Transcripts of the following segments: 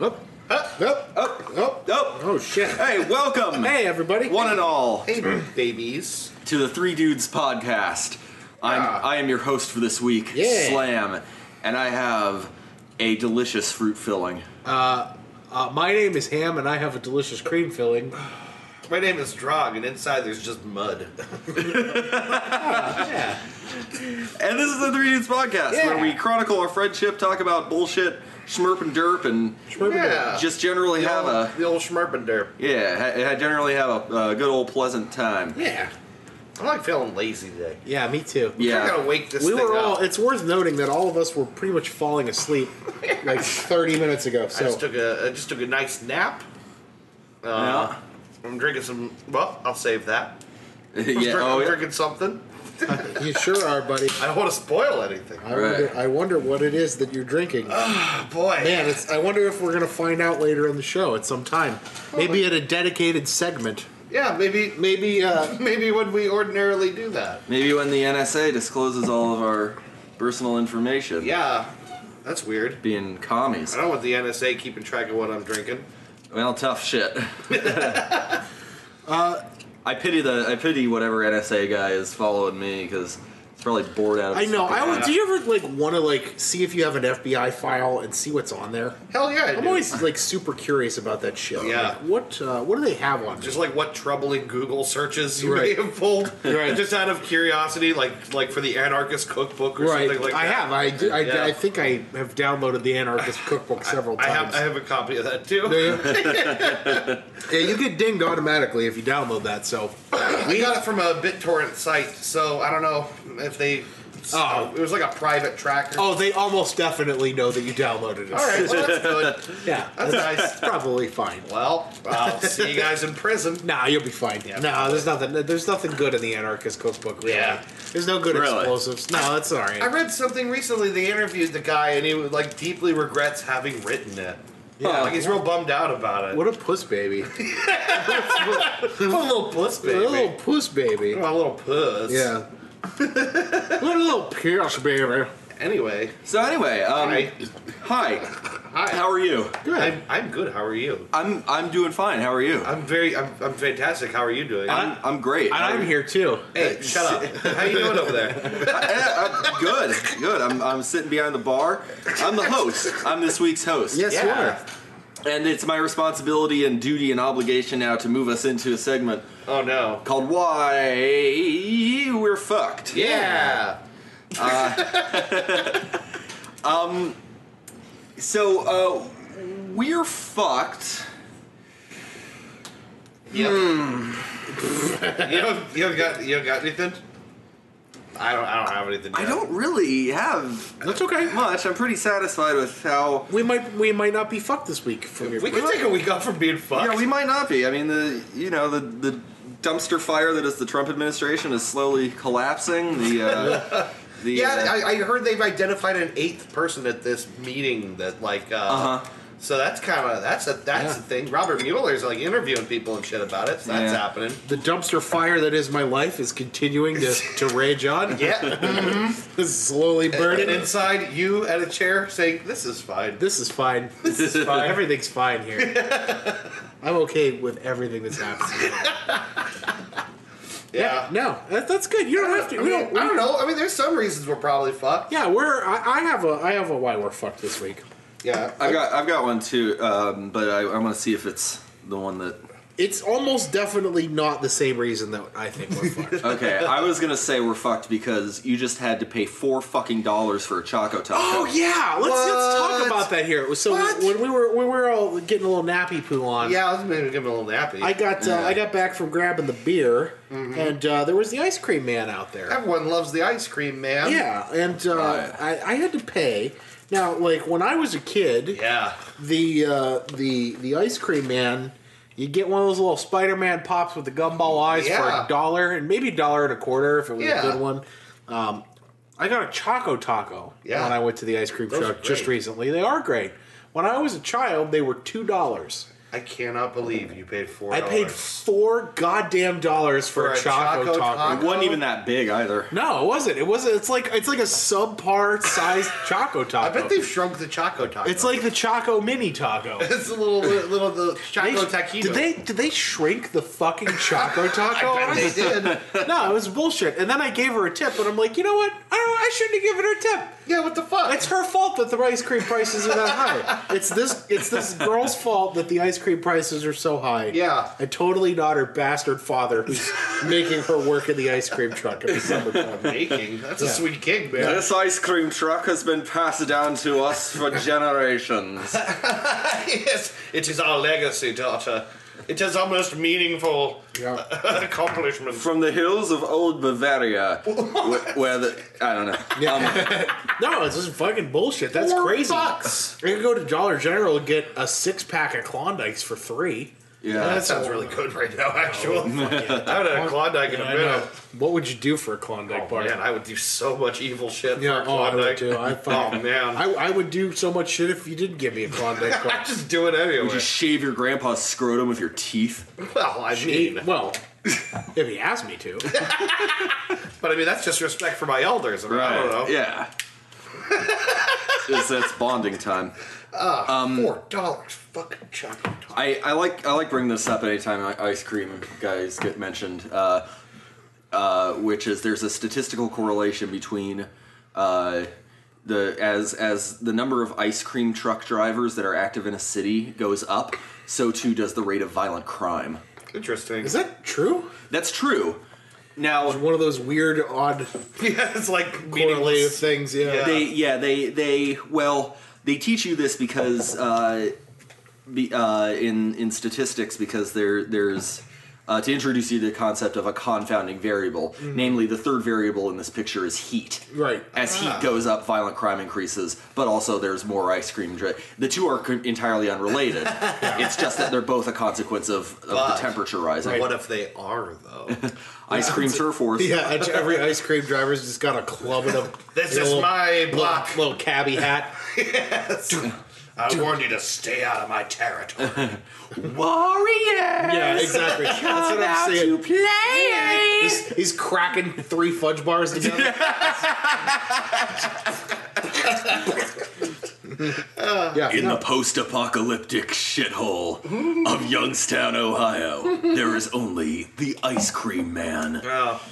Up, up, up, up, up, Oh, Oh shit! hey, welcome, Hey, everybody! one and all, Hey, babies! to the Three Dudes podcast. I'm Ah. I am your host for this week, Yeah. Slam, and I have a delicious fruit filling. Uh, my name is Ham, and I have a delicious cream filling. My name is Drog, and inside there's just mud. Yeah. And this is the Three Dudes podcast, where Yeah. we chronicle our friendship, talk about bullshit, schmurp and derp, and Yeah. just generally the, have old, a the old schmerpender. yeah, ha- ha- generally have a, a good old pleasant time. Yeah. I'm like feeling lazy today. Yeah, me too. Yeah. I gotta wake this We thing were all, up. it's worth noting that all of us were pretty much falling asleep like 30 minutes ago. I just So, took a I just took a nice nap. Uh, Yeah. I'm drinking some. Well, I'll save that. I'm, yeah, drinking, oh, I'm yeah. drinking something. you sure are, buddy. I don't want to spoil anything. I wonder, Right. I wonder what it is that you're drinking. Oh, boy, Man, it's, I wonder if we're going to find out later in the show at some time. Maybe at a dedicated segment. Yeah, maybe Maybe, uh, maybe when we ordinarily do that. Maybe when the NSA discloses all of our personal information, Yeah, that's weird. being commies. I don't want the NSA keeping track of what I'm drinking. Well, tough shit. Uh, I pity the I pity whatever NSA guy is following me because it's probably bored out of. I his know. fucking I always, uh, mind. do you ever like want to like see if you have an FBI file and see what's on there? Hell yeah, I I'm do. always like super curious about that shit. Yeah. Like, what uh, what do they have on? just like what troubling Google searches you Right. may have pulled, Right. just out of curiosity, like like for the anarchist cookbook or right. something like I that. have. I, do- I, Yeah. I think I have downloaded the Anarchist Cookbook several I have. times. I have a copy of that too. yeah, you get dinged automatically if you download that. So We got it from a BitTorrent site, so I don't know if they. Oh. it was like a private tracker. oh, they almost definitely know that you downloaded it. all right, well, that's good. Yeah, That's nice. probably fine. Well, I'll see you guys in prison. Nah, you'll be fine. Yeah. Nah, there's nothing. There's nothing good in the Anarchist Cookbook. Really. Yeah. There's no good Really? explosives. No, it's all right. I read something recently. They interviewed the guy, and he like deeply regrets having written it. Yeah. like he's real bummed out about it. What a puss baby. What I'm a little puss a baby. little puss baby. I'm a little puss. Yeah. what a little pierce baby. Anyway, So anyway, um, Hi. hi. hi. How are you? Good. I'm, I'm good. How are you? I'm I'm doing fine. How are you? I'm very. I'm, I'm fantastic. How are you doing? I'm, I'm great. and How are I'm you? here too. hey, shut up. How you doing over there? Yeah, I'm good. Good. I'm, I'm sitting behind the bar. I'm the host. I'm this week's host. Yes, you Yeah. are. And it's my responsibility and duty and obligation now to move us into a segment Oh no. called "Why We're Fucked." Yeah. So, uh, we're fucked. Yep. Hmm. you don't. You don't got. You don't got anything. I don't. I don't have anything. I yet. don't really have That's okay. much. I'm pretty satisfied with how. We might we might not be fucked this week from your We can take a week off from being fucked. Yeah, we might not be. I mean, the you know the the dumpster fire that is the Trump administration is slowly collapsing. The uh, the Yeah, uh, I, I heard they've identified an eighth person at this meeting that like. Uh, Uh-huh. So that's kind of that's a that's Yeah. a thing. Robert Mueller's like interviewing people and shit about it. So that's Yeah. happening. the dumpster fire that is my life is continuing to, to rage on. Yeah, This is slowly and burning. inside you at a chair saying, "This is fine." This is fine. This is fine. Everything's fine here. I'm okay with everything that's happening. Yeah. No, that, that's good. You don't have to. I, we mean, don't. we I don't know. I mean, there's some reasons we're probably fucked. Yeah, we're. I, I have a. I have a why we're fucked this week. Yeah. I've got I've got one too, um, but I, I want to see if it's the one that. It's almost definitely not the same reason that I think we're fucked. Okay, I was gonna say we're fucked because you just had to pay four fucking dollars for a choco taco. oh yeah, let's let's What? talk about that here. So What? when we were when we were all getting a little nappy poo on. Yeah, I was maybe give him a little nappy. I got uh, I got back from grabbing the beer, and uh, there was the ice cream man out there. Everyone loves the ice cream, man. Yeah, and uh, Right. I, I had to pay. Now, like when I was a kid, Yeah. the uh, the the ice cream man. You get one of those little Spider-Man pops with the gumball eyes for Yeah. a dollar, and maybe a dollar and a quarter if it was Yeah. a good one. Um, I got a Choco Taco Yeah. when I went to the ice cream Those are truck just great. recently. They are great. When I was a child, they were two dollars. I cannot believe you paid four. I paid four goddamn dollars for, For a a choco, Choco taco. It wasn't even that big either. No, it wasn't. It wasn't. It's like it's like a subpar sized choco taco. I bet they've shrunk the Choco Taco. It's like the Choco Mini Taco. it's a little little the They- Choco Taquito. Did they did they shrink the fucking Choco Taco? I bet they did. no, it was bullshit. And then I gave her a tip, and I'm like, you know what? I don't. I shouldn't have given her a tip. Yeah, what the fuck? It's her fault that the ice cream prices are that high. It's this it's this girl's fault that the ice cream prices are so high. Yeah. I totally not her bastard father who's making her work in the ice cream truck in the summertime. baking. That's Yeah. a sweet gig, man. This ice cream truck has been passed down to us for generations. yes, it is our legacy, daughter. It is our most meaningful Yeah. accomplishment. From the hills of old Bavaria, wh- where the I don't know. Um, No, it's just fucking bullshit. That's Four crazy. bucks. I could go to Dollar General and get a six pack of Klondikes for three. Yeah, That sounds really good right now, actually. I haven't had a Klondike in a I minute. know. What would you do for a Klondike Oh, bar? man, I would do so much evil shit yeah, for a oh, I Klondike. would too. I fucking- Oh, man. I, I would do so much shit if you didn't give me a Klondike bar. I just do it anyway. just shave your grandpa's scrotum with your teeth. well, I mean, well, if he asked me to. but I mean that's just respect for my elders. I, mean, I don't know. Yeah. It's- that's bonding time. Four dollars, fucking chocolate. I, I like I like bringing this up anytime i- ice cream guys get mentioned, uh, uh, which is there's a statistical correlation between uh, the as as the number of ice cream truck drivers that are active in a city goes up, so too does the rate of violent crime. Interesting. Is that true? That's true. Now One of those weird, odd yeah, it's like correlative meaningless. things. Yeah. Yeah. they yeah they they well they teach you this because uh, be, uh, in in statistics because there there's uh, to introduce you to the concept of a confounding variable namely the third variable in this picture is heat Mm-hmm. Right. as Ah. heat goes up violent crime increases but also there's more ice cream dri- the two are con- entirely unrelated it's just that they're both a consequence of, of the But- temperature rising What if they are though? ice cream turf wars Yeah, and every ice cream driver's just got a club and a. This and a is my block. Little, little cabbie hat. I warned you to stay out of my territory. warriors Yeah, exactly. That's what I'm saying. play He's, he's cracking three fudge bars together. yeah. In no. the post apocalyptic shithole of Youngstown, Ohio, there is only the ice cream man. Oh.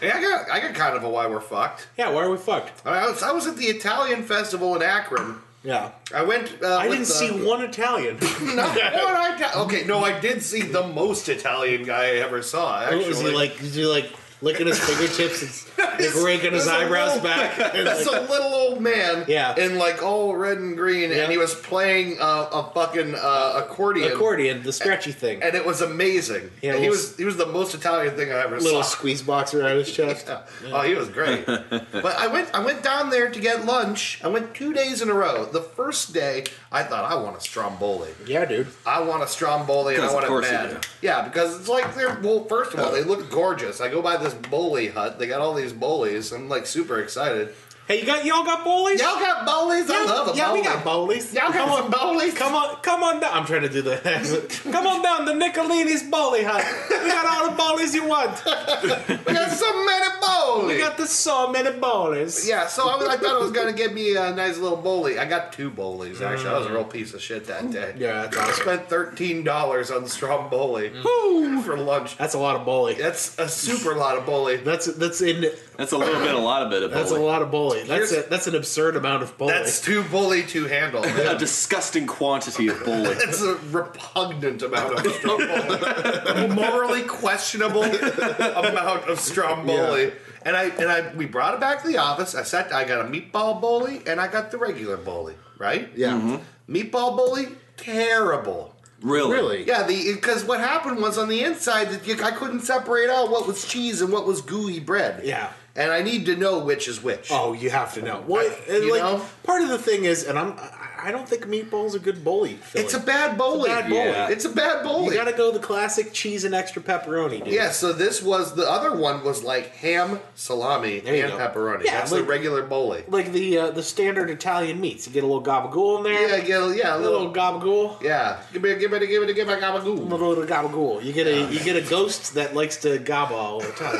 Hey, I got I got kind of a why we're fucked. yeah, why are we fucked? I was, I was at the Italian festival in Akron. Yeah. I went. Uh, I with didn't the- see one Italian. Not one I got. Okay, no, I did see the most Italian guy I ever saw. Actually, Was he like, Oh, is he like licking his fingertips and like, oh raking his There's a eyebrows little- back? And, That's like, a little old man. Yeah. In like all red and green, Yeah. and he was playing uh, a fucking uh, accordion. accordion, the stretchy thing. And it was amazing. Yeah, Yeah, he little- was he was the most Italian thing I ever little saw. squeeze box around his chest. Oh, he was great. but I went I went down there to get lunch. I went two days in a row. The first day, I thought I want a stromboli. Yeah, dude. I want a stromboli and Because I of want course it you bad. do. Yeah, because it's like they're well, first of all, they look gorgeous. I go by this boli hut, they got all these bolis. I'm like super excited. Hey, you got y'all got bowlies? Y'all got bolis? I love a yeah, boli. we got bowlies. Y'all got some bolis? Come on, come on down. I'm trying to do the accent. Come on down to Nicolini's Bowley Hut. We got all the bowlies you want. We got so many bolis. We got the so many bowlies. Yeah, so I, was, I thought it was gonna get me a nice little bowly. I got two bowlies actually. I was a real piece of shit that day. Yeah, that's I awesome. spent thirteen dollars on stromboli for lunch. That's a lot of bowley. That's a super lot of bowly. That's that's in That's a little bit, a lot of bit of that's a bully. lot of bowley. That's a, Here's- that's an absurd amount of bowley. That's too bully to handle. A disgusting quantity of bully. That's a repugnant amount of stromboli, a morally questionable amount of stromboli. And I and I we brought it back to the office. I sat. I got a meatball bowly and I got the regular bowly. Right? yeah. Meatball bowly, terrible. Really? Really? Yeah, the because what happened was on the inside that you, I couldn't separate out what was cheese and what was gooey bread. Yeah. and I need to know which is which. Oh, you have to know. What you like know? part of the thing is, and I'm I, I don't think meatballs a good bully. filling. It's a bad bowling. bad bowling. Yeah. It's a bad bowling. You gotta go the classic cheese and extra pepperoni, dude. Yeah, so this was the other one was like ham, salami, There you and go. pepperoni. Yeah, That's like- the regular bowling. Like the uh, the standard Italian meats. You get a little gabagool in there. Yeah, get a, yeah, a a little little. gabagool. Yeah, give me, give me, give me, give me, A gabagool. little, little gabagool. You get Oh, a you get a ghost that likes to gaba all the time.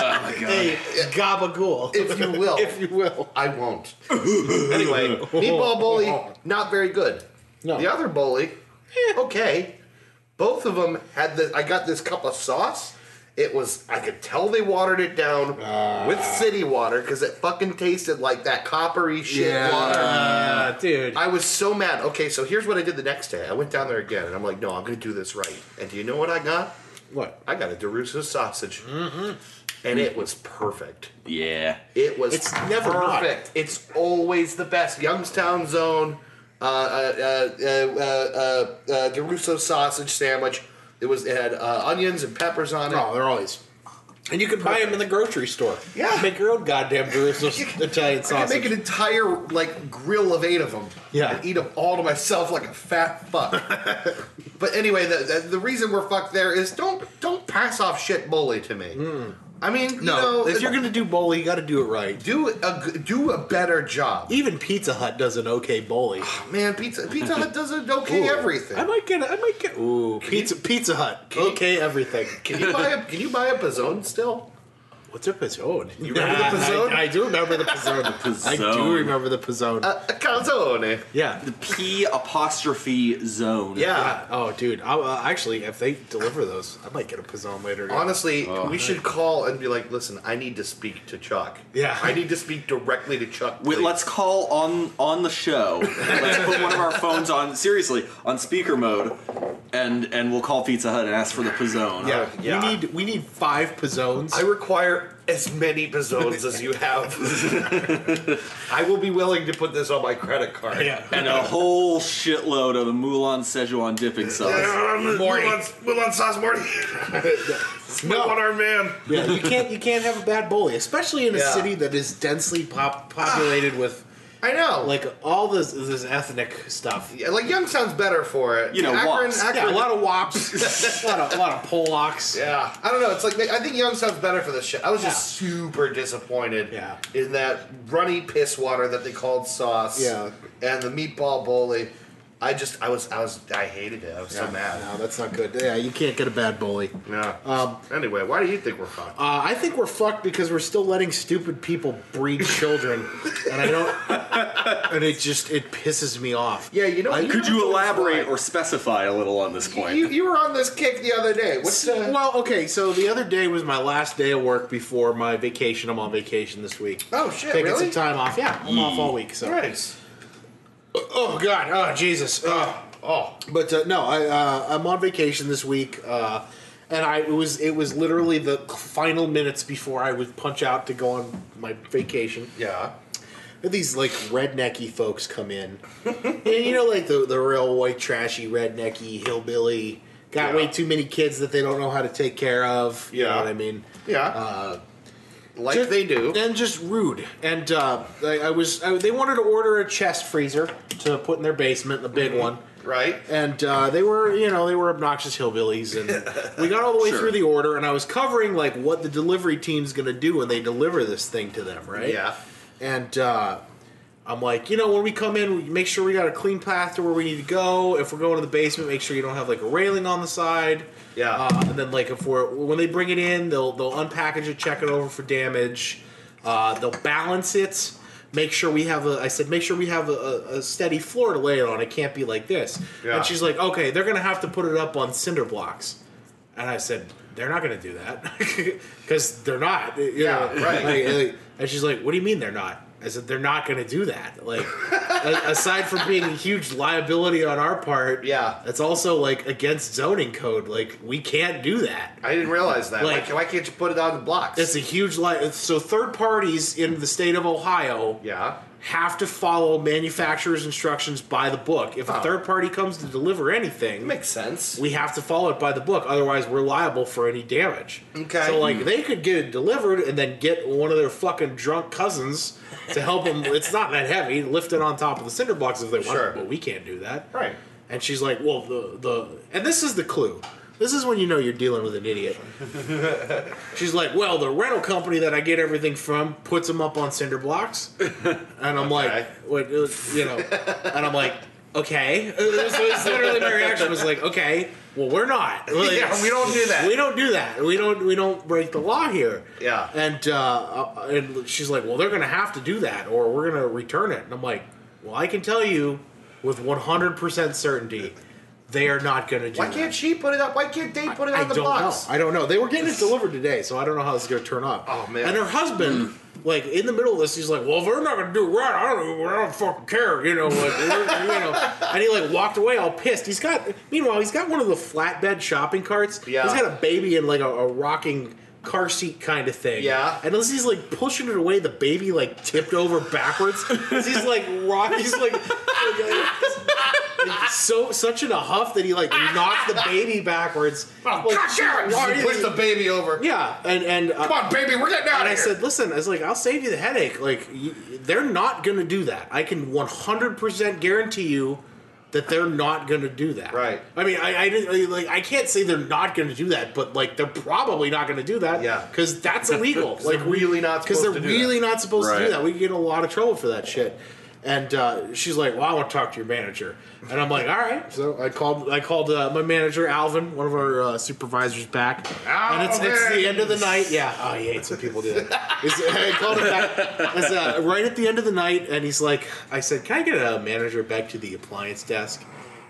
A gabagool, If you will, if you will. I won't. anyway, meatball bully, not very good. Oh. No. The other bully, okay. Both of them had this. I got this cup of sauce. It was. I could tell they watered it down with Ah. city water because it fucking tasted like that coppery shit Yeah. water. Uh, dude. I was so mad. Okay, so here's what I did the next day. I went down there again, and I'm like, no, I'm gonna do this right. And do you know what I got? what? I got a DeRusso sausage, and it was perfect. Yeah. It was It's never not. perfect. It's always the best. Youngstown zone, uh, uh, uh, uh, uh, uh, uh, DeRusso sausage sandwich. It was it had uh, onions and peppers on it. No, Oh, they're always. And you can buy them in the grocery store. Yeah. Make your own goddamn Jerusalem Italian I could sausage. make an entire like grill of eight of them. Yeah. and eat them all to myself like a fat fuck. but anyway, the, the the reason we're fucked there is don't don't pass off shit bully to me. I mean, you Hmm. no, know, if you're gonna do bowl, you gotta do it right. do a g- do a better job, Even Pizza Hut does an okay bowling. man. Pizza Pizza Hut does it Ah, okay everything. I might get. I might get. Ooh, Pizza Pizza Hut. Okay, everything. Can you buy a Can you buy a Pizzone still? What's a pizzone? You remember the Uh, pizzone? I, I do remember the pizzone. I do pizzone. remember the pizzone. A, a calzone. yeah. P apostrophe zone. Yeah. Yeah. Oh, dude. I, uh, actually, if they deliver those, I might get a pizzone later. Honestly, Oh, we should call and be like, "Listen, I need to speak to Chuck. Yeah. I need to speak directly to Chuck. Wait, please." let's call on on the show. let's put one of our phones on seriously on speaker mode, and and we'll call Pizza Hut and ask for the pizzone. Yeah, Yeah. Uh, We need we need five pizzones. I require as many pizzones as you have. I will be willing to put this on my credit card. and a whole shitload of the Moulin Szechuan dipping sauce. Morty. Mulan sauce, Morty. No. on our man. yeah, you can't you can't have a bad bully, especially in a Yeah. city that is densely pop- populated with I know. Like, like all this this ethnic stuff. yeah, like Youngstown's better for it. You know, Akron, wops. Akron, Yeah, a lot of wops, a lot of, a lot of Polacks. Yeah, I don't know. It's like they- I think Youngstown's better for this shit. I was just super disappointed. Yeah. In that runny piss water that they called sauce. Yeah. And the meatball bully, I just I was I was I hated it. I was so mad. No, that's not good. Yeah, you can't get a bad bully. Yeah. Um, anyway, why do you think we're fucked? Uh, I think we're fucked because we're still letting stupid people breed children, and I don't. And it just it pisses me off. Yeah, you know. I- Could you elaborate or specify a little on this point? You, you were on this kick the other day. What's the? Well, okay, so the other day was my last day of work before my vacation. I'm on vacation this week. Oh, shit, Taking some really? time off. Yeah, I'm off all week. So. nice. Oh God. Oh Jesus. Oh. Oh, But uh, no, I uh, I'm on vacation this week, uh, and I it was it was literally the final minutes before I would punch out to go on my vacation. yeah. these like rednecky folks come in, and you know, like the the real white trashy rednecky hillbilly got Yeah. way too many kids that they don't know how to take care of. you know Yeah. what I mean. Yeah. Uh, like Just- they do. and just rude. And uh, I, I was I, they wanted to order a chest freezer to put in their basement, the Mm-hmm. big one. Right. And uh, they were, you know, they were obnoxious hillbillies, and we got all the way Sure. through the order, and I was covering like what the delivery team's going to do when they deliver this thing to them, right? Yeah. And uh, I'm like, you know, when we come in, we make sure we got a clean path to where we need to go. If we're going to the basement, make sure you don't have like a railing on the side. Yeah. Uh, and then like if we're when they bring it in, they'll they'll unpackage it, check it over for damage. Uh, they'll balance it. Make sure we have a. I said, make sure we have a, a, a steady floor to lay it on. It can't be like this. Yeah. And she's like, okay, they're gonna have to put it up on cinder blocks. And I said, they're not gonna do that because they're not. You Yeah, know, right. like, like- and she's like, what do you mean they're not? I said, they're not gonna do that. Like, a- aside from being a huge liability on our part, Yeah. that's also like against zoning code. Like, we can't do that. I didn't realize that. Like- why, why can't you put it on the blocks? It's a huge li So third parties in the state of Ohio yeah. have to follow manufacturer's instructions by the book. If a Oh. third party comes to deliver anything, Makes sense. we have to follow it by the book, otherwise we're liable for any damage. Okay. So like they could get it delivered and then get one of their fucking drunk cousins to help them. it's not that heavy. Lift it on top of the cinder blocks if they want, Sure. but we can't do that. Right. And she's like, "Well, the the and this is the clue. This is when you know you're dealing with an idiot." she's like, "Well, the rental company that I get everything from puts them up on cinder blocks," and I'm Okay. like, "What? uh, You know?" And I'm like, "Okay." It was, it was literally my reaction was like, "Okay." Well, we're not. Like, Yeah, we don't do that. We don't do that. We don't. We don't break the law here. Yeah. And uh, uh, and she's like, "Well, they're going to have to do that, or we're going to return it." And I'm like, "Well, I can tell you with 100 percent certainty, they are not going to do Why that." can't she put it up? Why can't they put it I on the don't box? know. I don't know. They were getting it delivered today, so I don't know how this is going to turn up. Oh, man. And her husband, like in the middle of this, he's like, "Well, if they're not going to do it right, I don't, I don't fucking care," you know. Like, you know. And he like walked away all pissed. He's got. Meanwhile, he's got one of the flatbed shopping carts. Yeah. He's got a baby in like a, a rocking car seat kind of thing. Yeah. And as he's like pushing it away, the baby like tipped over backwards. 'Cause he's like rock. He's like. uh, like, so such in a huff that he like knocked the baby backwards. Oh, Like, God damn it! why She is pushed he- the baby over. yeah, and and uh, Come on, baby, we're getting out and I of here. said, listen, I was like, I'll save you the headache. Like, you, they're not gonna do that. I can one hundred percent guarantee you that they're not gonna do that. Right. I mean, I, I didn't I- like. I can't say they're not gonna do that, but like, they're probably not gonna do that. Yeah. Because that's illegal. like, they're we- really not they're supposed to do that. really not supposed to do Right. that. We could get in a lot of trouble for that shit. And uh, she's like, "Well, I want to talk to your manager." And I'm like, "All right." So I called. I called uh, my manager, Alvin, one of our uh, supervisors, back. And it's, it's the end of the night. Yeah. Oh, he hates when people do that. He's- I called him back. It's, uh, right at the end of the night, and he's like, "I said, can I get a manager back to the appliance desk?"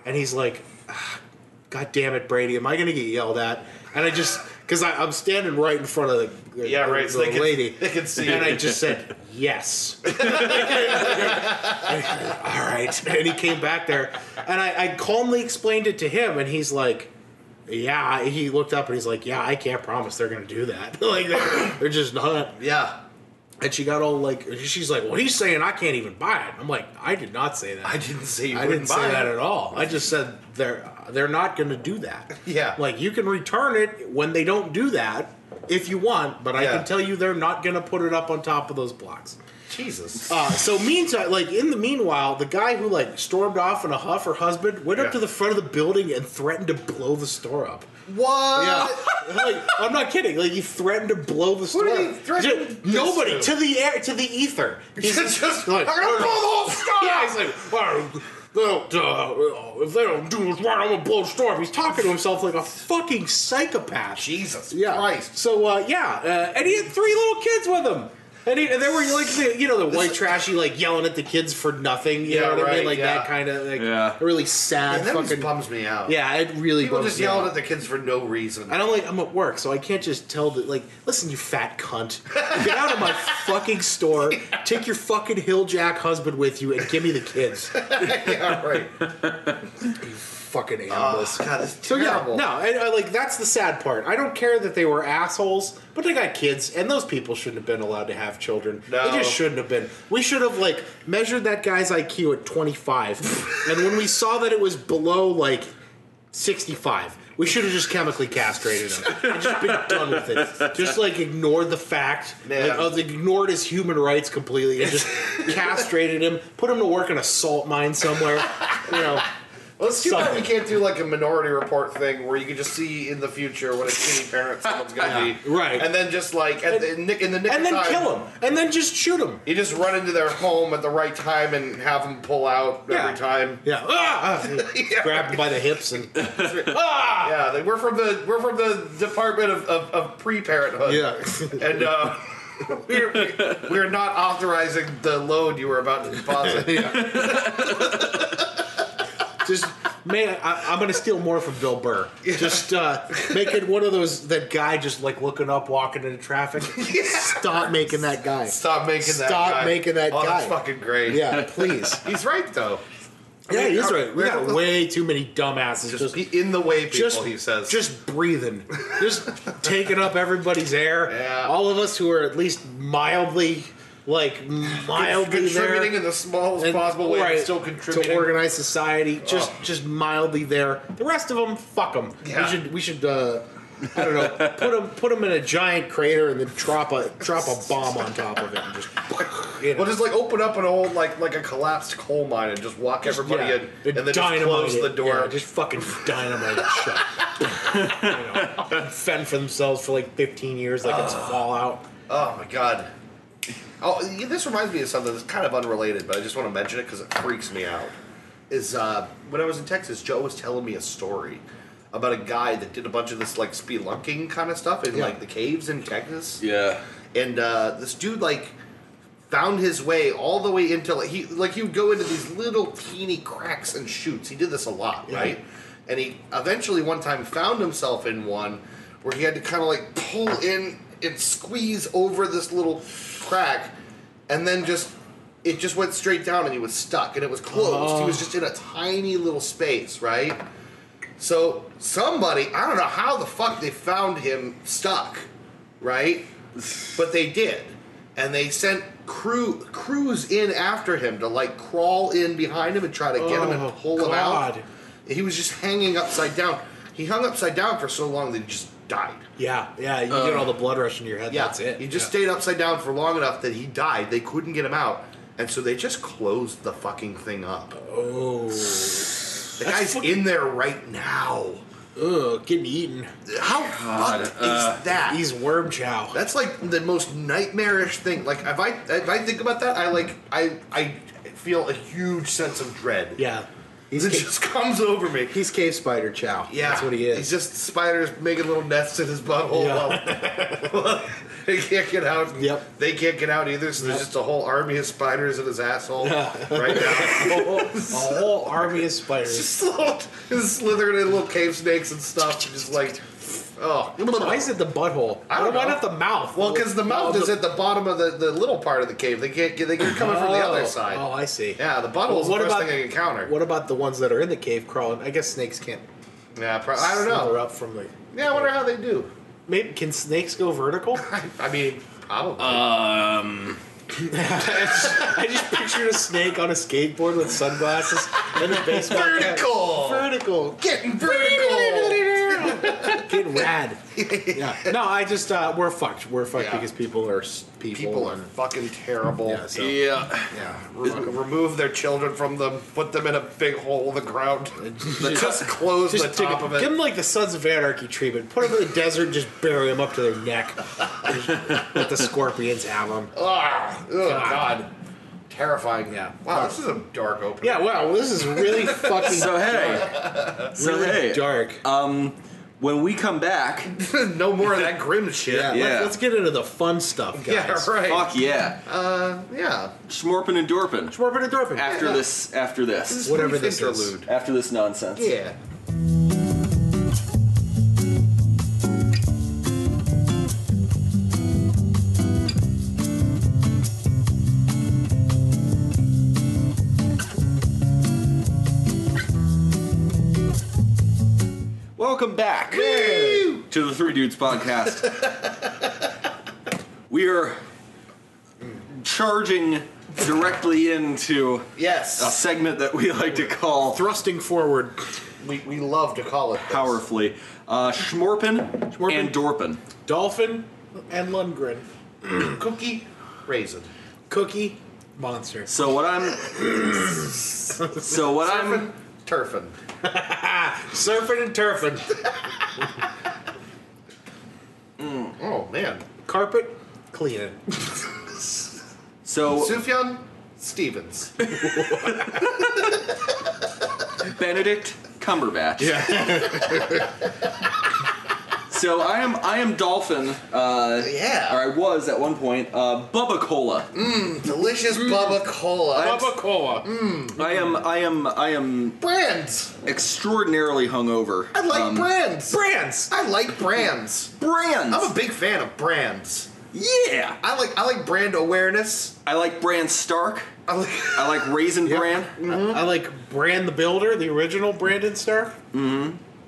And he's like, "Ah, "God damn it, Brady, am I gonna get yelled at?" And I just because I'm standing right in front of the Yeah, right, the so they can- lady. they can see And you. I just said yes. All right. And he came back there, and I, I calmly explained it to him, and he's like, "Yeah." He looked up and he's like, "Yeah, I can't promise they're gonna do that. like they're, they're just not." yeah, And she got all like, she's like, "Well, he's saying I can't even buy it." I'm like, "I did not say that. I didn't say you I wouldn't didn't say buy that it. at all. I just said they're they're not going to do that. Yeah. like you can return it when they don't do that if you want, but I Yeah. can tell you they're not going to put it up on top of those blocks. Jesus. Uh, so meantime, like in the meanwhile, the guy who like stormed off in a huff, her husband went up Yeah. to the front of the building and threatened to blow the store up. what? Yeah, like I'm not kidding. Like he threatened to blow the store. did up. he threaten Dude, this nobody to? to the air to the ether. He's Just, like, I'm gonna blow the whole sky. yeah, he's like, well, they don't, uh, if they don't do it right, I'm gonna blow the store up. He's talking to himself like a fucking psychopath. Jesus yeah. Christ. So uh, yeah, uh, and he had three little kids with him. And, he, and they were like, the, you know, the white trashy, like yelling at the kids for nothing. You Yeah, know what I mean? right, Like yeah. that kind of, like, Yeah. really sad And that fucking. just bums me out. yeah, it really. People bums just me out. yelling at the kids for no reason. And I'm like, I'm at work, so I can't just tell the like, listen, you fat cunt, get out of my fucking store, take your fucking hill jack husband with you, and give me the kids, yeah, right. fucking Oh, animals. God, that's so yeah, terrible. no, I, I, like that's the sad part. I don't care that they were assholes, but they got kids, and those people shouldn't have been allowed to have children. No. They just shouldn't have been. We should have like measured that guy's IQ at 25, and when we saw that it was below like 65. We should have just chemically castrated him and just been done with it. Just like ignored the fact, Man. like, uh, ignored his human rights completely, and just castrated him, put him to work in a salt mine somewhere. You know, Let's see why we Something. can't do like a minority report thing where you can just see in the future what a shitty parent someone's gonna be. Right. And then just like at the, in, nick- in the nick and of then time, kill him, and then just shoot him. You just run into their home at the right time and have them pull out Yeah. every time. Yeah, ah! Yeah. grab him by the hips and ah, Yeah, they, we're from the we're from the Department of, of, of Pre-Parenthood. and uh, we're, we're not authorizing the load you were about to deposit. just man, I, I'm gonna steal more from Bill Burr. Just uh, making one of those that guy just like looking up, walking into traffic. Stop making that guy. Stop making that. Stop guy. making that oh, guy. That's fucking great. Yeah, please. he's right though. yeah, mean, he's uh, right. We yeah, got let's- way too many dumbasses just Just be in the way, people. just he says. just breathing, just taking up everybody's air. Yeah. All of us who are at least mildly like mildly contributing there in the smallest and- possible way, right, and still contributing. to organized society. Just just mildly there. The rest of them, fuck them. Yeah. We should we should uh, I don't know put them put 'em in a giant crater and then drop a drop a bomb on top of it and just you know. Well, just like open up an old like like a collapsed coal mine and just walk everybody Yeah. in, and then just Dynamite close it. the door. Yeah, just fucking dynamite it shut. you know, fend for themselves for like 15 years, like it's Fallout. oh my god. Oh, yeah, this reminds me of something that's kind of unrelated, but I just want to mention it because it freaks me out. Is uh, when I was in Texas, Joe was telling me a story about a guy that did a bunch of this like spelunking kind of stuff in Yeah. like the caves in Texas. Yeah. and uh, this dude like found his way all the way into like he like he would go into these little teeny cracks and shoots. He did this a lot, right? And he eventually one time found himself in one where he had to kind of like pull in and squeeze over this little crack, and then just it just went straight down and he was stuck and it was closed. He was just in a tiny little space, right? So somebody, I don't know how the fuck they found him stuck, right? But they did, and they sent crew crews in after him to like crawl in behind him and try to get him Oh, and pull him out. God. He was just hanging upside down. He hung upside down for so long that he just died. Yeah, yeah, you get all the blood rush into your head. Yeah, that's it. He just yeah. stayed upside down for long enough that he died. They couldn't get him out, and so they just closed the fucking thing up. Oh, The guy's in there right now. ugh, getting eaten. How God, fucked uh, is that? He's worm chow. That's like the most nightmarish thing. Like if I if I think about that, I like I I feel a huge sense of dread. yeah, it he's cave, just comes over me. he's cave spider chow. Yeah, that's what he is. He's just spiders making little nests in his butthole. while- they can't get out. Yep. They can't get out either. So there's just a whole army of spiders in his asshole right now. oh, oh, a whole army of spiders. just little, just slithering in little cave snakes and stuff. and Just like oh, Why is it the butthole? I don't Why know. not the mouth? Well, because the mouth is at the bottom of the, the little part of the cave. They can't get. They, they're coming from the other Oh, side. Oh, I see. Yeah, the butthole is the first thing I encounter. What about the ones that are in the cave crawling? I guess snakes can't. yeah, pro- I don't slither know. Up from the. Yeah, I wonder how they do. Maybe can snakes go vertical? I mean, probably. Uh, Um. I just pictured a snake on a skateboard with sunglasses and a baseball cap. Vertical! Vertical. Getting vertical. Get rad. Yeah. No, I just uh, we're fucked. We're fucked Yeah. because people are s- people. People are fucking terrible. Yeah. So. Yeah. Yeah, re- remove their children from them. Put them in a big hole in the ground. just close Just the dig top it- of it. give them like the Sons of Anarchy treatment. Put them in the desert, and just bury them up to their neck. Let the scorpions have them. Ah, oh god, terrifying. Yeah. Wow, this is a dark opening. Yeah, wow, this is really fucking So hey. So really hey. uh, dark. When we come back, no more of that grim shit. yeah, yeah. Let, us get into the fun stuff, guys. Yeah, right. fuck yeah, Uh, yeah. Schmorpin and Dorpin. Schwarpin and Dorpin. After Yeah. this, after This this, is Whatever brief this is. after this nonsense. Yeah. Welcome back Woo! to the Three Dudes Podcast. we are charging directly into a Yes. segment that we like to call Thrusting forward. We, we love to call it this. powerfully uh, Schmorpin, Schmorpin. and Dorpin. Dolphin and Lundgren. Cookie raisin. Cookie monster. So what I'm, so what I'm, Turfin. Turfin. Surfing and turfing. Oh man. Carpet cleaning. so Sufjan Stevens. Benedict Cumberbatch. Yeah. so I am I am Dolphin, uh, Yeah. or I was at one point uh, Bubba Cola. Delicious Bubba Cola. Bubba Cola. I am I am I am Brands. extraordinarily hungover. Um, I like brands. Brands. I like brands. brands. I'm a big fan of brands. yeah. I like I like brand awareness. I like Brand Stark. I like I like Raisin Bran. I like Brand the Builder, the original Brandon Stark.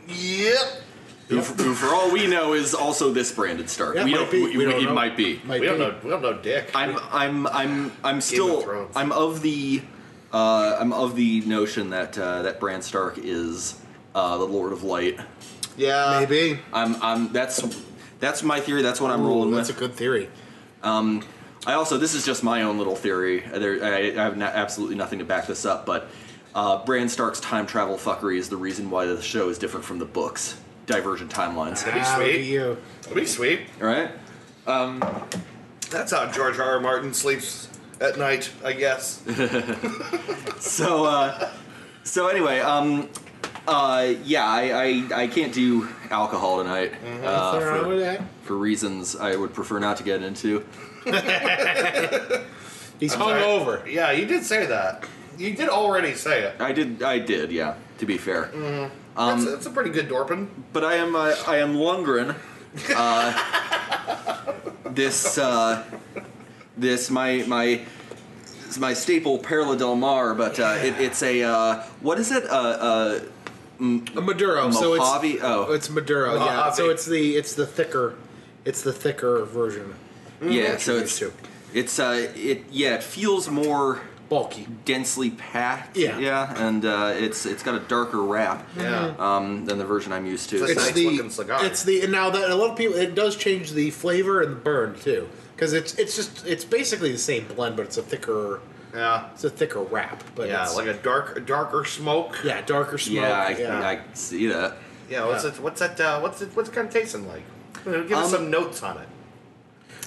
Yep. who, for, who, for all we know, is also this branded Stark. Yeah, we might don't. be. We, We don't it know. might be. Might we don't be. know. We don't know Dick. I'm. I'm. I'm. I'm of still. Thrones. I'm of the. Uh, I'm of the notion that uh, that Bran Stark is uh, the Lord of Light. yeah, Maybe. I'm. I'm. That's. That's my theory. That's what I'm rolling Ooh, that's a with. good theory. I also. This is just my own little theory. There, I, I have no- absolutely nothing to back this up, but uh, Bran Stark's time travel fuckery is the reason why the show is different from the books. Divergent timelines. That'd be Ah, look sweet. at you. that'd be sweet. All right. That's how George R. R. Martin sleeps at night, I guess. so uh, so anyway um uh yeah I, I i can't do alcohol tonight uh, Nothing wrong for, with that. for reasons i would prefer not to get into He's hungover. yeah, you did say that. You did already say it. i did i did yeah to be fair Um, That's, that's a pretty good Dorpin. but i am uh, i am lungren uh this uh this my my it's my staple Perla del Mar, but uh, it, it's a uh, what is it? Uh, uh, A Maduro. So Mojave? it's Oh. it's Maduro. Yeah. Mojave. So it's the it's the thicker, it's the thicker version. yeah, so you're it's used to. it's uh, it yeah, it feels more Bulky. densely packed. Yeah. yeah, and uh, it's it's got a darker wrap um, than the version I'm used to. It's So- nice the looking cigar. it's the and now that a lot of people it does change the flavor and the burn too because it's it's just it's basically the same blend but it's a thicker Yeah. it's a thicker wrap but Yeah, it's, like a dark, a darker smoke. yeah darker smoke yeah, I, yeah. I see that. Yeah, what's it? What's that? Uh, what's it? What's it kind of tasting like? Uh, Give Um, us some notes on it.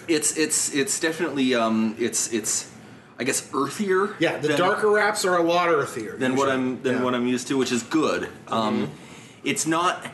It's it's it's definitely um, it's it's I guess earthier. Yeah, the than- darker wraps are a lot earthier than what usually. I'm than Yeah. Mm-hmm. what I'm used to, which is good. Um, It's not.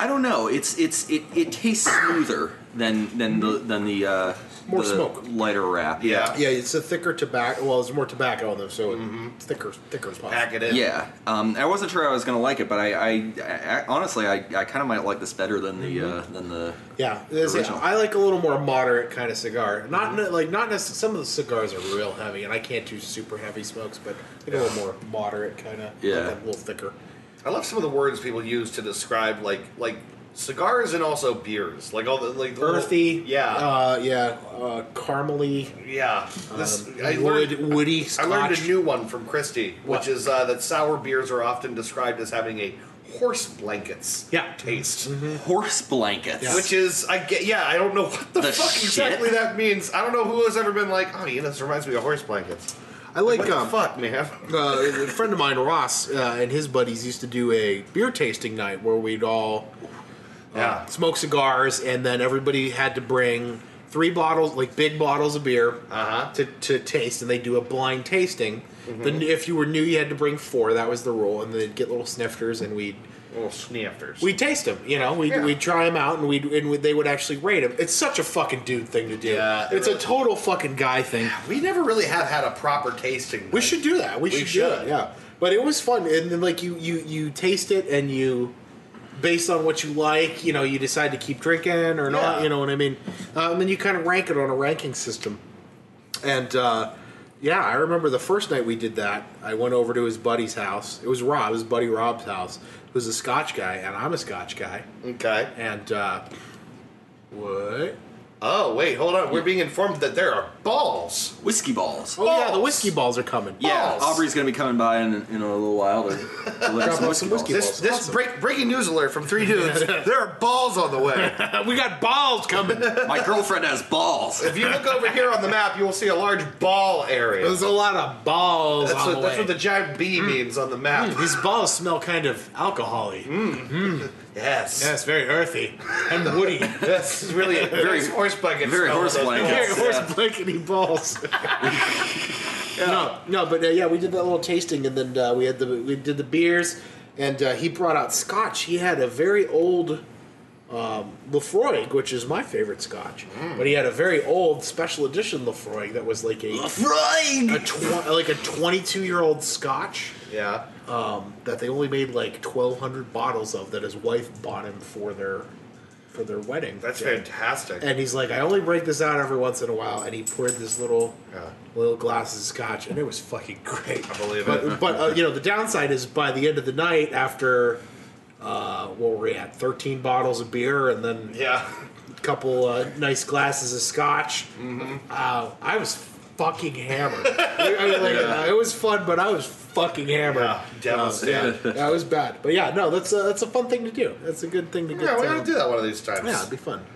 I don't know. It's it's it, it tastes smoother than than the than the uh, Mm-hmm. More the smoke. lighter wrap. Yeah. yeah it's a thicker tobacco well there's more tobacco on them so Mm-hmm. it's thicker thicker as possible Pack it in. Yeah, um, I wasn't sure I was gonna like it, but I, I, I- I honestly, I, I kind of might like this better than the uh, Mm-hmm. than the. yeah, that's it. Original. I like a little more moderate kind of cigar. Not Mm-hmm. ne- like not necessarily. Some of the cigars are real heavy, and I can't do super heavy smokes, but I like a little more moderate kind of. Yeah. a little thicker. I love some of the words people use to describe like like cigars and also beers. Like all the like the little- earthy. yeah. uh, yeah, uh, caramely, yeah. This um, I wood, learned. woody. I Scotch. learned a new one from Christy, What? which is uh, that sour beers are often described as having a horse blankets Yeah. Mm-hmm. taste. Horse blankets. Yeah. Which is, I get, yeah, I don't know what the, The fuck shit? exactly that means. I don't know who has ever been like, oh, you know, this reminds me of horse blankets. I like What the um, fuck, man? uh, a friend of mine, Ross, uh, and his buddies used to do a beer tasting night where we'd all Yeah. smoke cigars, and then everybody had to bring three bottles, like big bottles of beer, Uh-huh. Mm-hmm. to, to taste, and they do a blind tasting. Then if you were new, you had to bring four. That was the rule, and they'd get little snifters, and we'd Little snifters. we taste them. You know, we Yeah. we try them out, and we and we, they would actually rate them. It's such a fucking dude thing to do. Yeah, it it's a really- total fucking guy thing. We never really have had a proper tasting. We night. should do that. We, should, do should. that. Yeah, but it was fun, and then like you you you taste it, and you based on what you like, you know, you decide to keep drinking or not. Yeah. You know what I mean? Uh, and then you kind of rank it on a ranking system. And uh, yeah, I remember the first night we did that. I went over to his buddy's house. It was Rob, his buddy Rob's house, who's a Scotch guy, and I'm a Scotch guy. Okay. And uh, what? Oh wait, hold on. We're being informed that there are balls. Whiskey balls. Oh yeah, the Balls. whiskey balls are coming. yeah, balls. Aubrey's gonna be coming by in, in a little while to deliver Drop some off whiskey some balls. whiskey balls. This this Awesome. break, breaking news alert from three dudes. there are balls on the way. we got balls coming. My girlfriend has balls. If you look over here on the map, you will see a large ball area. There's a lot of balls That's on what, the Hmm. that's what the giant B means on the map. These balls smell kind of alcoholy. Yes. Yes, very earthy and woody. This is really very horse blanket. very smell of horse those blanket. balls. very Yeah. horse blankety balls. No, no, but uh, yeah, we did that little tasting, and then uh, we had the we did the beers, and uh, he brought out Scotch. He had a very old. Um, Lefroy, which is my favorite Scotch, but he had a very old special edition Lefroy that was like a, a Frying. tw- like a twenty-two year old Scotch. Yeah. um, that they only made like 1,200 bottles of that his wife bought him for their for their wedding. That's Yeah. fantastic. And he's like, I only break this out every once in a while, and he poured this little Yeah. little glass of scotch, and it was fucking great. I believe but, it. But uh, you know, the downside is by the end of the night, after Uh, what were we at? 13 bottles of beer and then Yeah. a couple uh, nice glasses of scotch. Mm-hmm. Uh, I was fucking hammered. I I mean, like, uh, it was fun, but I was fucking hammered. Yeah, devil's yeah, dead. that was bad. But yeah, no, that's a, that's a fun thing to do. That's a good thing to get. Yeah, we're uh, gonna do that one of these times. Yeah, it'd be fun.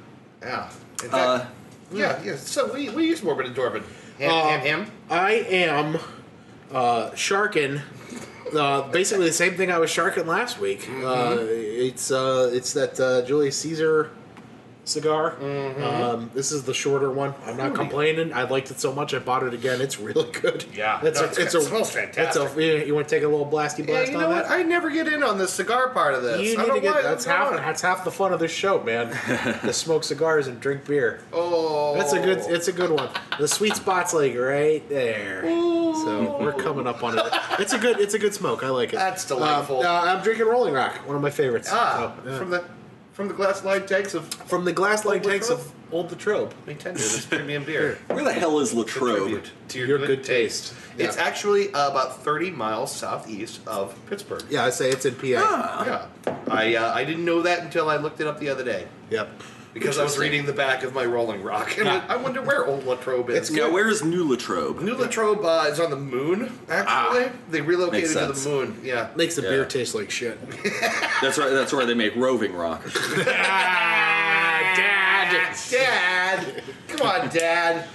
Yeah. In fact, Uh, yeah, yeah. So we we use Morbid and Torpid. Ham, Uh, ham, ham. I am uh, sharking. Uh, basically the same thing I was sharking last week. Mm-hmm. Uh, it's uh, it's that uh, Julius Caesar cigar. Mm-hmm. Um, this is the shorter one. I'm not complaining. I liked it so much I bought it again. It's really good. Yeah. that's No, a, it's- it's it a, smells That's a, fantastic. you, want to take a little blasty Yeah, blast you on know that? what? I never get in on the cigar part of this. you I need don't to know get why- that's I don't half know. that's half the fun of this show, man. to smoke cigars and drink beer. Oh, That's a good. It's a good one. The sweet spot's like right there. So we're coming up on it. It's a good. It's a good smoke. I like it. That's delightful. Um, uh, I'm drinking Rolling Rock, one of my favorites. ah So, yeah. from the from the glass line tanks of from the glass line Old tanks Latrobe? of Old Latrobe. we tender this premium beer. where the hell is The Latrobe? tribute to your, Your good, good taste. taste. It's Yeah. actually about 30 miles southeast of Pittsburgh. Yeah, I say it's in PA. Ah. Yeah. I uh, I didn't know that until I looked it up the other day Yep. because I was Interesting. reading the back of my Rolling Rock and Yeah. I, I wonder where Old Latrobe is. It's Yeah, where is New Latrobe? New Latrobe uh, is on the moon. Actually, they relocated Makes to the sense. moon. Yeah. Makes the beer Yeah. taste like shit. That's right. That's where they make Roving Rock. Ah, Dad. Dad, come on, Dad.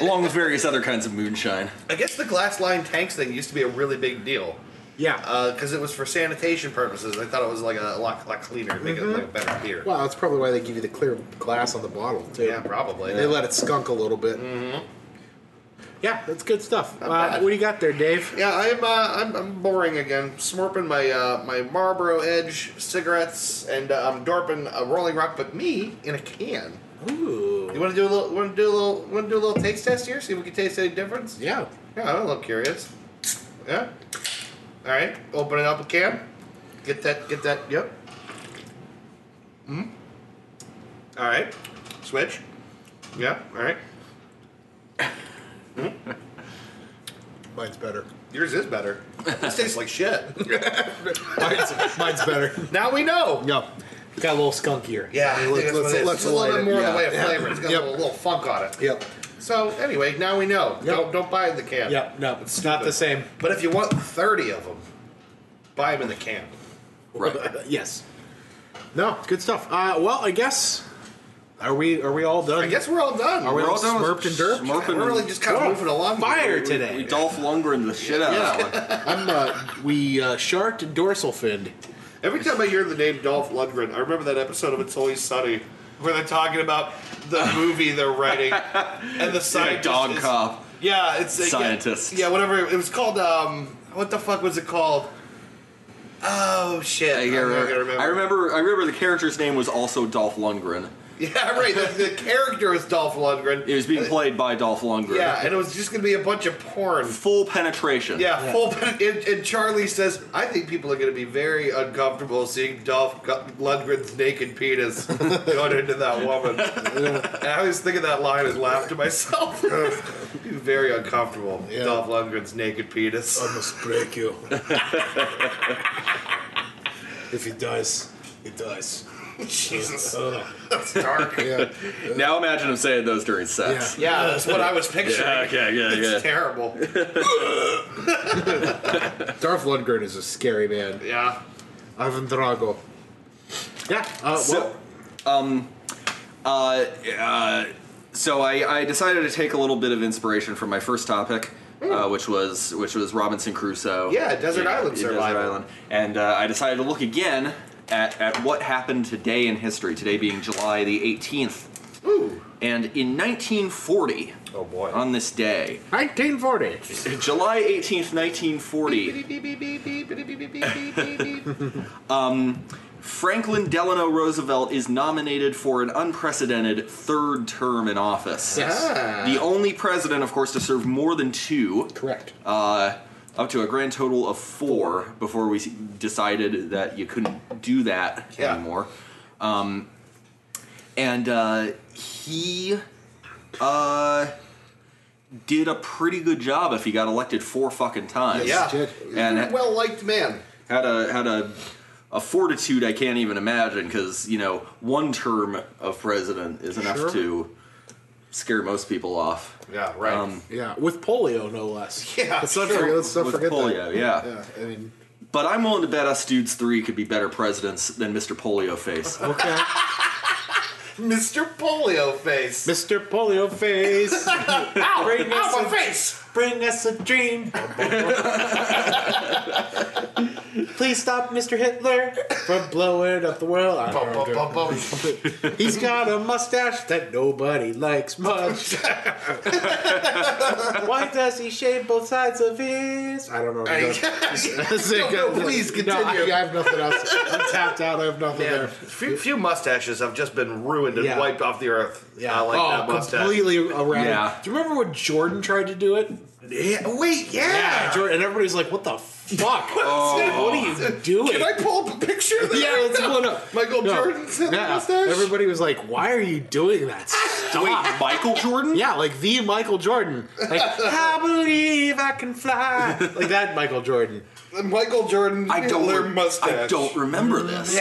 along with various other kinds of moonshine. I guess the glass line tanks thing used to be a really big deal Yeah. because it was for sanitation purposes. I thought it was like a lot, lot cleaner, make it like better beer. well, that's probably why they give you the clear glass on the bottle too. yeah, probably. They let it skunk a little bit. Mm-hmm. Yeah, that's good stuff. Not Uh, bad. what do you got there, Dave? Yeah, I'm, uh, I'm I'm boring again. Smorping my uh, my Marlboro Edge cigarettes, and uh, I'm dorping a Rolling Rock, but me in a can. Ooh. You want to do a little? Want to do a little? Want to do a little taste test here? See if we can taste any difference. Yeah. Yeah, I'm a little curious. Yeah. All right, open it up a can. Get that. Get that. Yep. Hmm. All right. Switch. Yeah. All right. Mine's better. Yours is better. This tastes like shit. mine's, mine's better. Now we know. No. Got a little skunkier. Yeah, I think Let's, that's what let's, it is. let's Just a light little bit it. more in Yeah, the way of yeah. flavor. It's got Yep. a little, little funk on it. Yep. So anyway, now we know. Don't don't buy the can. Yep. No, it's not the same. But if you want thirty of them, buy them in the can. Right. yes. No, good stuff. Uh, well, I guess are we are we all done? I guess we're all done. Are we We're all done with Smurfed and derped? Smurfed and- we're really just kind of We're on moving along. fire We- today. We Dolph Lundgren the shit out of that one. I'm uh, we uh, sharked and dorsal finned. Every time I hear the name Dolph Lundgren, I remember that episode of It's Always Sunny where they're talking about the movie they're writing and the Like scientist. dog is- cop. Yeah, it's yeah, Scientist. Yeah, whatever. It was called. um What the fuck was it called? Oh shit! I I'm not gonna remember, I remember. I remember. the character's name was also Dolph Lundgren. Yeah, right. The, the character is Dolph Lundgren. It was being played by Dolph Lundgren. Yeah, and it was just gonna be a bunch of porn. Full penetration. Yeah, full. And, and Charlie says, "I think people are gonna be very uncomfortable seeing Dolph Gu- Lundgren's naked penis going into that woman." and I was thinking that line and laughed to myself. be very uncomfortable. Yeah. Dolph Lundgren's naked penis. must break you. if he dies, he dies. Jesus, Uh, that's dark. yeah. Now imagine him saying those during sex. Yeah, that's what I was picturing. Yeah, okay, yeah, It's yeah. terrible. Darth Lundgren is a scary man. Yeah. Ivan Drago. Yeah. Uh, well, So, um, uh, uh, so I, I decided to take a little bit of inspiration from my first topic, uh, which was which was Robinson Crusoe. Hmm. Yeah, Desert Island Desert Survival. Island. And uh, I decided to look again at, at what happened today in history. Today being July the 18th, Ooh. and in 1940, Oh boy. on this day, 1940. July 18th, 1940. Franklin Delano Roosevelt is nominated for an unprecedented third term in office. Yes. Ah. The only president, of course, to serve more than two, Correct. uh, up to a grand total of four before we s- decided that you couldn't do that Yeah. anymore. Um, and uh, he uh, did a pretty good job if he got elected four fucking times. Yeah. Shit. Well liked man. Had a had a a fortitude I can't even imagine because you know one term of president is enough Sure. to scare most people off. Yeah, right. Um, Yeah, with polio, no less. Yeah, let's not sure. forget, let's not With forget polio, that. yeah. yeah. I mean, But I'm willing to bet us dudes three could be better presidents than Mr. Polio Face. okay, Mr. Polio Face. Mr. Polio Face, Ow! Bring us Ow, my a- face! bring us a dream. Please stop, Mr. Hitler, from blowing up the world. I Bum, don't bum, know. bum, bum. He's got a mustache that nobody likes much. Why does he shave both sides of his? I don't know. No, no, please No, I, continue. I have nothing else. I'm tapped out. I have nothing Yeah, there. few, few mustaches have just been ruined and Yeah. wiped off the earth. I like oh, that mustache. completely around. Yeah. Do you remember when Jordan tried to do it? Yeah, wait, yeah. Jordan, and everybody's like, "What the fuck? What are you doing?" Can I pull up a picture of that? yeah, right let's now? pull it up. Michael No. Jordan's had the Yeah. mustache? Everybody was like, "Why are you doing that? Stop!" Wait, Michael Jordan? Yeah, like the Michael Jordan. Like, I believe I can fly. Like that Michael Jordan. Michael Jordan I don't. Hitler rem- mustache. I don't remember this.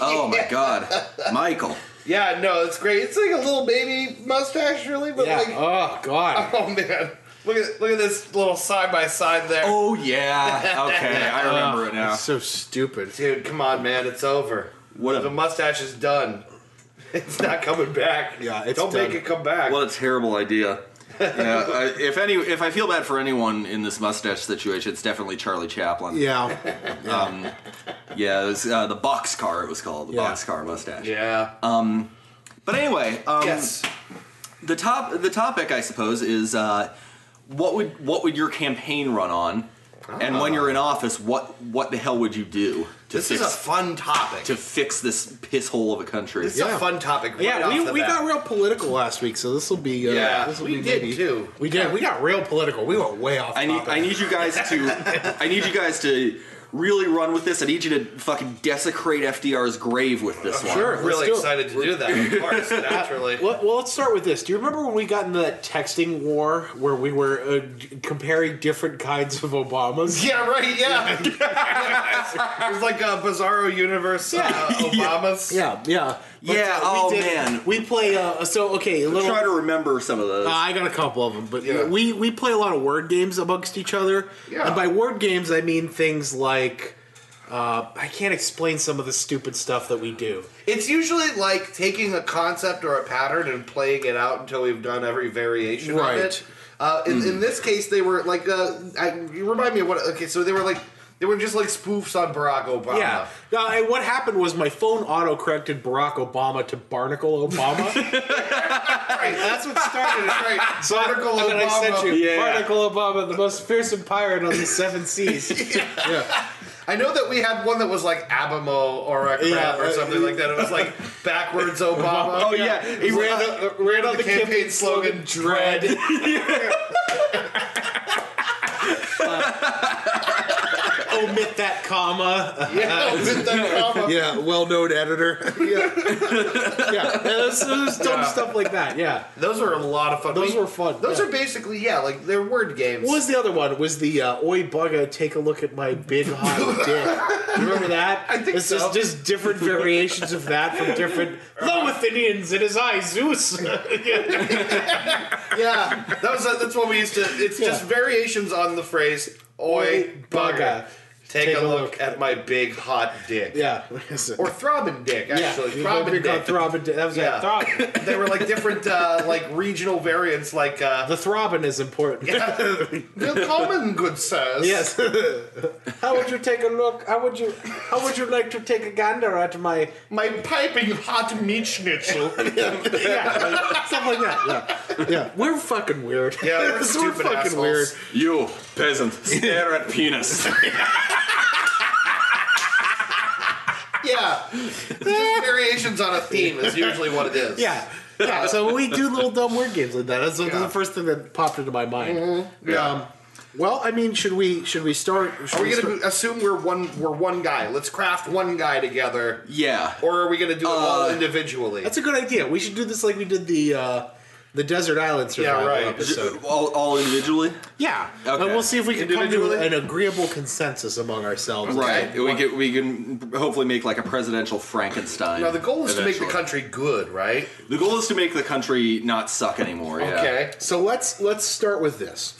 oh my god, Michael! Yeah, no, it's great. It's like a little baby mustache, really, but Yeah. like, oh. oh God. man, look at look at this little side by side there. Oh yeah. Okay, I remember it now. Oh, That's so stupid. Dude, come on, man, it's over. What a- the mustache is done. It's not coming back. Yeah, it's don't done. make it come back. What a terrible idea. Yeah, I, if any, if I feel bad for anyone in this mustache situation, it's definitely Charlie Chaplin. Um, Yeah. Yeah, it was uh, the box car. It was called the Yeah. box car mustache. yeah. But anyway, um, yes. the top the topic I suppose is uh, what would what would your campaign run on, and when you're in office, what what the hell would you do to Ah. This fix is a fun topic. to fix this piss hole of a country? This is Yeah. a fun topic. Right Yeah, off we, the we bat. got real political last week, so this will be. Uh, Yeah, this will we be did maybe- too. We did. We got real political. We went way off. I need topic. I need you guys to I need you guys to really run with this. I need you to fucking desecrate FDR's grave with this one. Sure. I'm Let's really do it. excited to do that, of course, naturally. Well, well, let's start with this. Do you remember when we got into that texting war where we were uh, comparing different kinds of Obamas? Yeah, right, yeah. yeah. It's like a bizarro universe uh, Obama's. Yeah, yeah, uh, Yeah, oh, man. we play. Uh, so okay, a I'm little. trying to remember some of those. Uh, I got a couple of them, but Yeah. we we play a lot of word games amongst each other. Yeah. And by word games, I mean things like uh, I can't explain some of the stupid stuff that we do. It's usually like taking a concept or a pattern and playing it out until we've done every variation Right. Hmm. of it. Uh, in, in this case, they were like, uh, I, you remind me of what, okay, so they were like, they were just like spoofs on Barack Obama. Yeah. Now, I- what happened was my phone auto corrected Barack Obama to Barnacle Obama. Right, that's what started it, right? So I- Barnacle and then I sent you Yeah. Barnacle Obama, the most fearsome pirate on the seven seas. I know that we had one that was like Abamo or a crab Yeah, or uh, something like that. It was like backwards Obama. oh yeah, He ran, uh, ran on the, campaign, slogan, Dread. Uh, Omit that comma. yeah, with that comma. Yeah, well-known editor. yeah, yeah. And There's, there's dumb Yeah. stuff like that. Yeah. Those are a lot of fun. Those were fun, Those yeah. are basically yeah, like they're word games. What was the other one? Was the uh, Oi Bugga take a look at my big hot dick? Do you remember that? I think it's so. just, just different variations of that from different Lowethinians in his eye, Zeus. yeah, that was that's what we used to. It's just variations on the phrase "Oi bugger, take, a look, at my big hot dick." yeah. Or throbbing dick, actually. Throbbing dick. Throbbing dick. That was Yeah. yeah. Throbbing. they were like different, uh, like regional variants, like uh, The throbbing is important. "Willkommen, good sirs." Yes. how would you take a look? How would you? How would you like to take a gander at my? my piping hot meat schnitzel. Yeah, like, stuff like that. Yeah, yeah. We're fucking weird. Yeah, we're we're stupid fucking assholes. weird. You peasant, stare at penis. Yeah, just variations on a theme is usually what it is. Yeah. Yeah, so we do little dumb word games like that. That's Yeah. Mm-hmm. the first thing that popped into my mind. yeah. Um, well, I mean, should we should we start? Should Are we start- gonna assume we're one we're one guy? Let's craft one guy together, Yeah. or are we gonna do it all individually? That's a good idea. We should do this like we did the uh, the desert island survival right. episode. all, all individually, Yeah, Okay. but we'll see if we can come to Individually? an agreeable consensus among ourselves. right? We get we can hopefully make like a presidential Frankenstein. Now the goal is to make the eventually. country good, right? The goal is to make the country not suck anymore. Yeah. Okay. So let's let's start with this.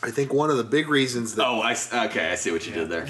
I think one of the big reasons that Oh, I s- okay. I see what you did there.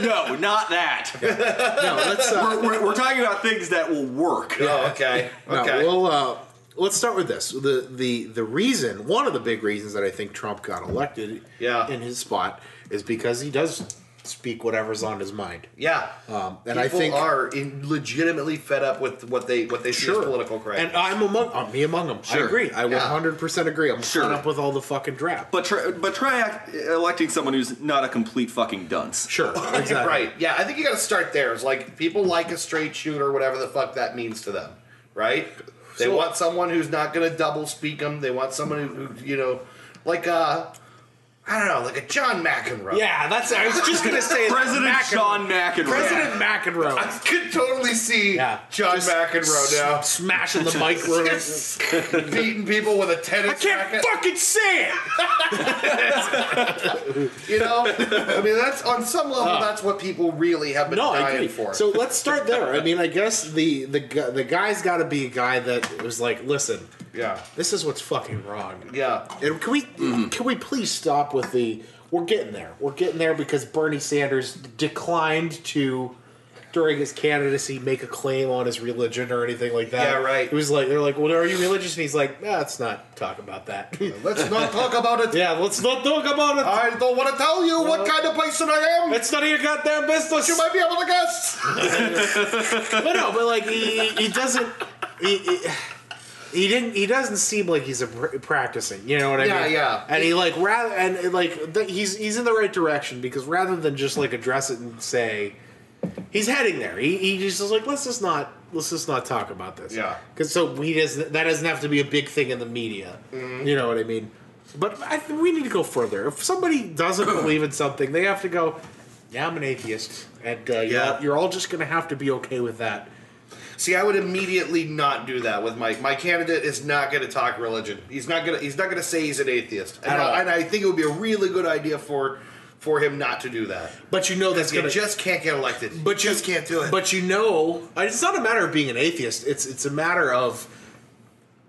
No, not that. no, let's uh, We're, we're, we're talking about things that will work. Oh, okay. No, Okay. we'll uh, let's start with this. The the the reason, one of the big reasons that I think Trump got elected Yeah. in his spot is because he does speak whatever's on his mind. yeah. Um, and People I think are in, legitimately fed up with what they what they see as political correctness. And I'm among uh, me among them. Sure. I agree. I 100% agree. I'm Sure. fed up with all the fucking draft. But try, but try act, electing someone who's not a complete fucking dunce. sure, exactly. Right. Yeah, I think you got to start there. It's like people like a straight shooter, whatever the fuck that means to them, right? They So- want someone who's not going to double speak them. They want someone who, who you know, like uh, I don't know, like a John McEnroe. Yeah, that's. I was just gonna say that President McEn- John McEnroe. President McEnroe. I could totally see Yeah, John just McEnroe s- smashing the mic. now beating people with a tennis I can't racket. fucking say it. You know, I mean, that's on some level, that's what people really have been Ah. no, I dying agree. for. So let's start there. I mean, I guess the the gu- the guy's got to be a guy that was like, listen, yeah, this is what's fucking wrong. yeah. And can we Mm-hmm. can we please stop with the we're getting there. We're getting there because Bernie Sanders declined to during his candidacy make a claim on his religion or anything like that. Yeah, right. It was like they're like, "Well, are you religious?" And he's like, nah, "Let's not talk about that." Let's not talk about it. yeah, let's not talk about it. I don't want to tell you what kind of person I am. It's none of your goddamn business. You might be able to guess. but no, but like he, he doesn't. He, he, he didn't. He doesn't seem like he's a pr- practicing. You know what I Yeah, mean? yeah. And he like rather and it, like th- he's he's in the right direction because rather than just like address it and say, he's heading there. He, he just is like let's just not let's just not talk about this. Yeah. Because so we doesn't that doesn't have to be a big thing in the media. Mm-hmm. You know what I mean? But I th- we need to go further. If somebody doesn't believe in something, they have to go. Yeah, I'm an atheist, and uh, Yeah. you're, you're all just gonna have to be okay with that. See, I would immediately not do that with Mike. My candidate is not going to talk religion. He's not going to. He's not going to say he's an atheist. And, At all. I, and I think it would be a really good idea for for him not to do that. But you know that's You gonna just can't get elected. But you just can't do it. But you know, it's not a matter of being an atheist. It's it's a matter of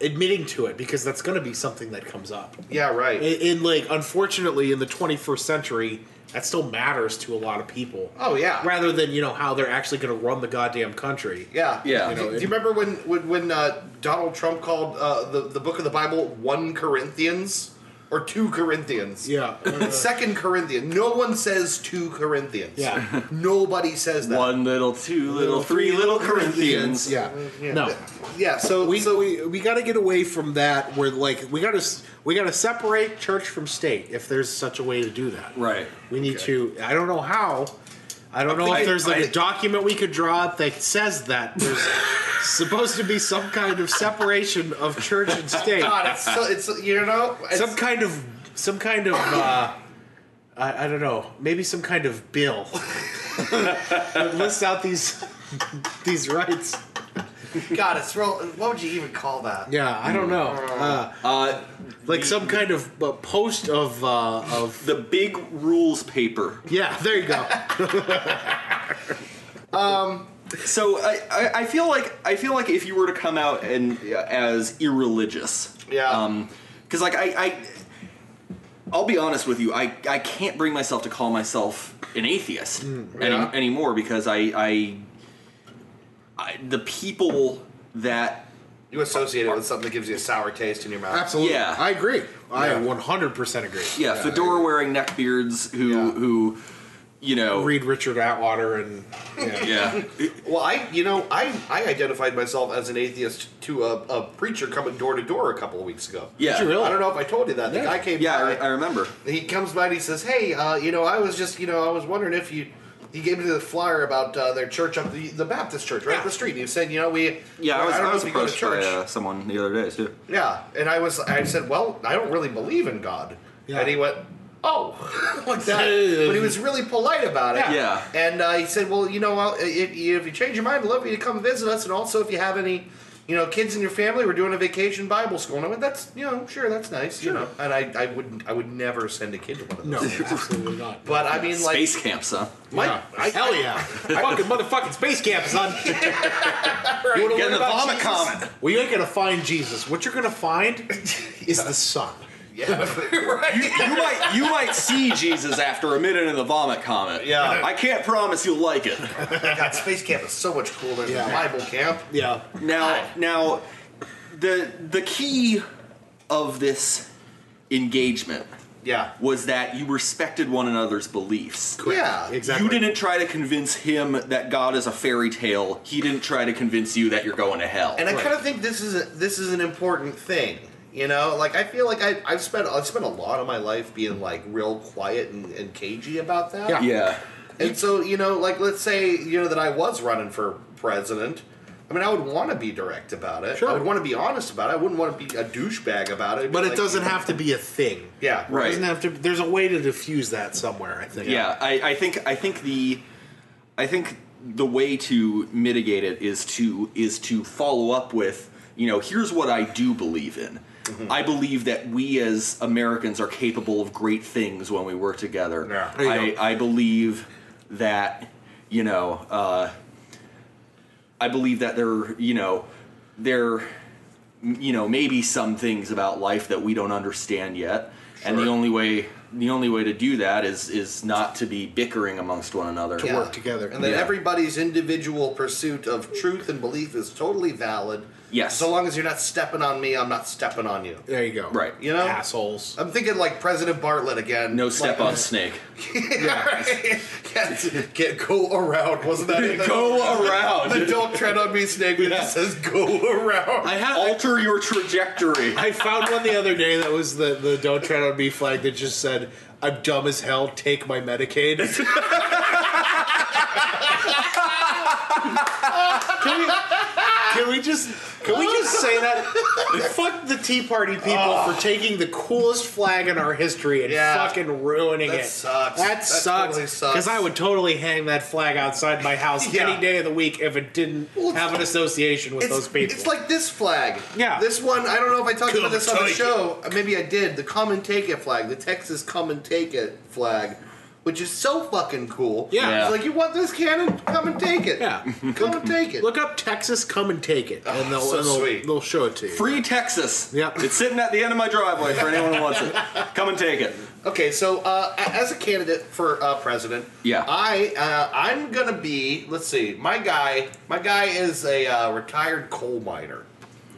admitting to it because that's going to be something that comes up. yeah, right. In, in like, unfortunately, in the 21st century, that still matters to a lot of people. oh yeah, Rather than you know how they're actually going to run the goddamn country. yeah, Yeah. Do, You know, do you remember when when, when uh, Donald Trump called uh, the the book of the Bible one Corinthians or two Corinthians? Yeah. Second Corinthians. No one says two Corinthians. Yeah. Nobody says that. One little, two little, three little Corinthians. yeah. No. Yeah. So We, so so we we got to get away from that. Where like we got to we got to separate church from state if there's such a way to do that. Right. We need to. I don't know how. I don't know I- if there's like a I- document we could draw up that says that there's supposed to be some kind of separation of church and state. God, it's so, it's you know, it's, Some kind of some kind of uh, I, I don't know. Maybe some kind of bill that lists out these these rights. God, it's real. What would you even call that? Yeah, I don't know. Uh, Uh, like some kind of uh, post of uh, of the big rules paper. yeah. There you go. So I, I, I feel like I feel like if you were to come out and uh, as irreligious, Yeah. because like I, I, I'll be honest with you, I, I can't bring myself to call myself an atheist any, Hmm, Yeah. anymore because I, I, I, the people that You associate it with something that gives you a sour taste in your mouth. Absolutely. Yeah. I agree. I Yeah. 100% agree. yeah, fedora wearing neckbeards who Yeah. who, you know, Read Richard Atwater and yeah. yeah, Well, I, you know, I, I identified myself as an atheist to a, a preacher coming door to door a couple of weeks ago. yeah, you really? I don't know if I told you that. The Yeah. guy came. yeah, I, by, I remember. he comes by and he says, "Hey, uh, you know, I was just, you know, I was wondering if you." He gave me the flyer about uh, their church up the, the Baptist church right Yeah. up the street. And he said, "You know, we Yeah, I was, don't I know was if you go to approached by uh, someone the other day too. Yeah, and I was I said, well, I don't really believe in God. Yeah. And he went, oh, like that. But he was really polite about it. Yeah. And uh, he said, well, you know, I'll, if, if you change your mind, I'd love you to come visit us. And also, if you have any, you know, kids in your family, we're doing a vacation Bible school. And I went, that's, you know, sure, that's nice, you know. And I, I wouldn't, I would never send a kid to one of No, those. absolutely not. But I mean, like, Space camps, huh? my, yeah. I, Hell yeah! fucking motherfucking space camp, son. you want to Get learn in the about vomit Jesus? comet. Well, you ain't gonna find Jesus. What you're gonna find is the sun. yeah, right. You might you might see Jesus after a minute in the vomit comet. Yeah. I can't promise you'll like it. God, space camp is so much cooler Yeah. than Bible camp. Yeah. Now, now, the the key of this engagement Yeah. was that you respected one another's beliefs. Yeah. Exactly. You didn't try to convince him that God is a fairy tale. He didn't try to convince you that you're going to hell. And I kind of think this is a, this is an important thing. You know, like I feel like I, I've spent I've spent a lot of my life being like real quiet and, and cagey about that. Yeah. yeah. And so you know, like let's say you know that I was running for president. I mean, I would want to be direct about it. Sure. I would want to be honest about it. I wouldn't want to be a douchebag about it. But it Like, doesn't have to be a thing. Yeah. It Right. doesn't have to. There's a way to diffuse that somewhere. I think. yeah I, I think i think the i think the way to mitigate it is to is to follow up with you know here's what i do believe in Mm-hmm. i believe that we as americans are capable of great things when we work together Yeah. There you go. I, I believe that you know uh, i believe that there you know there you know maybe some things about life that we don't understand yet and the Sure. only way the only way to do that is is not to be bickering amongst one another Yeah. work together. And then Yeah. everybody's individual pursuit of truth and belief is totally valid. Yes. So long as you're not stepping on me, I'm not stepping on you. There you go. Right. You know? assholes. I'm thinking like President Bartlett again. no step like, on snake can't, can't go around. Wasn't that it? go The around don't tread on me snake that just says go around. i have alter your trajectory I found one the other day that was the the "Don't tread on me" flag that just said "I'm dumb as hell. Take my Medicaid." can, we, can we just can we just say that? Fuck the Tea Party people for taking the coolest flag in our history and Oh. Yeah. fucking ruining That it. sucks. That, That sucks. totally Because sucks. I would totally hang that flag outside my house Yeah. any day of the week if it didn't Well, it's- have an association with it's, those people. it's like this flag. Yeah. This one, I don't know if I talked Come about this on the take it. show. Uh, Maybe I did. The come and take it flag, the Texas come and take it flag, which is so fucking cool. Yeah. Yeah. It's like, you want this cannon? Come and take it. Yeah. Come and take it. Look up Texas, come and take it, and they'll Ah, so and they'll, sweet. they'll show it to you. free texas Yeah. it's sitting at the end of my driveway for anyone who wants it come and take it Okay, so uh, a- as a candidate for uh, president, Yeah. I uh, I'm gonna be. Let's see, my guy, my guy is a uh, retired coal miner,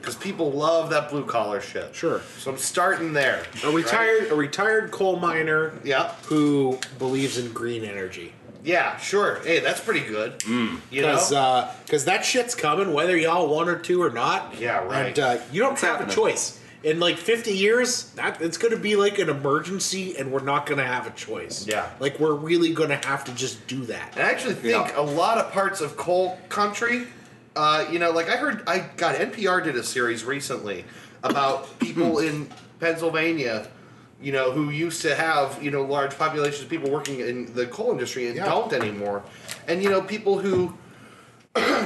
because people love that blue collar shit. Sure. So I'm starting there. A retired a retired coal miner Yeah. who believes in green energy Yeah. Sure. Hey, that's pretty good. You know. because because that shit's coming whether y'all want or to or not. Yeah, right. And uh, you don't have a happening. choice. In like 50 years, that it's going to be like an emergency, and we're not going to have a choice. Yeah. like we're really going to have to just do that. And I actually think Yeah. a lot of parts of coal country, uh, you know, like I heard, I got NPR did a series recently about people in Pennsylvania, you know, who used to have, you know, large populations of people working in the coal industry and Yeah. don't anymore. And, you know, people who,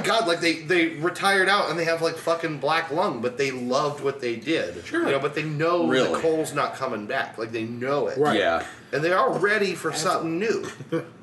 God, like they, they retired out and they have like fucking black lung, but they loved what they did. Sure. You know, but they know the Really. coal's not coming back. Like they know it Right. yeah and they are ready for something new.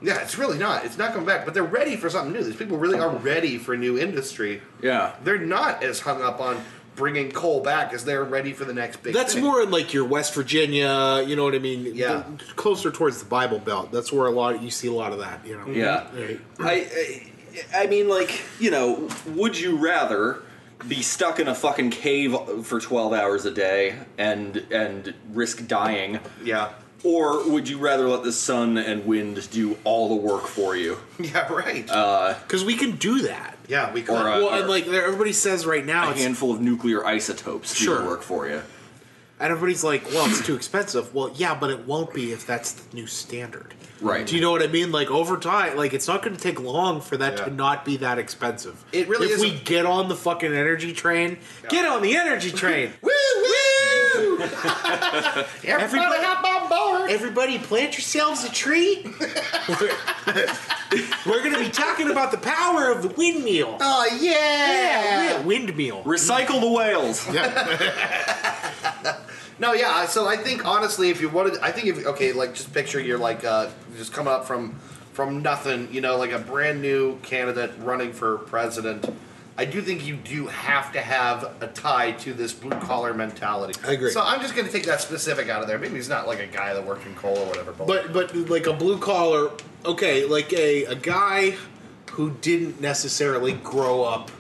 yeah, it's really not. It's not coming back, but they're ready for something new. These people really are ready for new industry. yeah They're not as hung up on bringing coal back as they're ready for the next big. That's thing. more in like your West Virginia, you know what I mean? Yeah. The- closer towards the Bible Belt. That's where a lot you see a lot of that. You know. Yeah. Right. I, I I mean, like, you know, would you rather be stuck in a fucking cave for 12 hours a day and and risk dying? Yeah. Or would you rather let the sun and wind do all the work for you? Yeah. Right. Because we can do that. yeah. We could. Uh, or, uh, Well, and like there- everybody says right now, A it's, and handful of nuclear isotopes do Sure. the work for you. everybody's like, "Well, it's too expensive." Well, yeah, but it won't be if that's the new standard. Right. Do you know what I mean? Like over time, like it's not going to take long for that Yeah. to not be that expensive. It really If we isn't. get on the fucking energy train, get on the energy train. woo woo! Everybody Everybody- hop on board. Everybody, plant yourselves a tree. we're, we're going to be talking about the power of the windmill. Oh yeah, yeah, windmill. Recycle the whales. No, yeah. So I think honestly, if you wanted, I think if okay, like just picture you're like uh, just coming up from from nothing, you know, like a brand new candidate running for president. I do think you do have to have a tie to this blue collar mentality. I agree. So I'm just going to take that specific out of there. Maybe he's not like a guy that worked in coal or whatever. But but like a blue collar, okay, like a, a guy who didn't necessarily grow up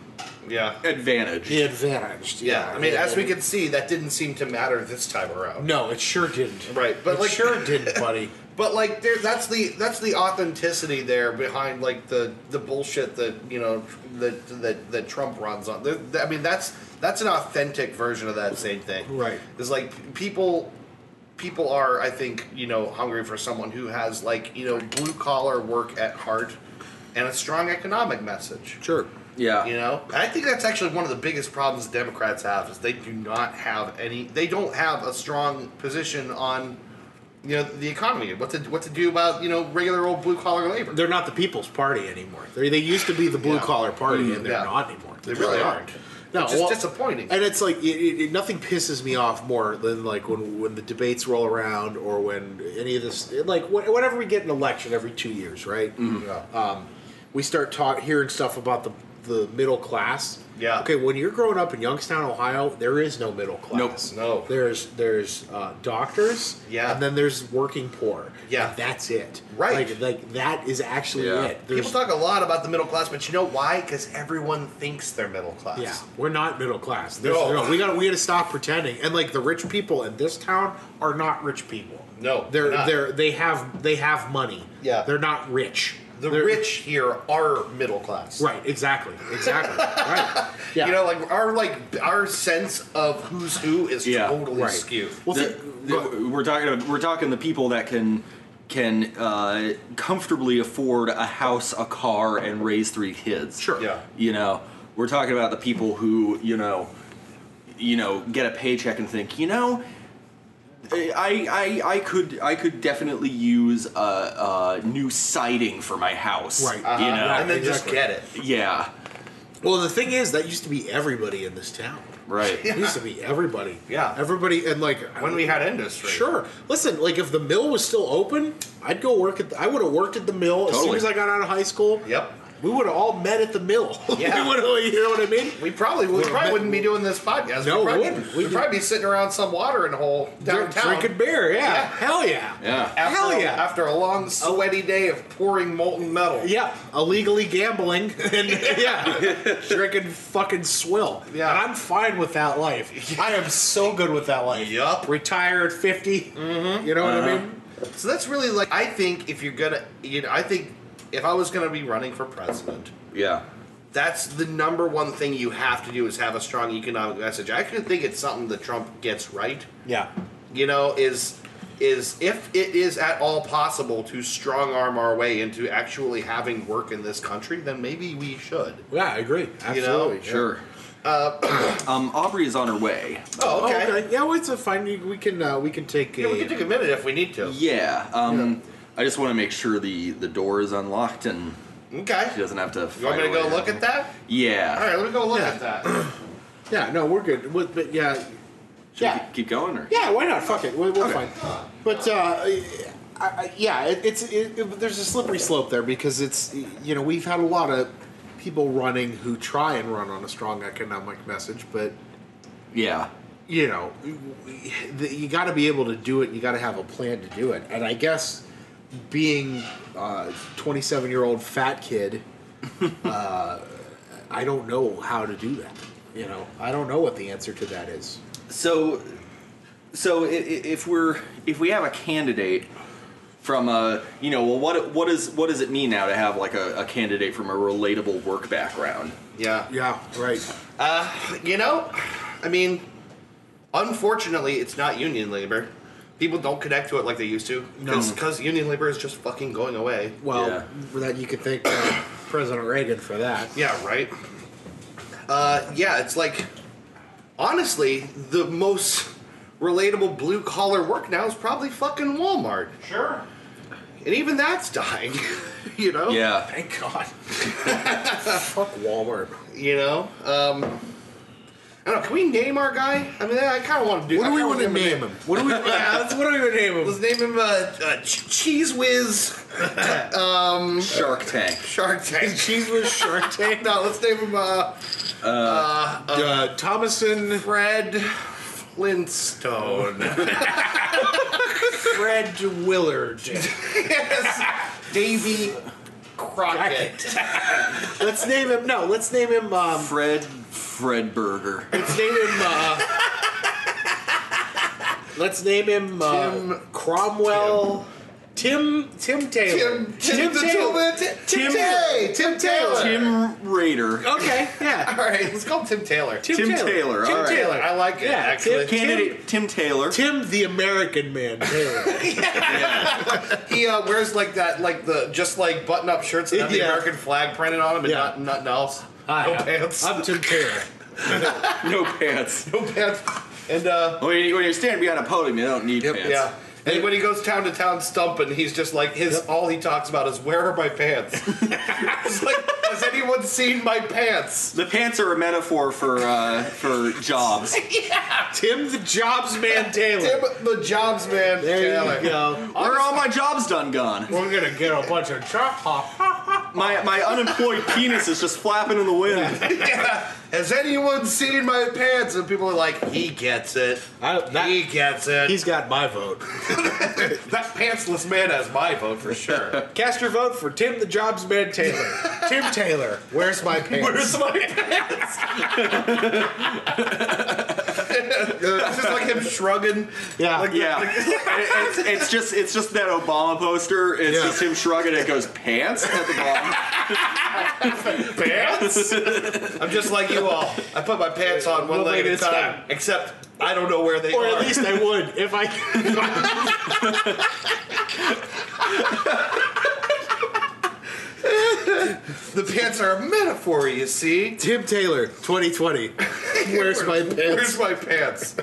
yeah, Advantage. advantaged. yeah. I mean, as we can see, that didn't seem to matter this time around. No, it sure didn't. Right, but it like- sure didn't, buddy. But like there, that's the that's the authenticity there behind like the the bullshit that you know that that, that Trump runs on. There- I mean that's that's an authentic version of that same thing. Right. It's like people people are I think you know hungry for someone who has like you know blue collar work at heart and a strong economic message. Sure. Yeah. You know, I think that's actually one of the biggest problems Democrats have is they do not have any. They don't have a strong position on, you know, the economy. What to what to do about you know regular old blue collar labor? They're not the People's Party anymore. They they used to be the blue Yeah. Mm-hmm. collar party, and they're yeah. not anymore. They really aren't. No, Which is well- disappointing. And it's like it, it, it- nothing pisses me off more than like when when the debates roll around or when any of this like wh- whenever we get an election every two years, right? Yeah. we start talk, hearing stuff about the the middle class. Yeah. Okay, when you're growing up in Youngstown, Ohio, there is no middle class. Nope. No. There's there's uh, doctors. Yeah. And then there's working poor. Yeah. And that's it. Right. Like, like that is actually Yeah. it. There's, People talk a lot about the middle class, but you know why? Because everyone thinks they're middle class. Yeah, we're not middle class. There's, No. no. we got to we got to stop pretending. And like the rich people in this town are not rich people. No, they're they're not. they're they have they have money. Yeah. they're not rich. The They're- rich here are middle class. Right. Exactly. Exactly. right. Yeah. You know, like our like our sense of who's who is Yeah. totally Right. skewed. Well, The- think- the- we're talking. We're talking the people that can can uh, comfortably afford a house, a car, and raise three kids. Sure. Yeah. You know, we're talking about the people who you know, you know, get a paycheck and think, you know, I I, I could I could definitely use a, a new siding for my house. Right. You know. Yeah, Uh-huh. and then exactly. just get it. Yeah. Well, the thing is, that used to be everybody in this town. Right. It used to be everybody. Yeah. Everybody, and like I When don't- we had industry. Sure. Listen, like if the mill was still open, I'd go work at. The, I would have worked at the mill as soon Totally. as I got out of high school. Yep. We would have all met at the mill. Yeah. we would have. You know what I mean? We probably we We're probably met- wouldn't be doing this podcast. No, we'd probably, we wouldn't. We'd, probably be sitting around some watering hole Drink- downtown, Drinking beer. Yeah. Yeah. Hell yeah. Yeah. after, Hell a- yeah. Oh. After a long sweaty day of pouring molten metal. Yep, illegally gambling and yeah, drinking fucking swill. Yeah. and I'm fine with that life. I am so good with that life. Yup. retire at 50 Mm-hmm. You know what I Uh-huh. mean? So that's really like I think if you're gonna, you know, I think if I was gonna be running for president, Yeah. that's the number one thing you have to do is have a strong economic message. I actually think it's something that Trump gets right. Yeah, you know, is is if it is at all possible to strong arm our way into actually having work in this country, then maybe we should. yeah, I agree. You Absolutely. know? yeah. Sure. Uh, um, Aubrey is on her way. Oh, Oh, okay. okay. Yeah, well, it's a fine. We we can uh, we can take Yeah, a. we can take a minute if we need to. Yeah. Um, I just want to make sure the the door is unlocked and Okay. she doesn't have to. You want me to go look at that? Yeah. All right, let me go look Yeah. at that. yeah, no, we're good. With, but yeah, Should Yeah. we keep- keep going or? yeah, why not? Fuck it, we're, we're Okay. fine. But uh, I, I, yeah, it, it's it, it- there's a slippery slope there because it's you know we've had a lot of people running who try and run on a strong economic message, but Yeah. you know, you got to be able to do it. You got to have a plan to do it. And I guess being a 27 year old fat kid, uh, I don't know how to do that. You know, I don't know what the answer to that is. So, so i- i- if we're if we have a candidate from a you know well what what is what does it mean now to have like a, a candidate from a relatable work background? yeah. Yeah, right. You know, I mean, unfortunately, it's not union labor. People don't connect to it like they used to. No. Because union labor is just fucking going away. Well, Yeah. for that you could thank uh, President Reagan for that. Yeah, right. Uh, yeah, it's like honestly the most relatable blue collar work now is probably fucking Walmart. Sure. And even that's dying, you know? Yeah. Thank God. Fuck Walmart. You know? Um, I don't know. Can we name our guy? I mean, I kind of want to do What I do we kinda want to name him? What do we? Yeah, that's, what do we would name him? Let's name him uh, uh, Ch- Cheese Whiz Shark Tank. Shark Tank. Cheese was Shark Tank. no, let's name him uh, Uh, Thomason. Fred Flintstone. Fred Willard. yes, Davy Crockett. Let's name him. No, let's name him. Um, Fred Fredberger. let's name him. Uh, let's name him uh, Tim- Cromwell. Tim. Tim Taylor. Tim, Tim, Tim, Taylor. Tim, Tim, Tim, Tay, Tim Taylor. Tim Raider. Okay. Yeah. All right, let's call him Tim Taylor. Tim, Tim Taylor. Taylor, Tim all right. Taylor. I like it, Yeah, actually. Tim- Candidate Tim, Taylor. Tim, the American man Taylor. He uh, wears like that, like the just like button-up shirts that have the Yeah. American flag printed on him, and Yeah. not, nothing else. Hi, no I'm- pants. I'm Tim Taylor. no pants. no pants. And uh, When, you, when you're standing behind a podium, you don't need Yep. pants. yeah. And when he goes town to town stumping, he's just like his. All he talks about is where are my pants. it's like, has anyone seen my pants? The pants are a metaphor for uh, for jobs. Tim the Jobs Man Taylor. Tim, the jobs man. there Taylor. you go. Where are all my jobs done gone? We're gonna get a bunch of chop hop. My my unemployed penis is just flapping in the wind. Has anyone seen my pants? And people are like, he gets it. I- that- he gets it. He's got my vote. that pantsless man has my vote for sure. Cast your vote for Tim the Jobs Man Taylor. Tim Taylor. Where's my pants? Where's my pants? it's just like him shrugging. Yeah. Like, Yeah, It- it's, it's just it's just that Obama poster. It's Yeah. just him shrugging. It goes pants at the bottom. Pants? I'm just like you all. I put my pants on one One leg at a leg at time, a time. except I don't know where they Or are. at least I would if I. the pants are a metaphor, you see. Tim Taylor, 2020. Where's my pants? Where's my pants?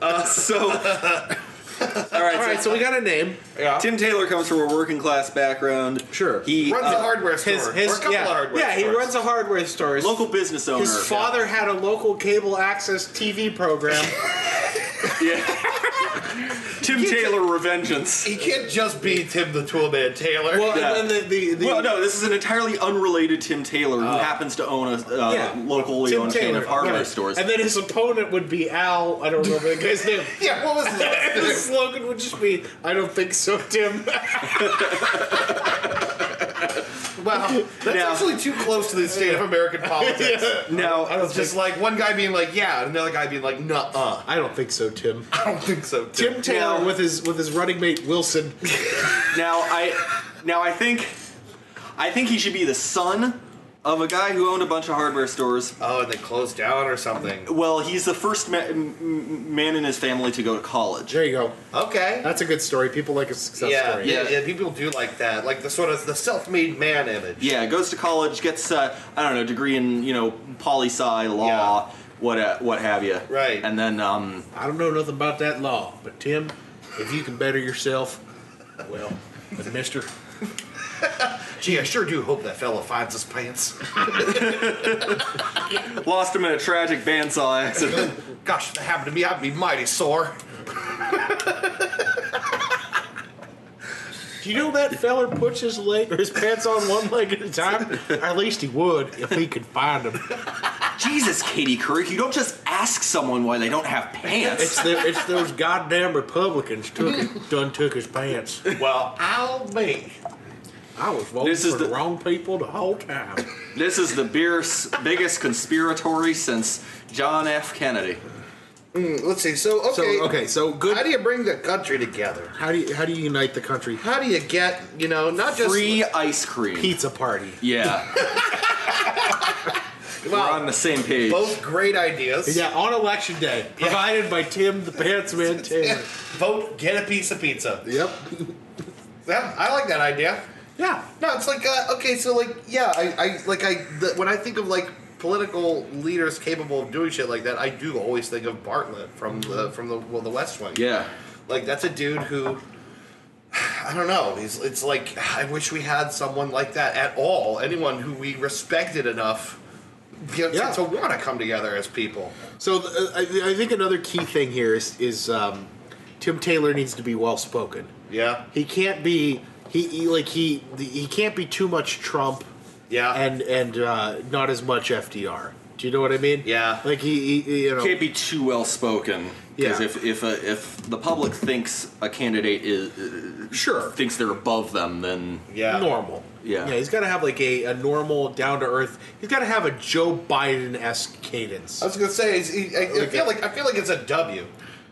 Uh, so, all right. All right, so we got a name. Yeah. Tim Taylor comes from a working class background. Sure. He uh, runs a hardware store. uh, His, or a his, couple yeah, of hardware yeah he stores. runs a hardware store. His, local business owner. his father had a local cable access TV program. Yeah. Tim Taylor Revengeance. He can't just be Tim the Toolman Taylor. Well, Yeah. and then the the, the Well, no, this is an entirely unrelated Tim Taylor who happens to own a uh, Oh. Yeah. locally Tim owned chain Taylor of hardware right. stores. And then his opponent would be Al. I don't remember the guy's name. yeah, what was that? The slogan would just be, "I don't think so, Tim." Wow, that's Yeah. actually too close to the state of American politics. now, I don't It's just think. like one guy being like, "Yeah," and another guy being like, "Nuh, uh." I don't think so, Tim. I don't think so. Tim. Tim Taylor Well- with his with his running mate Wilson. now I, now I think, I think he should be the son of a guy who owned a bunch of hardware stores. Oh, and they closed down or something. Well, he's the first ma- m- m- man in his family to go to college. There you go. Okay. That's a good story. People like a success yeah, story. yeah, Yeah. yeah, People do like that, like the sort of the self-made man image. Yeah, goes to college, gets uh, I don't know degree in you know poli sci law, Yeah. what uh, what have you. Right. And then um, I don't know nothing about that law, but Tim, if you can better yourself, well, but Mister, Gee, I sure do hope that fella finds his pants. lost him in a tragic bandsaw accident. Gosh, if that happened to me, I'd be mighty sore. do you know that feller puts his leg or his pants on one leg at a time? or at least he would if he could find them. Jesus, Katie Couric, you don't just ask someone why they don't have pants. It's, the, it's those goddamn Republicans took it, done took his pants. Well, I'll be. I was voting This is for the, the- wrong people the whole time. this is the beer's biggest conspiratory since John F. Kennedy. Let's see. So okay. So okay, so How good. do you bring the country together? How do you how do you unite the country? How do you get you know not just Free ice cream. Pizza party. Yeah, we're Wow. on the same page. both great ideas. Yeah, on election day, provided by Tim the Pants Man Taylor. Vote, get a piece of pizza. yep. Yeah, I like that idea. Yeah. No, it's like uh, okay, so like yeah, I, I like I the, when I think of like political leaders capable of doing shit like that, I do always think of Bartlett from Mm-hmm. the from the well, the West Wing. Yeah. Like that's a dude who I don't know. He's it's like I wish we had someone like that at all. Anyone who we respected enough you know, Yeah. to, to want to come together as people. So th- I, I think another key thing here is is um, Tim Taylor needs to be well spoken. Yeah. He can't be he, he like he the, he can't be too much Trump Yeah. and and uh, not as much FDR. Do you know what I mean? Yeah. Like he, he you know can't be too well spoken because Yeah. if if a, if the public thinks a candidate is uh, sure thinks they're above them, then yeah. normal. Yeah. Yeah, he's got to have like a, a normal down to earth. He's got to have a Joe Biden esque cadence. I was gonna say, he's- he, I, I feel like I feel like it's a W.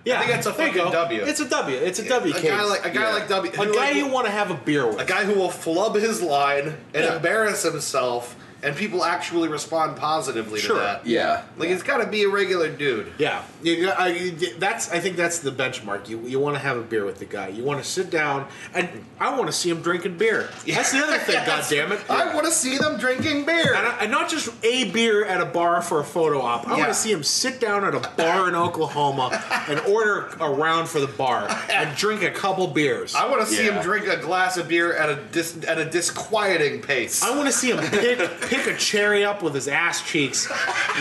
I think it's a there you fucking go. W. It's a W. It's a W a guy cadence. like a guy Yeah. like W. a guy you want to have a beer with. a guy who will flub his line and Yeah. embarrass himself, and people actually respond positively Sure. to that. yeah, Like it's got to be a regular dude. Yeah, you, got- I, that's. I think that's the benchmark. You you want to have a beer with the guy. You want to sit down, and I want to see him drinking beer. That's the other thing. God damn it! I want to see them drinking beer. and, I, and not just a beer at a bar for a photo op. I want Yeah. to see him sit down at a bar in Oklahoma and order a round for the bar and drink a couple beers. I want to see Yeah. him drink a glass of beer at a dis- at a disquieting pace. I want to see him pick, pick a cherry up with his ass cheeks,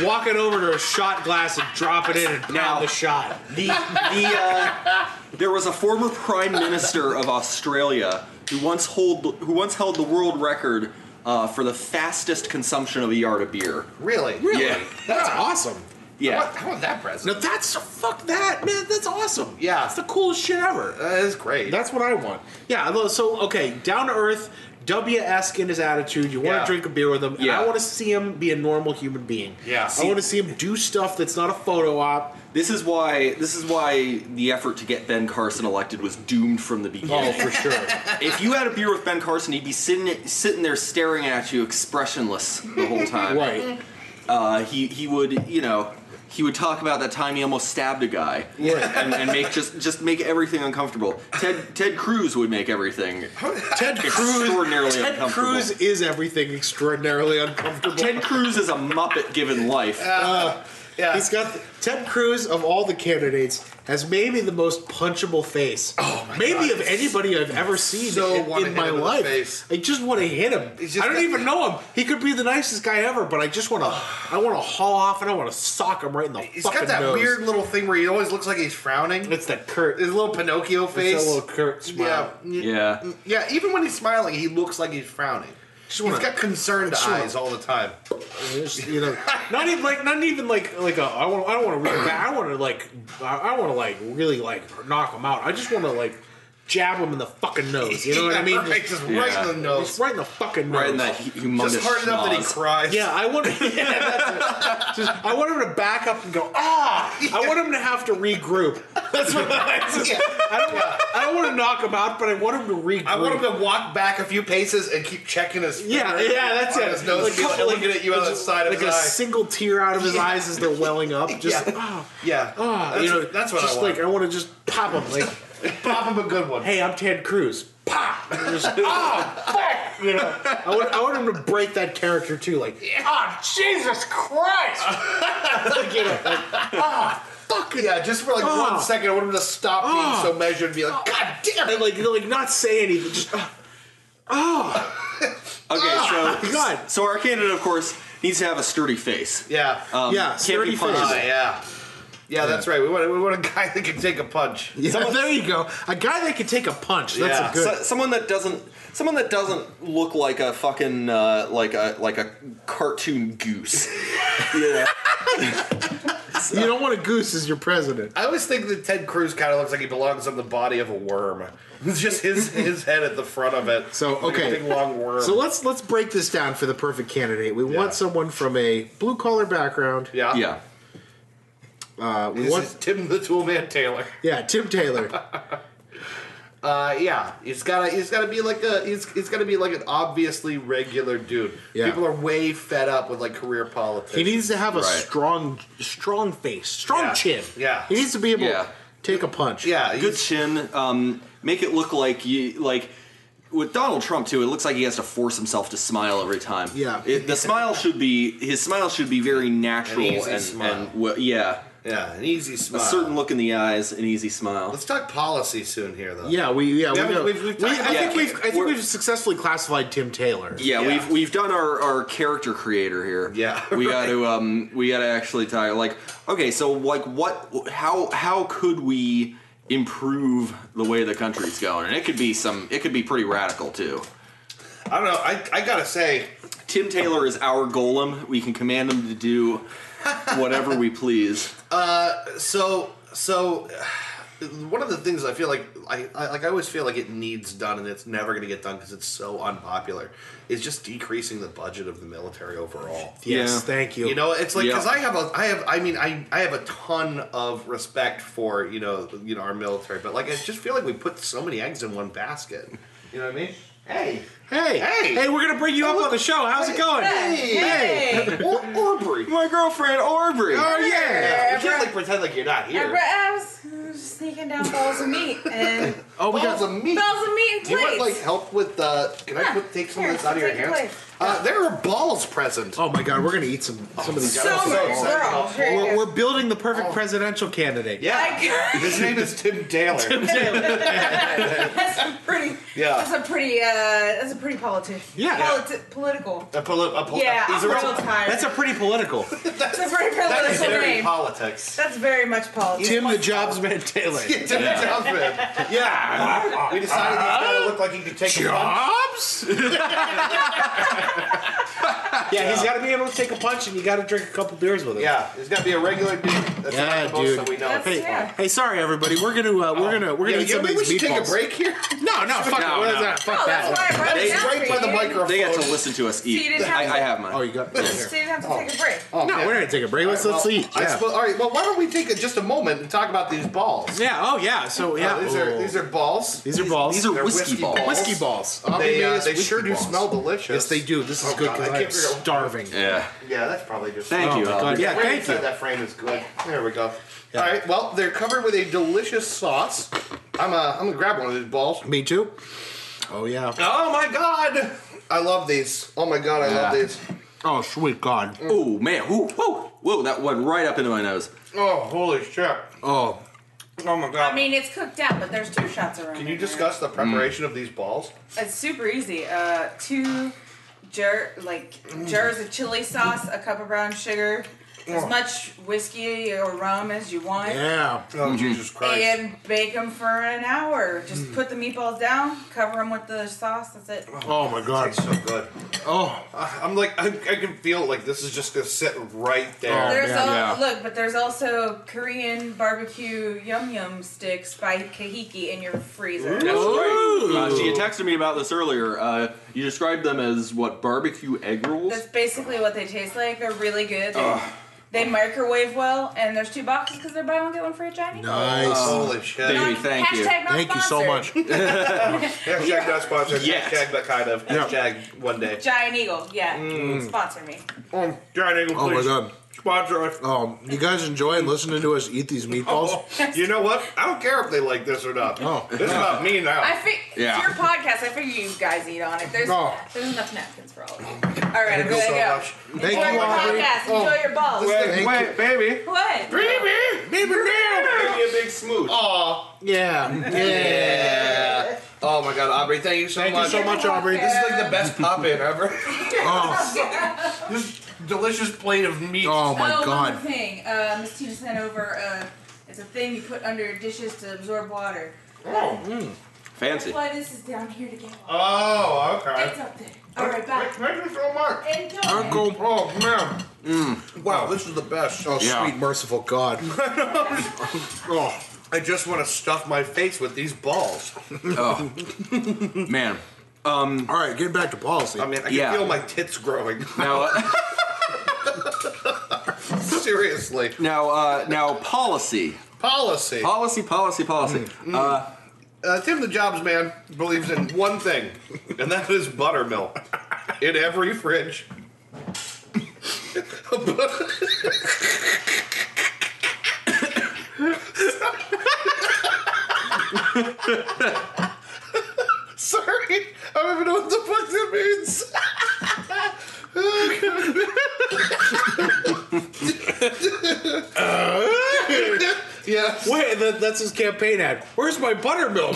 walk it over to a shot glass and drop it in and pound Now- the shot. the the uh, there was a former prime minister of Australia who once hold who once held the world record uh, for the fastest consumption of a yard of beer. really? Yeah. That's awesome. I Yeah, want, I want that present. Now that's fuck that man. That's awesome. Yeah. it's the coolest shit ever. That is great. That's what I want. Yeah. although- So okay, down to earth, W esque in his attitude. You want Yeah. to drink a beer with him, and Yeah. I want to see him be a normal human being. Yeah. I want to see him do stuff that's not a photo op. this is why this is why the effort to get Ben Carson elected was doomed from the beginning. Oh, for sure. If you had a beer with Ben Carson, he'd be sitting sitting there staring at you, expressionless the whole time. right. Uh, he he would you know he would talk about that time he almost stabbed a guy. Right. And, and make just just make everything uncomfortable. Ted Ted Cruz would make everything Ted extraordinarily Cruz. Ted uncomfortable. Cruz is everything extraordinarily uncomfortable. Ted Cruz is a muppet given life. yeah. He's got the, Ted Cruz of all the candidates has maybe the most punchable face. Oh my maybe God. of anybody I've ever seen So in, wanna in hit my him in the life. face. I just want to hit him. He's just I don't got- even know him. He could be the nicest guy ever, but I just want to. I want to haul off and I want to sock him right in the He's fucking got that nose. weird little thing where he always looks like he's frowning. It's that Kurt. His It's little Pinocchio that face. little Kurt smile. yeah. Yeah. Yeah, even when he's smiling, he looks like he's frowning. Just wanna- he's got concerned just wanna- eyes all the time. Just, you know, not even like, not even like, like a, I want, I don't want to reel back. I want to like, I, I want to like really like knock him out. I just want to like jab him in the fucking nose. You know what I mean? Right, just right Yeah. in the nose. It's right in the fucking nose. Right in that hu- humongous Just hard enough that he schnoz. cries. Yeah, I want. Yeah, that's it. Just, I want him to back up and go. Ah! I want him to have to regroup. That's what I just, I don't. want- I don't want to knock him out, but I want him to regroup. I want him to walk back a few paces and keep checking his Yeah, finger yeah, that's on it. His nose Like, keep like- looking at you on the side of like his a eye. single tear out of his Yeah. eyes as they're welling up. Just Yeah. ah, yeah, ah. that's, you know, that's what just I want. like I want to just pop him. Like, Pop him a good one. hey, I'm Ted Cruz. Pop. And Just, ah, fuck. You know, I want, I want him to break that character too. Like, ah, Jesus Christ. like, you know, like, ah, fucking yeah, just for like Ah. one second, I want him to stop Ah. being so measured and be like, "God damn it!" and like like not say anything. Just uh, Okay, so God. so our candidate, of course, needs to have a sturdy face. Yeah, Um, Yeah, can't be sturdy face. Ah, punchable. yeah, yeah. That's right. We want we want a guy that can take a punch. yeah, there you go. A guy that can take a punch. That's Yeah. a good. So, someone that doesn't someone that doesn't look like a fucking uh, like a like a cartoon goose. yeah. you don't want a goose as your president. I always think that Ted Cruz kind of looks like he belongs on the body of a worm. It's just his his head at the front of it. So, Like a okay. big long worm. So let's let's break this down for the perfect candidate. We Yeah. want someone from a blue collar background. yeah, Yeah. Uh, we This want is Tim the Toolman Taylor. yeah Tim Taylor. Uh, yeah, it's gotta, it's gotta be like a, it's, it's gotta be like an obviously regular dude. Yeah. People are way fed up with like career politics. He needs to have a Right. strong strong face, strong Yeah. chin. Yeah. he needs to be able Yeah. to take a punch. yeah, Good he's- chin. Um, make it look like you like with Donald Trump too, it looks like he has to force himself to smile every time. Yeah. It- the smile should be his smile should be very natural An easy and smile. and wha- yeah, Yeah, an easy a smile. certain look in the eyes, an easy smile. Let's talk policy soon here, though. Yeah, we yeah we, haven't- know- we've- we've we- talked I about think it. we've I think We're- we've successfully classified Tim Taylor. Yeah, Yeah. we've we've done our, our character creator here. Yeah, we got right. to um we got to actually talk like okay, so like what how how could we improve the way the country's going? And it could be some it could be pretty radical too. I don't know. I, I gotta say, Tim Taylor is our golem. We can command him to do whatever we please. so so uh, one of the things I feel like I, I like I always feel like it needs done and it's never gonna get done because it's so unpopular is just decreasing the budget of the military overall. Yes, Yeah. thank you. You know, it's like Yeah. because I have a, I have, I mean, I, I have a ton of respect for you know, you know, our military, but like I just feel like we put so many eggs in one basket. You know what I mean? Hey, hey, hey, Hey! we're gonna bring you up on the show. How's it going? Hey! Hey! or, Aubrey. My girlfriend Aubrey. Oh yeah. You can't like pretend like you're not I here. re- I was just sneaking down balls of meat and Oh, we got Balls of meat. balls of meat and Do you want like plates. help with? Uh, can I Yeah. put, take some of Here, this out of your take the hands? plate. Uh, there are balls present. Oh my God, we're gonna eat some some of these. So much, so excited girl. about Here you We're, go. we're Oh. building the perfect presidential candidate. Yeah, Like- his name is Tim Taylor. that's a pretty. Yeah. That's a pretty. Uh, that's a pretty politician. Yeah. Politi- political. A poli- a poli- Yeah, he's I'm a real real- tired. That's a pretty political. That's a very that is political very name. politics. that's very much politics. Tim the Jobs Man Taylor. Tim Taylor. Yeah, we decided he's got to look like he could take a punch. Jobs? yeah, he's got to be able to take a punch, and you got to drink a couple beers with him. Yeah, there's got to be a regular dude. That's Yeah, not the most dude. That we know. That's- Hey, Hey, Yeah. hey, sorry everybody. We're gonna uh, we're gonna we're gonna yeah, eat you some know, of we these should take a meatballs. break here. No, no, fuck No, what is no. that? Oh, Fuck that's why I that. brought it down Right for by you. the microphone. They got to listen to us you eat. didn't have I, I to. have mine. Oh, you got So you didn't have to take a break. Oh, no. man. We're gonna take a break. Let's let's Well, eat. I Yeah. suppose- all right. Well, why don't we take a, just a moment and talk about these balls? yeah. Oh yeah. So yeah. Oh. Uh, these are these are balls. These are balls. These are They're whiskey, whiskey balls. balls. whiskey balls. They, uh, Omni-Maze they whiskey sure do balls. smell delicious. Yes, they do. This is Oh, good God, I because can't I'm figure out- starving. Yeah. Yeah, that's probably just. Thank Oh you. my Al. God. Yeah, Yeah, right thank inside you. That frame is good. There we go. Yeah. All right. Well, they're covered with a delicious sauce. I'm uh, I'm gonna grab one of these balls. Me too. Oh yeah. Oh my god! I love these. Oh my god, I love Yeah. these. Oh sweet God. Oh man. Whoa, whoa, whoa! That went right up into my nose. Oh holy shit! Oh. Oh my god. I mean, it's cooked out, but there's two shots around. Can in you there. discuss the preparation of these balls? It's super easy. Uh, two jar like Mm. jars of chili sauce, a cup of brown sugar, as much whiskey or rum as you want, Mm. Yeah. Oh Jesus and bake them for an hour. Just Mm. put the meatballs down, cover them with the sauce. That's it. Oh my God. It's so good. Oh. I'm like I, I can feel like this is just gonna sit right there. There's yeah. al- Oh, Yeah. look, but there's also Korean barbecue yum yum sticks by Kahiki in your freezer. That's Ooh. right. Uh, she had texted me about this earlier. Uh, you described them as what barbecue egg rolls. That's basically what they taste like. They're really good. They, they microwave well, and there's two boxes because they're buy one get one free at Johnny. Nice. Holy shit! They- Not- Thank you. Um, hashtag not Thank you so sponsored. much. Hashtag not sponsored. Yet. Hashtag but kind of. Hashtag one day. Giant Eagle, yeah. Sponsor me. Oh, Giant Eagle, Oh my please. God. Sponsor us. Um. You guys enjoying listening to us eat these meatballs? You know what? I don't care if they like this or not. Oh. This is about me now. I think Yeah. it's your podcast. I figure you guys eat on it. There's Oh. there's enough napkins for all of you. All right, I'm you gonna so go. much. Enjoy Thank you, your Aubrey. podcast. Enjoy your balls. Thank you. baby. What? Baby, baby, baby. a big smooth. Aw. Yeah. Yeah. Oh my God, Aubrey, thank you so Thank you much. so much, Aubrey. This is like the best pop in ever. this delicious plate of meat. Oh my oh, one God. more thing. Uh, Miss Tina sent over. Uh, it's a thing you put under your dishes to absorb water. Oh. Fancy. That's why this is down here to get water. Oh, It's okay. up there. All right, back. Thank you so much. Enjoy. Oh man. Wow, this is the best. Oh Yeah. sweet merciful God. oh. I just want to stuff my face with these balls. Oh. Man. All right. Getting back to policy. I mean, I can Yeah. feel my tits growing. Now, uh, Seriously. now, uh, now, policy, Policy. policy, policy, policy. Uh, Uh, Tim the Jobs man believes in one thing, and that is buttermilk in every fridge. Sorry, Yes. Wait, that, that's his campaign ad. Where's my buttermilk?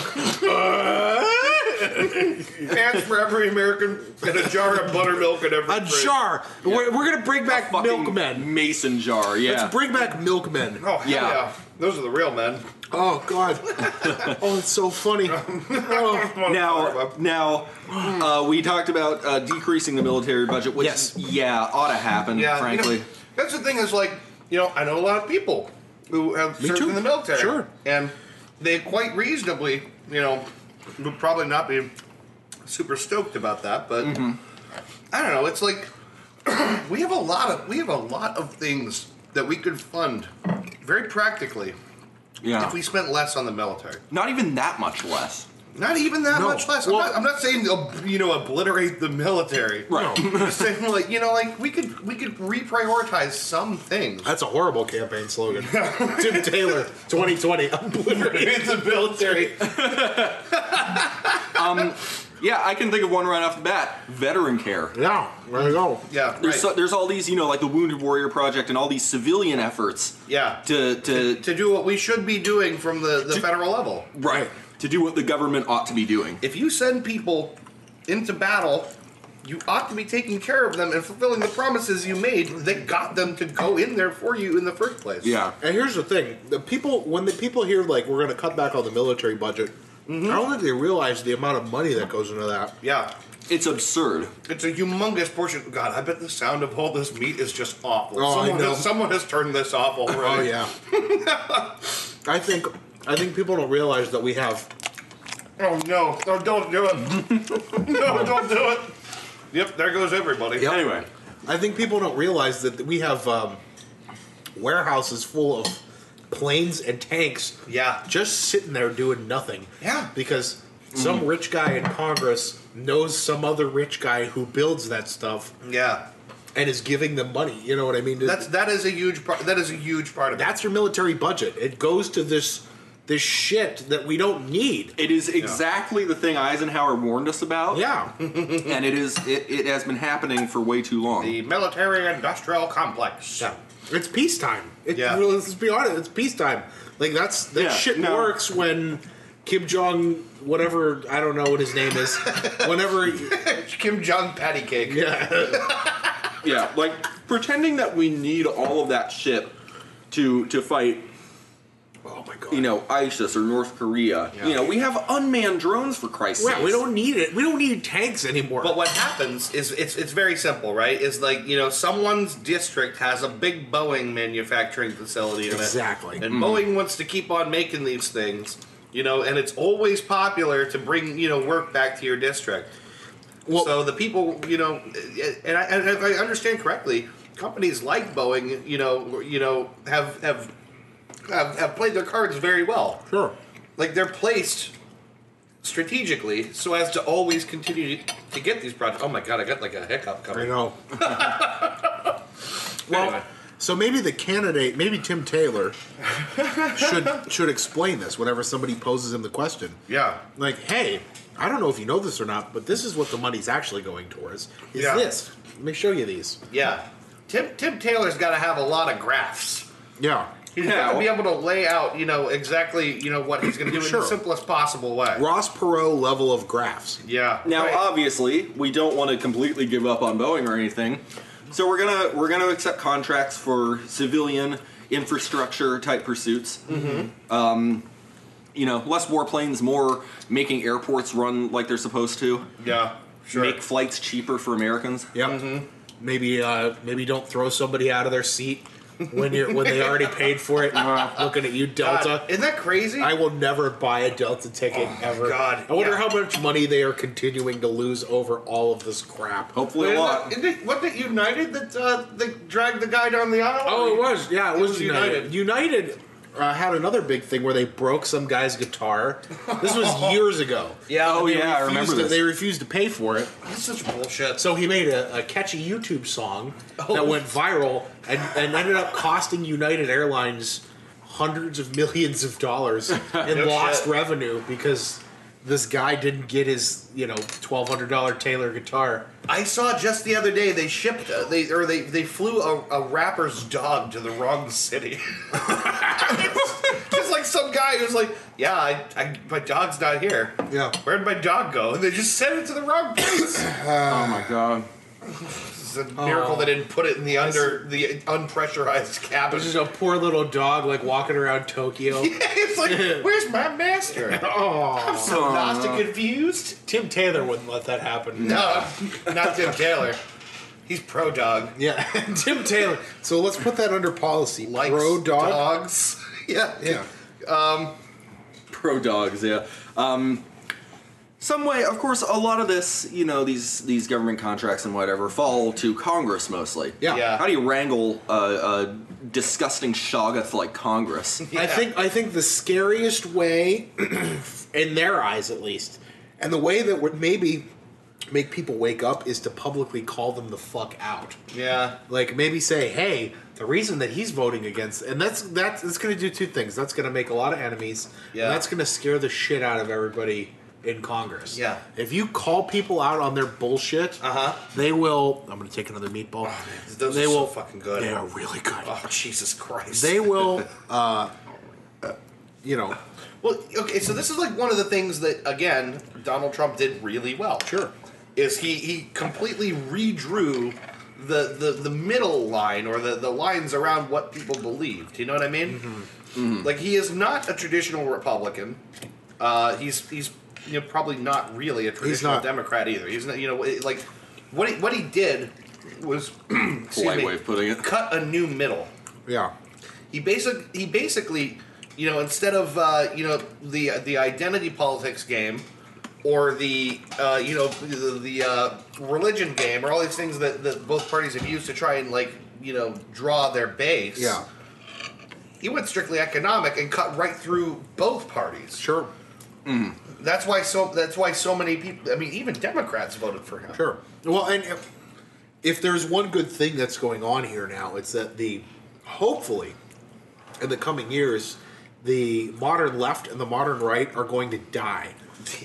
Pants for every American and a jar of buttermilk in every A fridge. jar. We're, we're gonna bring back Fucking milkmen. Mason jar, yeah. Let's bring back milkmen. Oh, hell Yeah. yeah. Those are the real men. Oh God. oh, it's so funny. Oh. uh, now, now uh, we talked about uh, decreasing the military budget, which, Yes. yeah, ought to happen, Yeah, you frankly. know, that's the thing is like, you know, I know a lot of people who have Me served too. in the military. Sure. And they quite reasonably, you know, would probably not be super stoked about that, but Mm-hmm. I don't know, it's like we have a lot of we have a lot of things that we could fund very practically yeah. if we spent less on the military. Not even that much less. Not even that No. much less. I'm, Well- not, I'm not saying ob- you know obliterate the military. Right. I'm just saying like you know like we could we could reprioritize some things. That's a horrible campaign slogan. Tim Taylor, 2020. Obliterate. It's the military. Yeah, I can think of one right off the bat. Veteran care. Yeah, there you go. Yeah. There's right. so, there's all these, you know, like the Wounded Warrior Project and all these civilian efforts. Yeah. To to, to do what we should be doing from the, the federal level. right to do what the government ought to be doing. If you send people into battle, you ought to be taking care of them and fulfilling the promises you made that got them to go in there for you in the first place. Yeah. And here's the thing: the people when the people hear like we're going to cut back on the military budget, I don't think they realize the amount of money that goes into that. Yeah. It's absurd. It's a humongous portion. God, I bet the sound of all this meat is just awful. Oh, I someone, know. Has, someone has turned this off already. Oh yeah. I think I think people don't realize that we have Oh no! No, don't do it! no, don't do it! Yep, there goes everybody. Yep. Anyway, I think people don't realize that we have um, warehouses full of planes and tanks. Yeah. Just sitting there doing nothing. Yeah. Mm-hmm. Because some rich guy in Congress knows some other rich guy who builds that stuff Yeah, and is giving them money. You know what I mean? that's that is a huge part. That is a huge part of it. that's your military budget. It goes to this this shit that we don't need. it is exactly the thing Eisenhower warned us about. Yeah. Mm-hmm. And it is it, it has been happening for way too long. the military-industrial complex. Yeah. It's peacetime. It, Yeah. well, let's be honest. It's peacetime. Like that's that Yeah, shit no. works when Kim Jong whatever I don't know what his name is. whenever Kim Jong patty cake. yeah, Yeah, like pretending that we need all of that shit to to fight oh my god. you know, ISIS or North Korea. You know, we have unmanned drones for Christ's sake. yeah, we don't need it. We don't need tanks anymore. But what happens is it's it's very simple, right? Is like you know someone's district has a big Boeing manufacturing facility in it. Exactly. Mm. and Boeing wants to keep on making these things, you know, and it's always popular to bring you know work back to your district. Well- so the people, you know, and, I, and if I understand correctly, companies like Boeing, you know, you know, have have have, have played their cards very well. sure. Like they're placed strategically so as to always continue to, to get these projects. Oh my god, I got like a hiccup I coming. know. well, Anyway. so maybe the candidate, maybe Tim Taylor, should should explain this whenever somebody poses him the question. Yeah. Like, hey, I don't know if you know this or not, but this is what the money's actually going towards. Is Yeah. this? Let me show you these. Yeah. Tim Tim Taylor's got to have a lot of graphs. Yeah. He's Yeah, got to be well- able to lay out, you know, exactly, you know, what he's going to do in Sure. the simplest possible way. Ross Perot level of graphs. Yeah. Now, uh, Right. obviously, we don't want to completely give up on Boeing or anything, so we're gonna we're gonna accept contracts for civilian infrastructure type pursuits. Mm-hmm. Um, you know, less warplanes, more making airports run like they're supposed to. yeah. Sure. Make flights cheaper for Americans. Yep. Maybe uh, maybe don't throw somebody out of their seat when you're when they already paid for it. Looking at you, God, Delta. Isn't that crazy? I will never buy a Delta ticket ever. God, I wonder yeah. how much money they are continuing to lose over all of this crap. Hopefully, Wait, a isn't lot. that- isn't it- wasn't it United that uh, that dragged the guy down the aisle? Oh, it was. Yeah, it, was, was United. United. United, uh, had another big thing where they broke some guy's guitar. This was years ago. Yeah, oh They yeah, I refused remember to- this. They refused to pay for it, That's such bullshit. so he made a, a catchy YouTube song that Oh. went viral and, and ended up costing United Airlines hundreds of millions of dollars in No lost shit. revenue because this guy didn't get his you know twelve hundred dollar Taylor guitar. I saw just the other day they shipped uh, they or they they flew a, a rapper's dog to the wrong city. Just like some guy who's like, yeah, I, I, my dog's not here. Yeah. where'd my dog go? And they just sent it to the wrong place. Oh my god. it's a miracle they didn't put it in the under the unpressurized cabin. This is a poor little dog like walking around Tokyo. it's like, where's my master? Uh-huh. I'm so Oh. lost and confused. Tim Taylor wouldn't let that happen. No, not Tim Taylor. He's pro dog. Yeah, Tim Taylor. So let's put that under policy. Likes Pro dog. dogs. yeah. Yeah. pro dogs yeah um some way of course a lot of this you know these these government contracts and whatever fall to congress mostly Yeah. Yeah. how do you wrangle a, a disgusting shoggoth like congress I think I think the scariest way, in their eyes at least, And the way that would maybe make people wake up is to publicly call them the fuck out. Yeah. Like maybe say, hey, the reason that he's voting against, and that's that's it's going to do two things. That's going to make a lot of enemies. Yeah. And that's going to scare the shit out of everybody in Congress. Yeah. If you call people out on their bullshit, Uh-huh. Oh, they will. I'm going to take another meatball. Those they are will. so fucking good. They are really good. Oh Jesus Christ! They will. Uh, you know. well, okay. So this is like one of the things that again Donald Trump did really well. Sure. is he he completely redrew the the the middle line or the the lines around what people believed. You know what I mean? Mm-hmm. Like he is not a traditional Republican. Uh, he's he's you know, probably not really a traditional not. Democrat either. He's not you know it- like what he, what he did was excuse polite me, way of putting it cut a new middle. yeah. He basic he basically, you know, instead of uh, you know the the identity politics game, or the uh, you know the, the uh, religion game, or all these things that, that both parties have used to try and like you know draw their base. Yeah. he went strictly economic and cut right through both parties. Sure. That's why so that's why so many people. I mean, even Democrats voted for him. Sure. Well, and if, if there's one good thing that's going on here now, it's that the hopefully in the coming years, the modern left and the modern right are going to die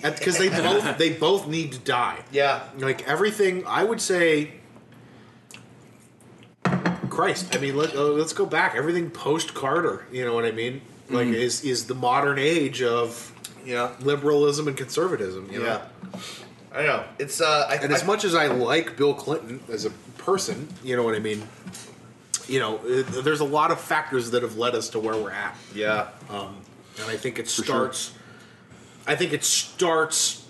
because they both they both need to die. Yeah. Like everything, I would say. Christ, I mean, let, uh, let's go back. Everything post Carter, you know what I mean? Like, is is the modern age of Yeah. liberalism and conservatism? You know? Yeah. I know. It's uh. I, And as I- much as I like Bill Clinton as a person, you know what I mean. You know, uh, there's a lot of factors that have led us to where we're at, Um, Yeah. and I think it sure. starts. I think it starts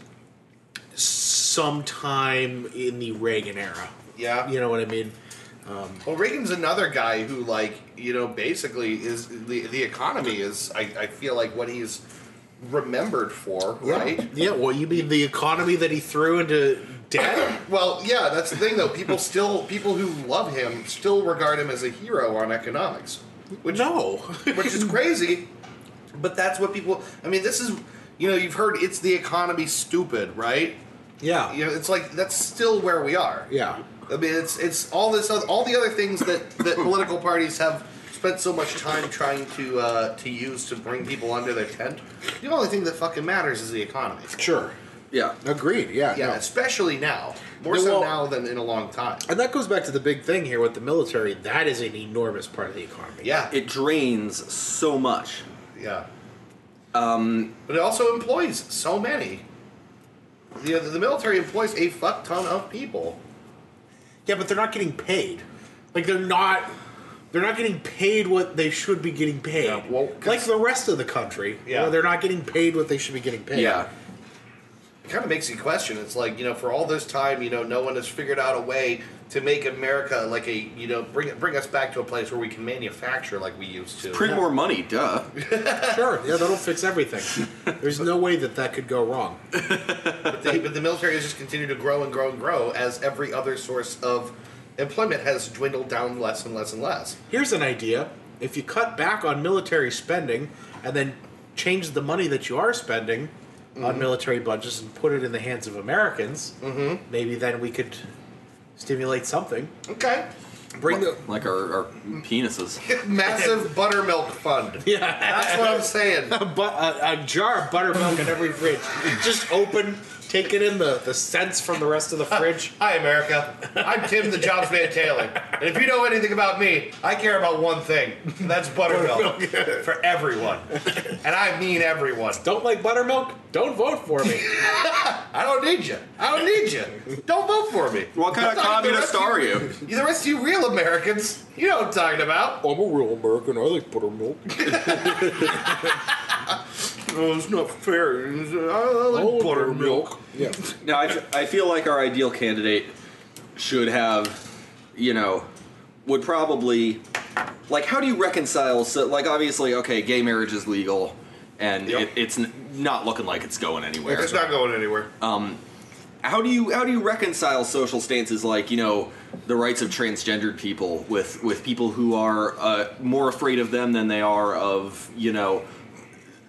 sometime in the Reagan era. Yeah. You know what I mean? Well, Reagan's another guy who, like, you know, basically is the the economy is. I, I feel like what he's remembered for, right? Yeah. Well, you mean the economy that he threw into debt? Well, yeah, that's the thing, though. People still, people who love him still regard him as a hero on economics, which no. which is crazy. But that's what people. I mean, this is, you know, you've heard it's the economy, stupid, right? yeah. You know, it's like that's still where we are. Yeah. I mean, it's it's all this other, all the other things that, that political parties have spent so much time trying to uh, to use to bring people under their tent. The only thing that fucking matters is the economy. Sure. yeah Agreed. Yeah. Yeah, no. especially now, more No, so well- now than in a long time. And that goes back to the big thing here with the military. That is an enormous part of the economy. Yeah, it drains so much yeah. Um, but it also employs so many. The the military employs a fuck ton of people. Yeah, but they're not getting paid. Like they're not they're not getting paid what they should be getting paid. Yeah, well, 'cause- like the rest of the country. Yeah. where they're not getting paid what they should be getting paid. yeah It kind of makes you question. It's like you know, for all this time, you know, no one has figured out a way to make America like a you know bring bring us back to a place where we can manufacture like we used to. print more money duh Sure. Yeah, that'll fix everything. There's no way that that could go wrong. But the, but the military has just continued to grow and grow and grow as every other source of employment has dwindled down less and less and less. Here's an idea. If you cut back on military spending and then change the money that you are spending Mm-hmm. on military budgets and put it in the Mm-hmm. hands of Americans, maybe then we could stimulate something. Okay. Bring the like our, our penises. Massive buttermilk fund. Yeah. That's what I'm saying. bu- a, a jar of buttermilk in every fridge. Just open, taking in the, the scents from the rest of the fridge. Hi, America. I'm Tim the Jobs Man Taylor. And if you know anything about me, I care about one thing. and That's buttermilk for everyone. And I mean everyone. Don't like buttermilk? Don't vote for me. I don't need you. I don't need you. Don't vote for me. What kind I'm of talking to the communist rest are you? of you? The rest of you real Americans, you know what I'm talking about. I'm a real American. I like buttermilk. Oh, it's not fair. Oh, buttermilk. Yeah. Now, I, I feel like our ideal candidate should have, you know, would probably, like, how do you reconcile? So, like, obviously, okay, gay marriage is legal, and Yep. it, it's n- not looking like it's going anywhere. It's not going anywhere. how do you how do you reconcile social stances like you know the rights of transgendered people with with people who are uh, more afraid of them than they are of you know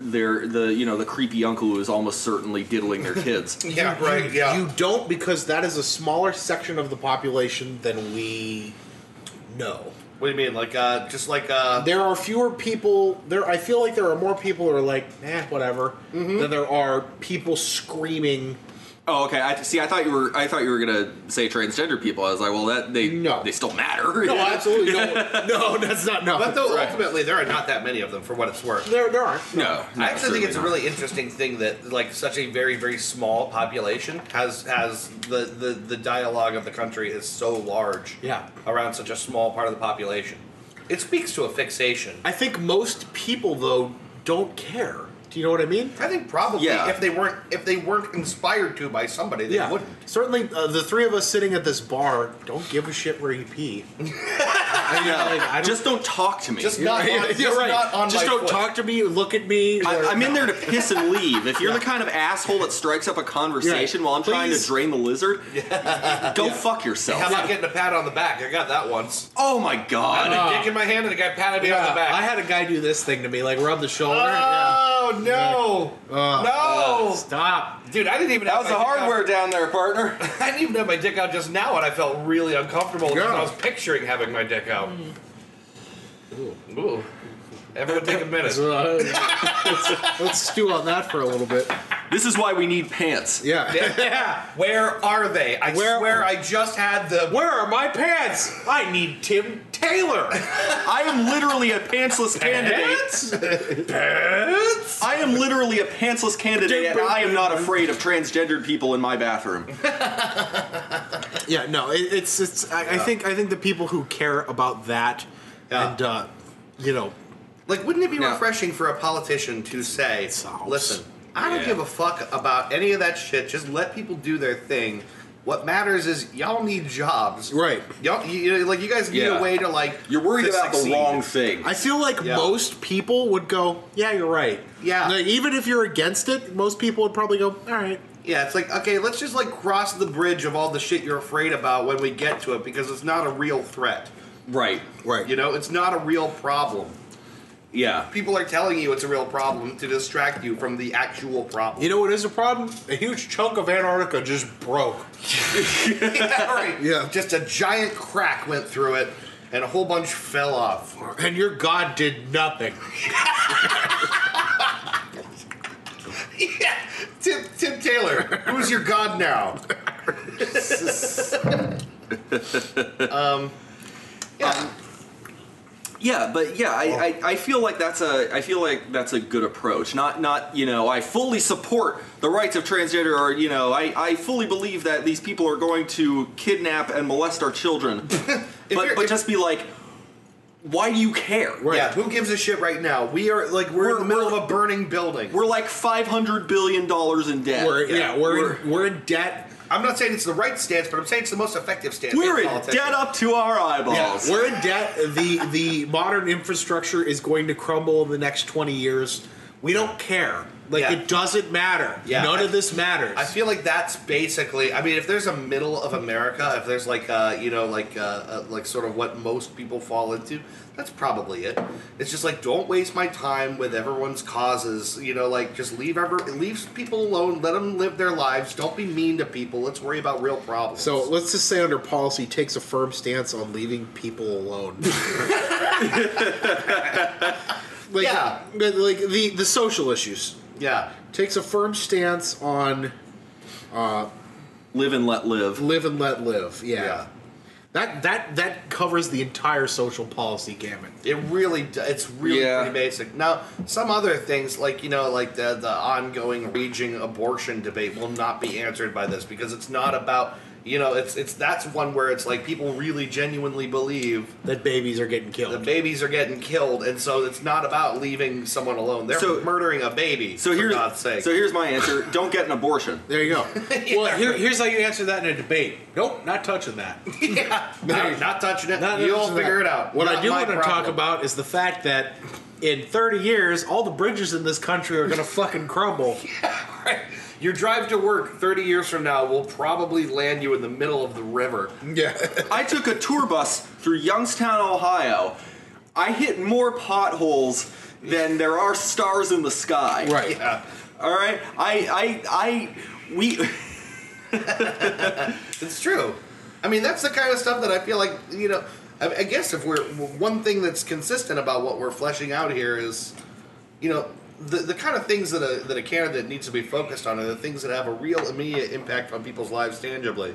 their the you know the creepy uncle who is almost certainly diddling their kids. yeah, right. Yeah. You don't because that is a smaller section of the population than we know. what do you mean? Like, uh, just like, uh, There are fewer people there. I feel like there are more people who are like, eh, whatever, Mm-hmm. than there are people screaming. Oh, okay. I see. I thought you were. I thought you were gonna say transgender people. I was like, well, that they No. they still matter. No, absolutely no, no, that's not no. but though ultimately there are not that many of them for what it's worth. there, there aren't. no, no, I actually think certainly it's not. a really interesting thing that like such a very very small population has has the the, the dialogue of the country is so large Yeah. around such a small part of the population. It speaks to a fixation. I think most people though don't care. Do you know what I mean? I think probably Yeah. if they weren't if they weren't inspired to by somebody, they wouldn't. Certainly, uh, the three of us sitting at this bar don't give a shit where you pee. I mean, like, I don't, Just don't talk to me. Just not on, Yeah, just right. not on Just my don't foot. talk to me. Look at me. I, or- I'm in there to piss and leave. If you're the kind of asshole that strikes up a conversation while I'm trying to Please. drain the lizard, go fuck yourself. How about getting a pat on the back? I got that once. Oh my god. I had a dick in my hand and a guy patted me on Uh, Yeah, the back. I had a guy do this thing to me, like rub the shoulder. Oh no! yeah. Uh, no! Stop. Dude, I didn't even that have was the my dick out- hardware down there, partner. I didn't even have my dick out just now, and I felt really uncomfortable because Yeah. I was picturing having my dick out. Mm. Ooh. Everyone take a minute. Uh, let's, let's stew on that for a little bit. this is why we need pants. Yeah. Yeah. Where are they? I Where- swear I just had the Where are my pants? I need Tim Taylor. I am literally a pantsless candidate. Pants? I am literally a pantsless candidate, and I am not afraid of transgendered people in my bathroom. Yeah. No. It, it's it's. I, I think I think the people who care about that Yeah. and uh, you know Like, wouldn't it be No. refreshing for a politician to say, Solves. listen, I don't Yeah. give a fuck about any of that shit. Just let people do their thing. What matters is y'all need jobs. Right. Y'all, you, you- like, you guys need Yeah. a way to, like, You're worried to about succeed. the wrong thing. I feel like Yeah. most people would go, yeah, you're right. Yeah. Like, even if you're against it, most people would probably go, all right. Yeah, it's like, okay, let's just, like, cross the bridge of all the shit you're afraid about when we get to it because it's not a real threat. right. Right. You know, it's not a real problem. Yeah. People are telling you it's a real problem to distract you from the actual problem. You know what is a problem? A huge chunk of Antarctica just broke. yeah, right. Yeah. Just a giant crack went through it, and a whole bunch fell off. And your god did nothing. yeah, Tim, Tim Taylor, who's your god now? um, Um, yeah, Um, Yeah, but yeah, I, I, I feel like that's a I feel like that's a good approach. Not not you know I fully support the rights of transgender or you know I, I fully believe that these people are going to kidnap and molest our children, you're- but but if- just be like, why do you care? yeah. Who gives a shit right now? We are like we're, in We're- the middle we're- of a burning building. We're like five hundred billion dollars in debt. We're, yeah, we're, in, we're in debt. I'm not saying it's the right stance, but I'm saying it's the most effective stance. we're for in politics. debt up to our Yeah, eyeballs. we're in debt. The the modern infrastructure is going to crumble in the next 20 years. We don't care. Like Yeah. it doesn't matter. Yeah. None of this matters. I feel like that's basically. I mean, if there's a middle of America, if there's like uh, you know, like uh, uh, like sort of what most people fall into, that's probably it. It's just like don't waste my time with everyone's causes. You know, like just leave ever leave people alone. Let them live their lives. Don't be mean to people. Let's worry about real problems. So let's just say under policy he takes a firm stance on leaving people alone. like, Yeah. like the the social issues yeah, takes a firm stance on Live and let live. live and let live. Yeah. yeah. that that that covers the entire social policy gamut. It really, d- it's really Yeah. pretty basic. Now, some other things like you know, like the the ongoing raging abortion debate will not be answered by this because it's not about you know, it's it's that's one where it's like people really genuinely believe That babies are getting killed. the babies are getting killed, and so it's not about leaving someone alone. They're So- murdering a baby. So for here's God's sake. so here's my answer. Don't get an abortion. There you go. Well, here, here's how you answer that in a debate. Nope, not touching that. yeah, not, not touching it. Not You'll touching figure that. it out. What I Not do my want to problem. talk about is the fact that in 30 years, all the bridges in this country are going to fucking crumble. Right. Your drive to work 30 years from now will probably land you in the middle of the river. yeah. I took a tour bus through Youngstown, Ohio. I hit more potholes than there are stars in the sky. Right. Yeah. All right. I I I we It's true. I mean, that's the kind of stuff that I feel like you know. I, I guess if we're one thing that's consistent about what we're fleshing out here is, you know, the the kind of things that a that a candidate needs to be focused on are the things that have a real immediate impact on people's lives tangibly,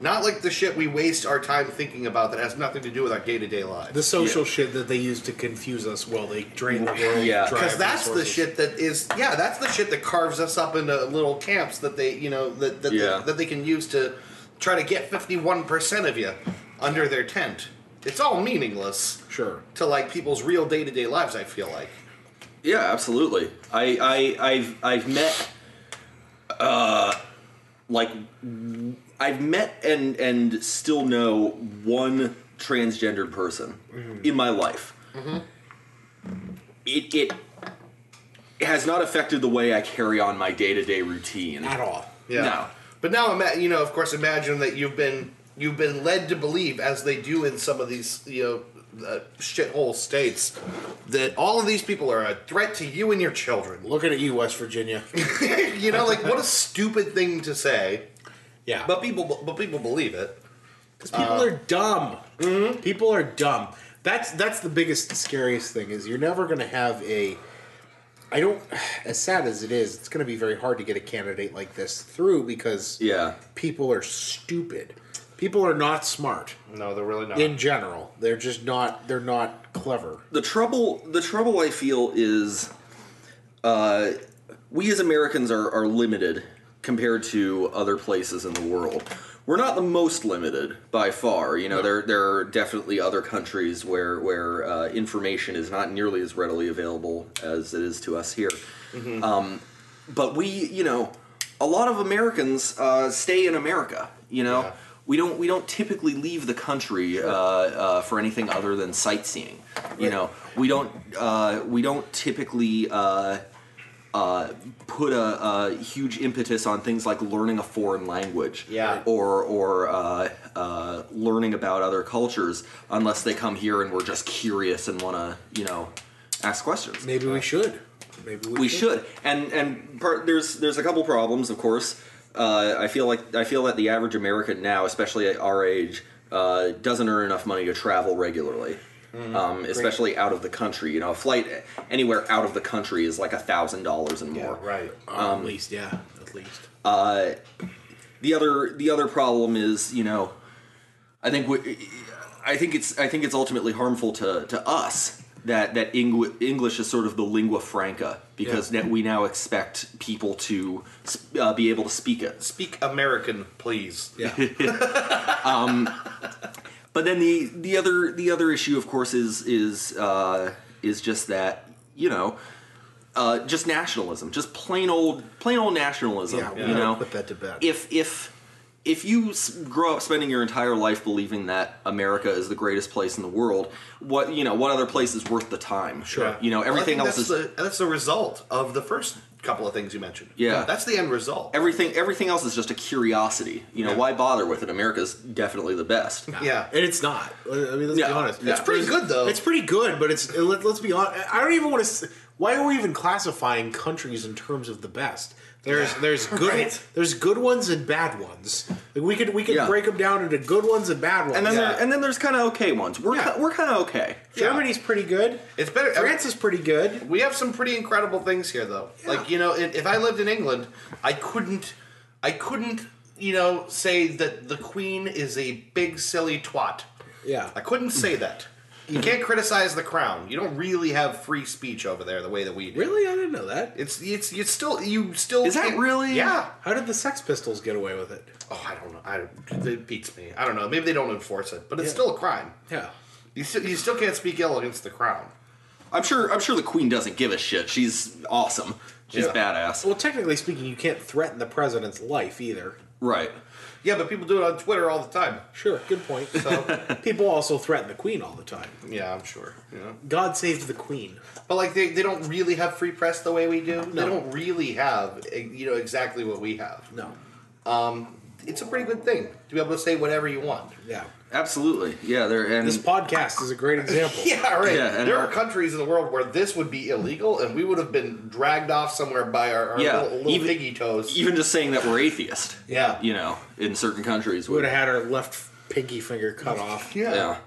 not like the shit we waste our time thinking about that has nothing to do with our day to day lives. The social shit that they use to confuse us while they drain the world. Yeah. dry Because of that's the resources. shit that is, yeah, that's the shit that carves us up into little camps that they, you know, that that, Yeah. that they can use to try to get fifty one percent of you under their tent. It's all meaningless Sure. to like people's real day to day lives. I feel like Yeah, absolutely. I, I I've I've met uh like I've met and and still know one transgendered person Mm-hmm. in my life. It it has not affected the way I carry on my day to day routine At all. yeah. No. But now, ima- you know, of course, imagine that you've been you've been led to believe, as they do in some of these, you know, uh, shithole states, that all of these people are a threat to you and your children. Looking at you, West Virginia. You know, like what a stupid thing to say. Yeah. But people, but people believe it. Because people Uh, are dumb. mm-hmm. People are dumb. That's that's the biggest scariest thing is you're never going to have a I don't as sad as it is, it's going to be very hard to get a candidate like this through because Yeah. people are stupid. People are not smart No, they're really not. in general. They're just not they're not clever. the trouble the trouble I feel is uh, we as Americans are, are limited compared to other places in the world. We're not the most limited by far. You know, there there are definitely other countries where where uh, information is not nearly as readily available as it is to us here. Um, but we, you know, a lot of Americans uh, stay in America. You know, we don't we don't typically leave the country uh, uh, for anything other than sightseeing. You know, we don't uh, we don't typically. Uh, uh, put a, a huge impetus on things like learning a foreign language, Yeah. or or uh, uh, learning about other cultures, unless they come here and we're just curious and want to, you know, ask questions Maybe we should. Maybe we, we should and and part, there's there's a couple problems of course uh, i feel like i feel that the average american now especially at our age uh, doesn't earn enough money to travel regularly um, especially out of the country you know a flight anywhere out of the country is like a thousand dollars and more right. Um, at least, yeah. At least. uh, the other the other problem is you know i think we, i think it's i think it's ultimately harmful to to us that that Engli- english is sort of the lingua franca because that we now expect people to uh, be able to speak it Speak American, please. Yeah. but then the the other the other issue of course is is uh, is just that you know uh, just nationalism, just plain old, plain old nationalism. Yeah, we you gotta know, put that to bed. If if if you s- grow up spending your entire life believing that America is the greatest place in the world, what you know, what other place is worth the time? Sure. You know, Well, I everything think else is that's the, that's the result of the first couple of things you mentioned. Yeah. that's the end result. everything everything else is just a curiosity. You know, why bother with it? America's definitely the best. yeah, And it's not. I mean, let's Yeah. be honest. It's pretty good, though. It's pretty good, but it's let, us be honest. I don't even want to. Why are we even classifying countries in terms of the best? There's there's good Right. there's good ones and bad ones. Like we could we could Yeah. break them down into good ones and bad ones. And then Yeah. there, and then there's kind of okay ones. We're Yeah. ki- we're kind of okay. Germany's pretty good. it's better. France is pretty good. We have some pretty incredible things here, though. Like you know, i- if I lived in England, I couldn't, I couldn't, you know, say that the Queen is a big silly twat. Yeah. I couldn't say that. Mm-hmm. You can't criticize the crown. You don't really have free speech over there the way that we do. Really, I didn't know that. It's it's it's still you still Is that can't- really- yeah. How did the Sex Pistols get away with it? Oh, I don't know. I don't, it beats me. I don't know. Maybe they don't enforce it, but it's Yeah. still a crime. Yeah. You still you still can't speak ill against the crown. I'm sure I'm sure the queen doesn't give a shit. She's awesome. She's Yeah. badass. Well, technically speaking, you can't threaten the president's life either. Right. Yeah, but people do it on Twitter all the time. Sure, good point. So People also threaten the queen all the time. yeah, I'm sure. You know. God save the queen. But like they, they don't really have free press the way we do. They No. don't really have eh, you know exactly what we have. No. It's a pretty good thing to be able to say whatever you want. Yeah. Absolutely. Yeah. There and This podcast is a great example. Yeah, right. Yeah, and there our- are countries in the world where this would be illegal, and we would have been dragged off somewhere by our, our Yeah, little, little even- e piggy toes. even just saying that we're atheist. Yeah. You know, in certain countries, We would have had our left pinky finger cut off. yeah.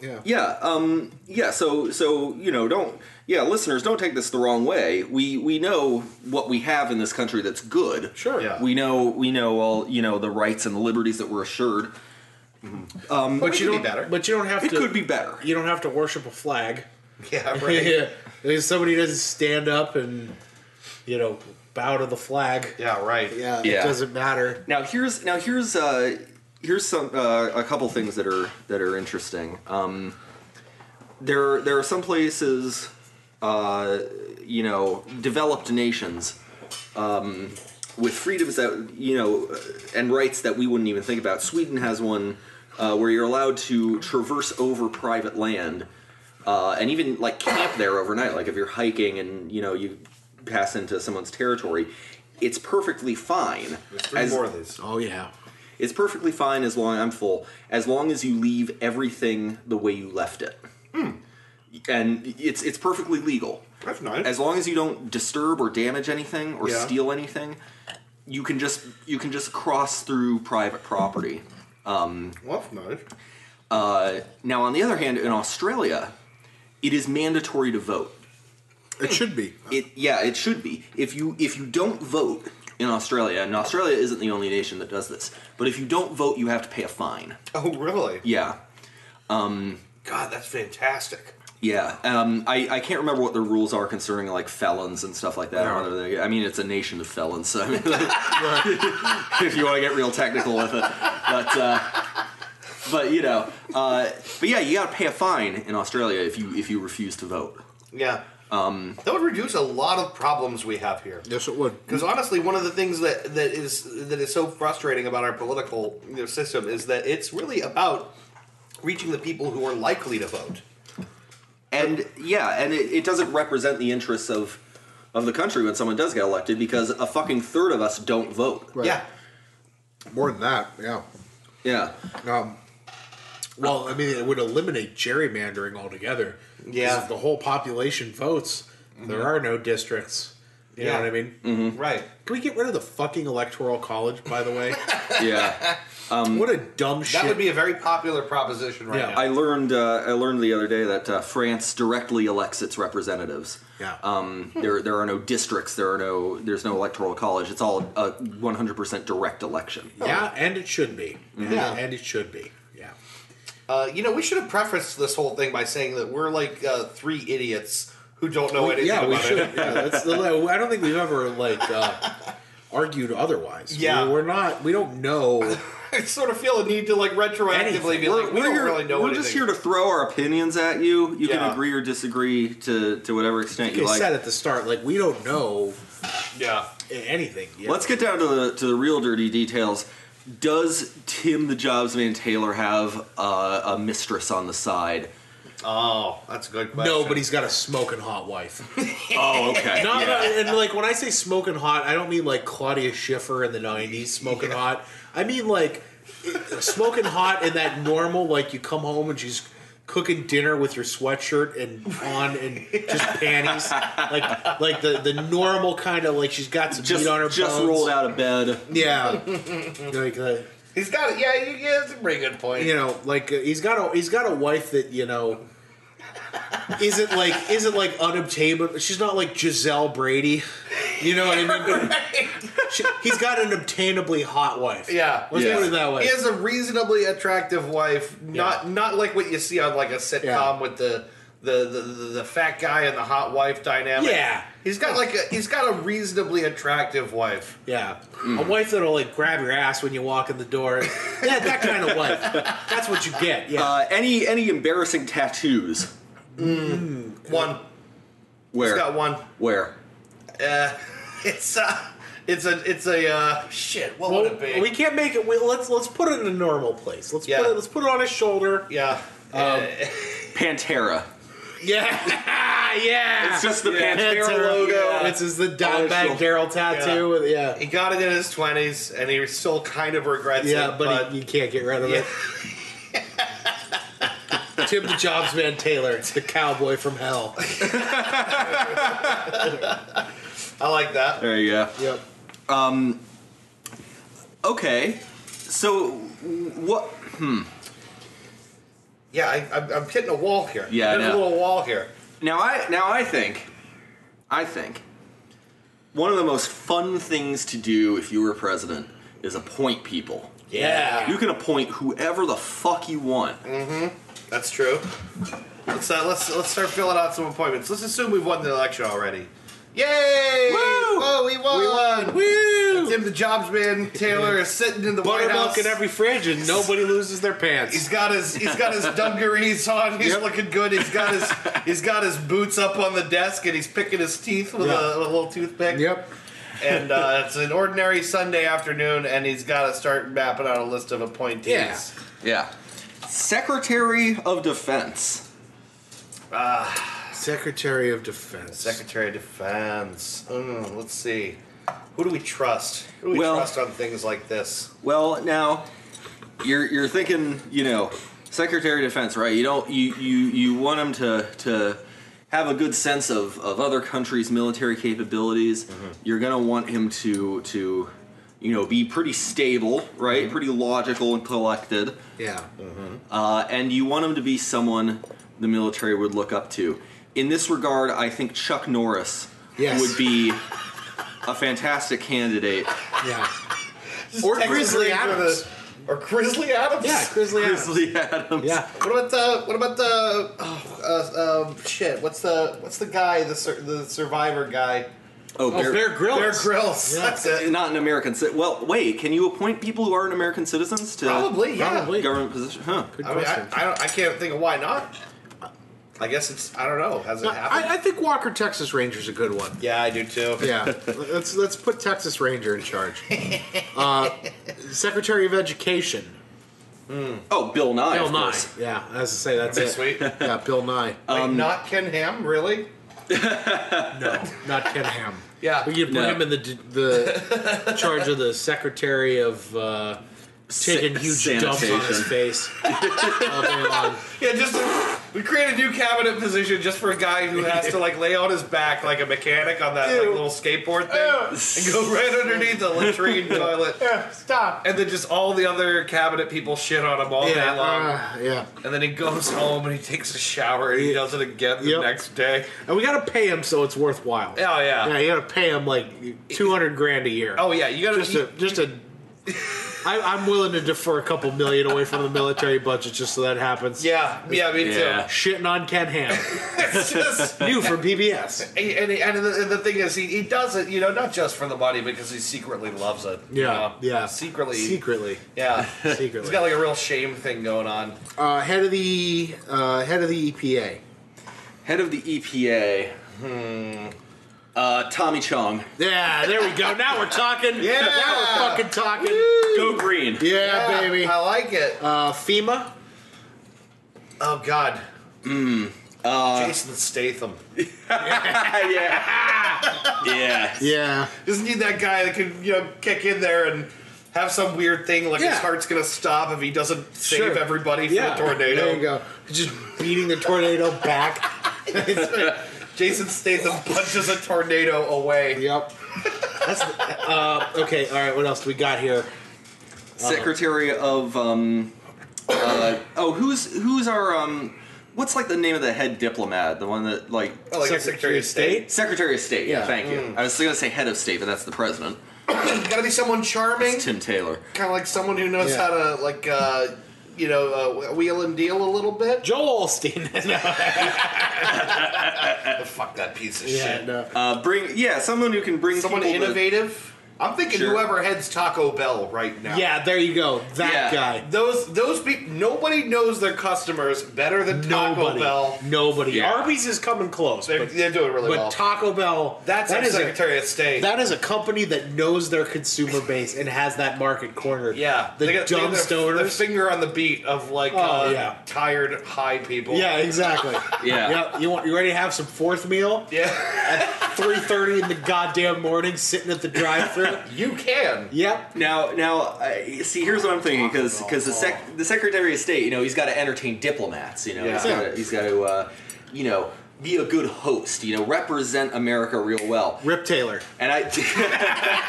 Yeah. Yeah, um, yeah. So, so you know, don't yeah, listeners, don't take this the wrong way. We we know what we have in this country that's good. Sure. Yeah. We know we know all you know the rights and liberties that we're assured. but you You do don't- better. But you don't have It to. could be better. You don't have to worship a flag. yeah, right. yeah. If somebody doesn't stand up and, you know, bow to the flag, right. Yeah. Yeah. it doesn't matter. Now here's now here's uh, here's some uh, a couple things that are that are interesting. Um, there there are some places, uh, you know, developed nations um, with freedoms that you know uh, and rights that we wouldn't even think about. Sweden has one uh, where you're allowed to traverse over private land. Uh, and even like camp there overnight, like if you're hiking and you know you pass into someone's territory, it's perfectly fine. Three as- more of these. Oh, yeah. it's perfectly fine as long I'm full, as long as you leave everything the way you left it. And it's it's perfectly legal. That's nice. As long as you don't disturb or damage anything or Yeah. steal anything, you can just you can just cross through private property. well, that's nice. Uh, now, on the other hand, in Australia, it is mandatory to vote. It should be. It yeah, it should be. If you if you don't vote in Australia, and Australia isn't the only nation that does this, but if you don't vote, you have to pay a fine. Oh, really? Yeah. God, that's fantastic. Yeah, um, I, I can't remember what the rules are concerning like felons and stuff like that. Whether they, I mean, it's a nation of felons. So I mean, if you want to get real technical with it, but uh, but you know, uh, but yeah, you got to pay a fine in Australia if you if you refuse to vote. Yeah. Um, that would reduce a lot of problems we have here. Yes, it would. Because honestly, one of the things that, that is that is so frustrating about our political you know, system is that it's really about reaching the people who are likely to vote. And yeah, and it, it doesn't represent the interests of of the country when someone does get elected because a fucking third of us don't vote. Right. Yeah. More than that. Yeah. Yeah, Um, Well, I mean, it would eliminate gerrymandering altogether. 'Cause Yeah. If the whole population votes, there are no districts. You Yeah. know what I mean? Right. Can we get rid of the fucking electoral college, by the way? yeah. what a dumb shit. That would be a very popular proposition right Yeah. now. I learned uh, I learned the other day that uh, France directly elects its representatives. Yeah. Um, there there are no districts. There are no there's no electoral college. It's all a 100% direct election. yeah, and it should be. Yeah. And it should be. Yeah. Uh, you know, we should have prefaced this whole thing by saying that we're like uh, three idiots who don't know anything yeah, about we it. should. Yeah, that's the, I don't think we've ever like uh, argued otherwise. Yeah. we, we're not. We don't know. I sort of feel a need to like retroactively be Anything. like, we don't here- really know we're anything. just here to throw our opinions at you. You can Yeah. agree or disagree to, to whatever extent Like you I like. said at the start, like we don't know Yeah. anything. Yet. Let's get down to the to the real dirty details. does Tim the Jobs Man Taylor have uh, a mistress on the side? Oh, that's a good question. No, but he's got a smoking hot wife. Oh, okay. Not, yeah. not- and like when I say smoking hot, I don't mean like Claudia Schiffer in the '90s smoking hot. I mean like smoking hot in that normal like you come home and she's cooking dinner with your sweatshirt and on and just panties, like like the the normal kind of like she's got some just meat on her just bones. rolled out of bed. Yeah, like uh, he's got it. Yeah, you- yeah, that's a pretty good point. you know, like uh, he's got a he's got a wife that you know isn't like isn't like unobtainable. She's not like Giselle Brady. You know what I mean? She- he's got an obtainably hot wife. Yeah. let's Yeah. put it that way. He has a reasonably attractive wife, not not like what you see on like a sitcom Yeah. with the the, the the the fat guy and the hot wife dynamic. Yeah. he's got like a he's got a reasonably attractive wife. yeah, a wife that'll like grab your ass when you walk in the door. Yeah, that kind of wife. That's what you get. Yeah, Uh, any any embarrassing tattoos? One, Where? he's got one. Where? Uh, it's uh, it's a it's a uh, shit. What Well, would it be? we can't make it. We, let's let's put it in a normal place. Let's Yeah. put it, let's put it on his shoulder. yeah. Pantera. Yeah, yeah. It's just the Pantera, Pantera logo. Yeah. It's just the Dimebag Daryl tattoo. Yeah. He got it in his twenties, and he still kind of regrets it. Yeah, but he, you can't get rid of it. Tim the Jobs Man Taylor, it's the cowboy from hell. I like that. There you go. Yep. Okay. So what? Yeah, I, I'm, I'm hitting a wall here. Yeah, I hitting a know. little wall here. Now I now I think, I think, one of the most fun things to do if you were president is appoint people. Yeah. You can appoint whoever the fuck you want. That's true. Let's uh, let's let's start filling out some appointments. Let's assume we've won the election already. Yay! Woo! Whoa, we won! We won! Woo! Tim the Jobs man Taylor is sitting in the White House. Buttermilk in every fridge and nobody loses their He's pants. got his he's got his dungarees on. He's Yep. looking good. He's got his he's got his boots up on the desk and he's picking his teeth with, Yeah. a, with a little toothpick. Yep. And uh, it's an ordinary Sunday afternoon, and he's got to start mapping out a list of appointees. Yeah. Yeah. Secretary of Defense. Secretary of Defense. Secretary of Defense. Mm, let's see. Who do we trust? Who do we Well- trust on things like this? Well, now you're you're thinking, you know, Secretary of Defense, right? You don't you you you want him to to have a good sense of, of other countries' military capabilities. Mm-hmm. You're gonna want him to to you know be pretty stable, Mm-hmm. right? Pretty logical and collected, yeah. uh, and you want him to be someone the military would look up to. In this regard, I think Chuck Norris Yes. would be a fantastic candidate. Yeah. Or Texas Grizzly Ranger Adams. the- Or Grizzly Adams. Yeah, Grizzly Adams. Grizzly Adams. Yeah. What about the what about the oh, uh, um, shit? What's the what's the guy the sur- the survivor guy? Oh, Oh, Bear- Bear Grylls. Bear Grylls. Yeah. That's Uh, it. not an American citizen. Well, wait, can you appoint people who aren't American citizens to Probably. Yeah. Probably. government position? Huh. Good I mean, I, question. I, don't, I can't think of why not. I guess it's I don't know. Has it No, happened? I, I think Walker Texas Ranger's a good one. yeah, I do too. Yeah, let's let's put Texas Ranger in charge. Uh, Secretary of Education, Oh, Bill Nye. Bill of Nye. course. Yeah, as I say, that's it. That's sweet. Wait, Yeah, Bill Nye. not Ken Ham, really? no, not Ken Ham. Yeah. we could put No. him in the the charge of the Secretary of uh, taking Sa- huge dumps on his sanitation. face. Off and on. Yeah, just we create a new cabinet position just for a guy who has to like lay on his back like a mechanic on that like, Ew. little skateboard thing, and go right underneath the latrine toilet, Stop. and then just all the other cabinet people shit on him all Yeah, day long, uh, yeah, and then he goes home and he takes a shower and he does it again the Yep. next day. and we gotta pay him so it's worthwhile. Oh yeah. yeah, you gotta pay him like two hundred grand a year. Oh yeah, you gotta. just a just a I, I'm willing to defer a couple million away from the military budget just so that happens. yeah, yeah, me Yeah. too. Shitting on Ken Ham. It's just. New from PBS. He- And, he- and, the, and the thing is, he, he does it, you know, not just for the money, because he secretly loves it. you Yeah. know? Yeah. Secretly. Secretly. Yeah. He's Secretly. got like a real shame thing going on. uh, head of the uh, head of the EPA. E Head of the EPA. Hmm. Uh, Tommy Chong. Yeah, there we go. Now we're talking. Yeah. Now we're fucking talking. Go green. Yeah, baby. I like it. Uh, FEMA. oh God. Jason Statham. yeah. yeah. Yeah. Just need that guy that can you know kick in there and have some weird thing like Yeah. his heart's gonna stop if he doesn't save Sure. everybody from Yeah. the tornado. There you go. Just beating the tornado back. Jason Statham punches a tornado away. Yep. That's the, uh, okay. All right. What else do we got here? Secretary of um uh oh who's who's our um what's like the name of the head diplomat? The one that like Oh, like Secretary of State. Secretary of State. Yeah. Thank you. I was gonna say head of state, but that's the president. Gotta be someone charming, It's Tim Taylor. kind of like someone who knows Yeah. how to like uh, you know uh, wheel and deal a little bit. Joel Olstein. Oh, fuck that piece of Yeah. shit. No. Uh, bring yeah, someone who can bring Someone people to- innovative. I'm thinking Sure. whoever heads Taco Bell right now. yeah. There you go. That Yeah. guy. Those those people. Nobody knows their customers better than Taco Nobody. Bell. Nobody. Yeah. Arby's is coming close, They're, but, they're doing really but well. Taco Bell. That's that our is a, Secretary of State. that is a company that knows their consumer base and has that market cornered. yeah, The got- dumb got their- their stoners. finger on the beat of like Oh, uh, yeah. tired high people. yeah. Exactly. Yeah. Yep. You want you ready to have some fourth meal yeah. at three thirty in the goddamn morning, sitting at the drive-through. you can. Yep. Now, now, I see. Here's what I'm thinking, because the sec- the Secretary of State, you know, he's got to entertain diplomats. You know, he's Yeah. got to, he's got to, uh, you know, be a good host. You know, represent America real well. Rip Taylor. And I,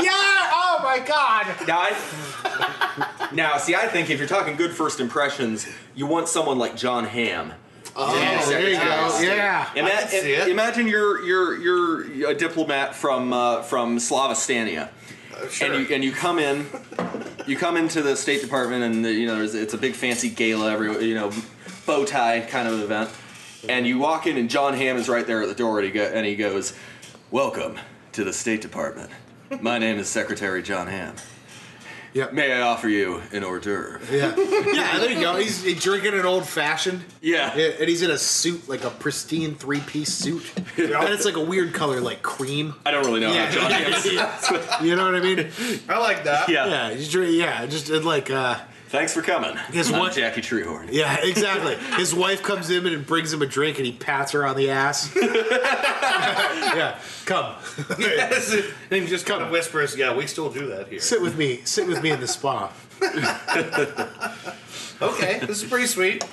Yeah. Oh my God. now I, now see, I think if you're talking good first impressions, you want someone like John Hamm. Oh, there you Oh, go. Yeah. Ima- I can see it. Imagine you're you're you're a diplomat from uh, from Slavostania. Uh, Sure. and you and you come in, you come into the State Department, and the, you know there's, it's a big fancy gala, every you know, bow tie kind of event, and you walk in, and John Hamm is right there at the door, and he go, and he goes, "Welcome to the State Department. My name is Secretary John Hamm. Yeah. May I offer you an hors d'oeuvre? Yeah. Yeah. There you go. He's drinking an old fashioned. Yeah, Yeah, and he's in a suit, like a pristine three-piece suit, and it's like a weird color, like cream. I don't really know Yeah, how John Hamm. you know what I mean? I like that. Yeah. Yeah, he's drinking. Yeah, just uh, like uh, Thanks for coming. Guess I'm what? Jackie Treehorn. yeah, exactly. His wife comes in and brings him a drink, and he pats her on the ass. yeah, come Yes. and he just kind of whispers, "Yeah, we still do that here." sit with me. Sit with me in the spa. Okay, this is pretty sweet.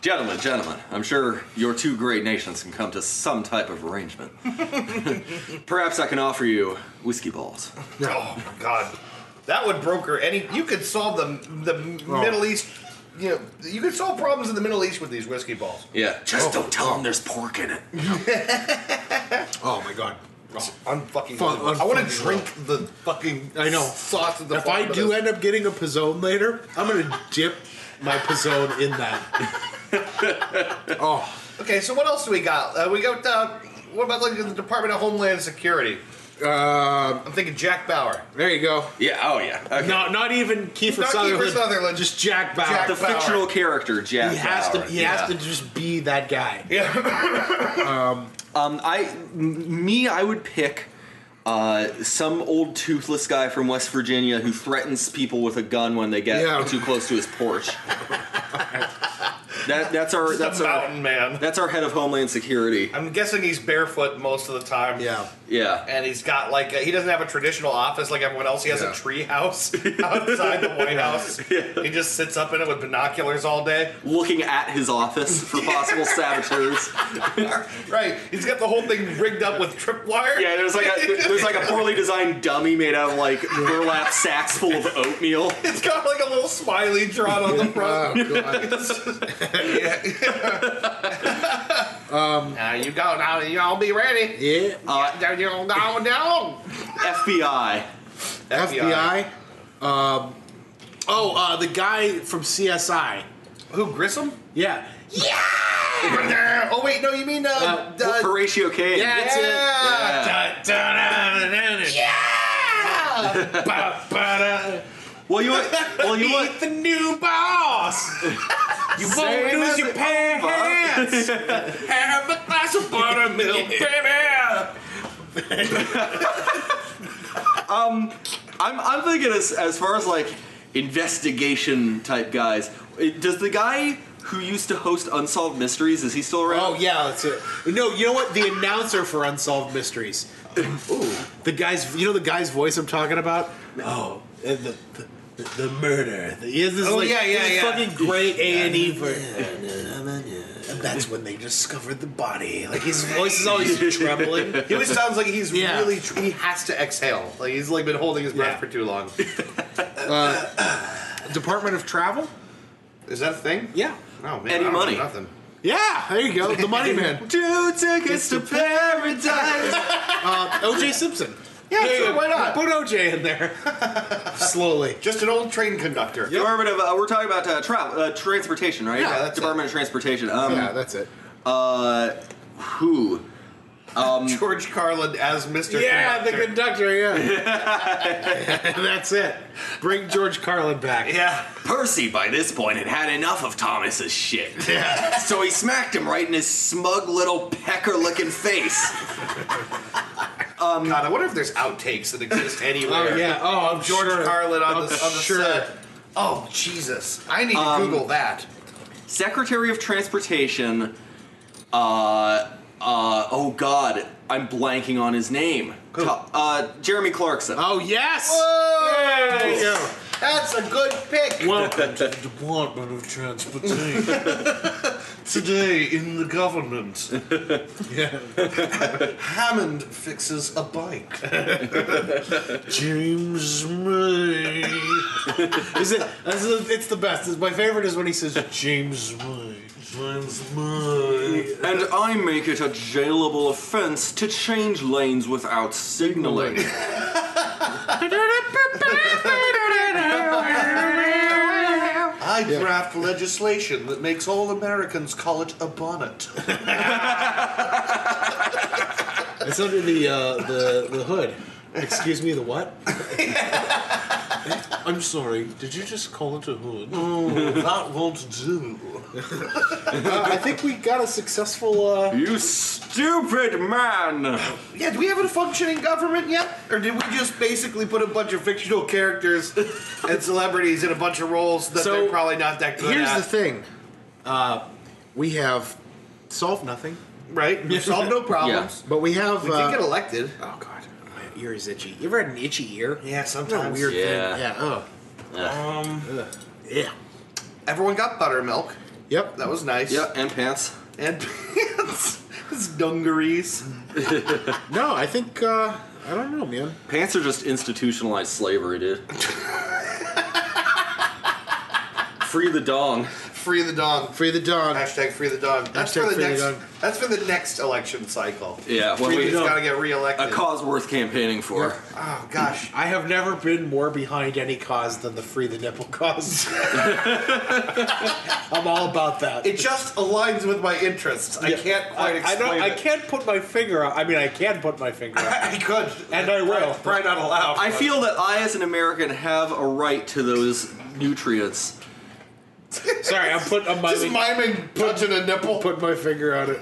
Gentlemen, gentlemen, I'm sure your two great nations can come to some type of arrangement. Perhaps I can offer you whiskey balls. Oh my god, that would broker any. You could solve the the Oh. Middle East. You know, you could solve problems in the Middle East with these whiskey balls. Yeah. Just don't tell them there's pork in it. Oh my god. I'm fucking. Fuck, I want to unfucking drink the fucking. I know. sauce of the. If I bottom of do this. end up getting a pizzone later, I'm gonna dip my pizzone in that. oh, Okay, so what else do we got? Uh, we got. Uh, what about like the Department of Homeland Security? um, I'm thinking Jack Bauer. there you go. Yeah, oh yeah. Okay. No, not even Kiefer Not Kiefer Sutherland. Sutherland. Just Jack Bauer. Jack the Bauer. fictional character, Jack. he has Bauer. to. He Yeah. has to just be that guy. Um, I, m- me, I would pick uh, some old toothless guy from West Virginia who threatens people with a gun when they get Yeah. too close to his porch. that, that's our. That's That's a our. mountain man. That's our head of Homeland Security. I'm guessing he's barefoot most of the time. Yeah. Yeah. And he's got like a, he doesn't have a traditional office like everyone else. He has Yeah. a tree house outside the White House. He just sits up in it with binoculars all day. looking at his office for possible saboteurs. Right. He's got the whole thing rigged up with tripwire. Yeah, there's like a there's like a poorly designed dummy made out of like burlap sacks full of oatmeal. it's got like a little smiley drawn on the front. Uh, Now you go. Now you all be ready. Yeah. Uh, Now you all now now. FBI. FBI. Um, Oh, uh, the guy from CSI. Who Grissom? Yeah. Oh wait, no, you mean uh, uh, Horatio Caine. That's it. Yeah. Ba- ba- Well, you want, well da. you want, Meet the new boss. you won't Same as lose your it- pants. Have a glass of buttermilk, baby. I'm, I'm thinking as, as far as like investigation type guys. it- does the guy who used to host Unsolved Mysteries is he still around? Oh yeah, that's it. No, you know what? The announcer for Unsolved Mysteries. The guy's, you know, the guy's voice I'm talking about. Oh, and the the, the, the murder. He has this Oh, like yeah, yeah, this yeah. fucking great A and E for. And that's when they discovered the body. Like his voice is always trembling. He always sounds like he's Yeah. really tr- he has to exhale. Like he's like been holding his breath Yeah. for too long. Department of Travel. Is that a thing? Yeah. No man. Eddie I don't Money. know Nothing. Yeah, there you go. The Money Man. Two tickets to paradise. O.J. Simpson. Yeah, sure, you go. why not? Put O.J. in there. Slowly. Just an old train conductor. Department of uh, we're talking about uh, travel, uh, transportation, right? Oh, Yeah, that's Department of Transportation. Um, Yeah, that's it. uh, who? George Carlin as Mr. Yeah, the Conductor. conductor. Yeah, and that's it. Bring George Carlin back. Yeah. Percy, by this point, had had enough of Thomas's shit. so he smacked him right in his smug little pecker-looking face. God, I wonder if there's outtakes that exist anywhere. Oh yeah. Oh, I'm George sure. Carlin on, I'm the, on the sure. Um, set. Oh Jesus! I need to Google that. Secretary of Transportation. Uh, uh, oh God, I'm blanking on his name. To- uh, Jeremy Clarkson. Oh yes. There you go. That's a good pick. Welcome to the Department of Transportation. Today in the government, Hammond fixes a bike. James May. is it? This is, it's the best. It's- my favorite is when he says James May. James May. and I make it a jailable offense to change lanes without signaling. I draft legislation that makes all Americans call it a bonnet. It's under the uh, the the hood. Excuse me, the what? I'm sorry. Did you just call it a hood? that won't do. I think we got a successful. Uh, you stupid man! Yeah, do we have a functioning government yet? Or did we just basically put a bunch of fictional characters and celebrities in a bunch of roles that So, they're probably not that good here's at? the thing. Uh, we have solved nothing, right? We solved no problems. but we have. We uh, did get elected. oh God, my ear is itchy. You ever had an itchy ear? Yeah, Isn't that a sometimes. weird Yeah. thing. Yeah. Oh. Um. Yeah. Everyone got buttermilk. Yep. That was nice. Yeah, and pants. And pants. It's dungarees. No, I think. Uh, I don't know, man. Pants are just institutionalized slavery, dude. Free the dong. Free the dog. Free the dog. Hashtag free the dog. That's Hashtag for the free the next. dog. That's for the next election cycle. Yeah, well, we we- just gotta get A reelected. cause worth campaigning for. oh gosh. I have never been more behind any cause than the free the nipple cause. I'm all about that. It just aligns with my interests. I can't quite I, I explain don't. I it. can't put my finger. on I mean, I can put my finger. on I could, And I will. Probably not allowed. I but- feel that I, as an American, have a right to those nutrients. Sorry, I'm putting. I'm just miming, miming punching a nipple. putting my finger on it.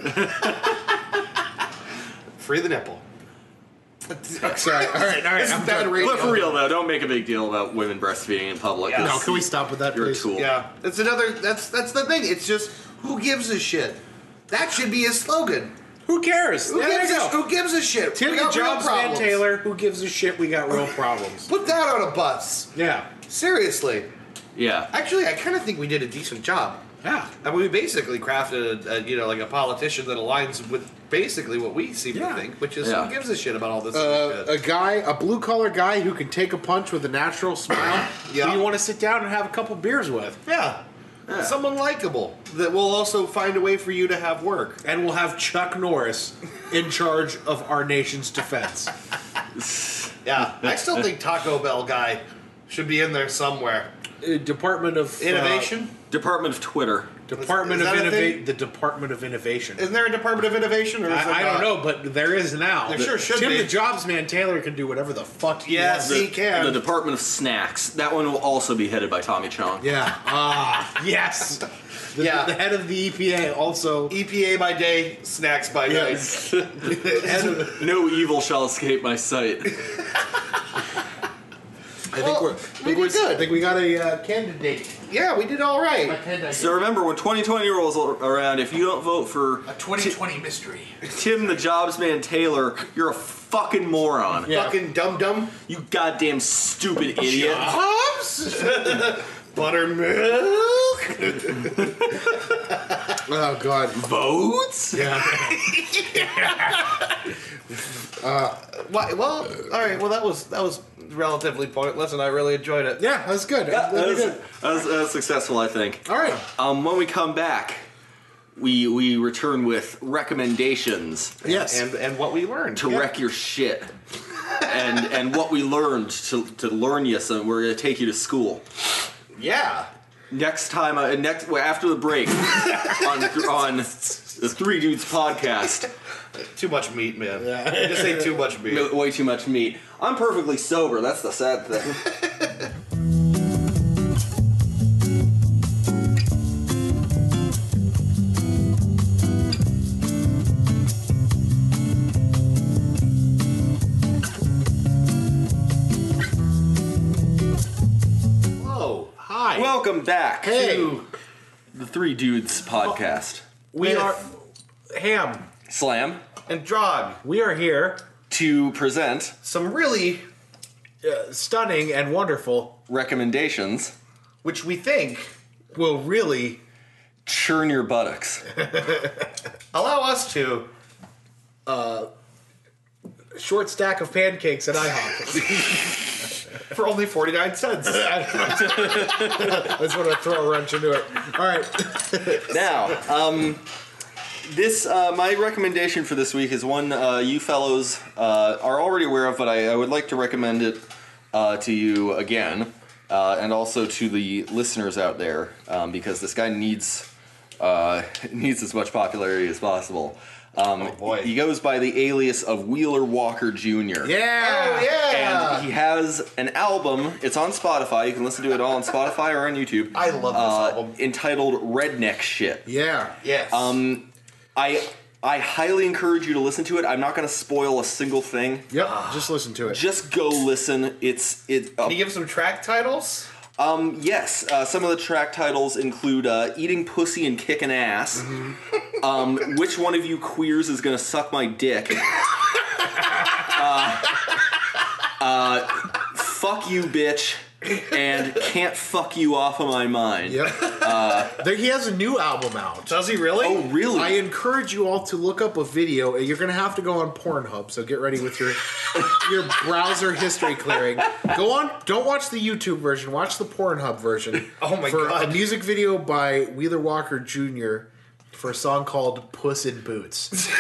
free the nipple. Sorry. All right. All right. Isn't I'm that done. radio? But for real, though, don't make a big deal about women breastfeeding in public. Yeah. No, It's- can we stop with that, You're a please? tool. Yeah, that's another. That's that's the thing. It's just who gives a shit. That should be his slogan. Who cares? Who, Yeah, gives, there a, you go. who gives a shit? Take we the got real jobs, Van problems. Taylor. Who gives a shit? We got real problems. Put that on a bus. Yeah. Seriously. Yeah. Actually, I kind of think we did a decent job. Yeah. I mean, we basically crafted a, a you know like a politician that aligns with basically what we seem Yeah. to think, which is Yeah. who gives a shit about all this Uh, other a shit. guy, a blue collar guy who can take a punch with a natural smile. Yeah. Who you want to sit down and have a couple beers with, yeah. Someone likable that will also find a way for you to have work. and we'll have Chuck Norris in charge of our nation's defense. Yeah, I still think Taco Bell guy should be in there somewhere. Uh, Department of uh, Innovation? Department of Twitter. Department Is of that a Innova- thing? the Department of Innovation. Isn't there a Department of Innovation? Or is there I, I don't not? know, but there is now. There sure should Tim be. the Jobs man Taylor can do whatever the fuck he Yes, wants. he can. The Department of Snacks. That one will also be headed by Tommy Chong. Yeah. Ah, yes. The, Yeah. the head of the EPA also. E EPA by day, snacks by night. No evil shall escape my sight. I think we're. I we think, did we're I good. think Oh, we got a uh, candidate. Yeah, we did all right. So remember, when 2020 rolls ar- around, if you don't vote for A 2020 mystery. Tim the Jobs Man Taylor, you're a fucking moron. Fucking dum dum. You goddamn stupid idiot. Buttermilk. Oh God. Votes? Why, well, all right. Well, that was that was relatively pointless, and I really enjoyed it. Yeah, that's good. Yeah, I'm glad that we was, did. that was- that was successful, I think. All right. Um, when we come back, we we return with recommendations Yes. And and what we learned. to wreck your shit, and and what we learned to to learn you. So we're gonna take you to school Yeah. next time. Uh, next well, after the break on on the Three Dudes podcast. Too much meat, man. Just say too much meat. Way too much meat. I'm perfectly sober. That's the sad thing. Whoa. Hi. Welcome back hey. to the Three Dudes podcast. We are. Ham. Slam And Drog, We are here. to present some really, Uh, stunning and wonderful. recommendations. which we think Will really Churn your buttocks. allow us to. short stack of pancakes at IHOP. For only 49 cents. Oh, I just want to throw a wrench into it. All right. Now, um, this uh, my recommendation for this week is one uh, you fellows uh, are already aware of, but I, I would like to recommend it uh, to you again, uh, and also to the listeners out there, um, because this guy needs uh, needs as much popularity as possible. Um, oh boy. He goes by the alias of Wheeler Walker Jr. Oh, Yeah. yeah. And he has an album. It's on Spotify. You can listen to it all on Spotify or on YouTube. uh, I love this album. Entitled "Redneck Shit." Yeah. Uh, yes. Um, I I highly encourage you to listen to it. I'm not going to spoil a single thing. Yep. Just listen to it. Just go listen. It's it. uh, Can you give some track titles? um yes, uh, some of the track titles include uh, "Eating Pussy and Kicking Ass." um, which one of you queers is going to suck my dick? uh, uh, uh, fuck you, bitch, and can't fuck you off of my mind. Yep. there, he has a new album out. Does he really? Oh really? I encourage you all to look up a video. You're gonna have to go on Pornhub, so get ready with your your browser history clearing. Go on. Don't watch the YouTube version. Watch the Pornhub version. Oh my for God. A music video by Wheeler Walker Jr. for a song called "Puss in Boots."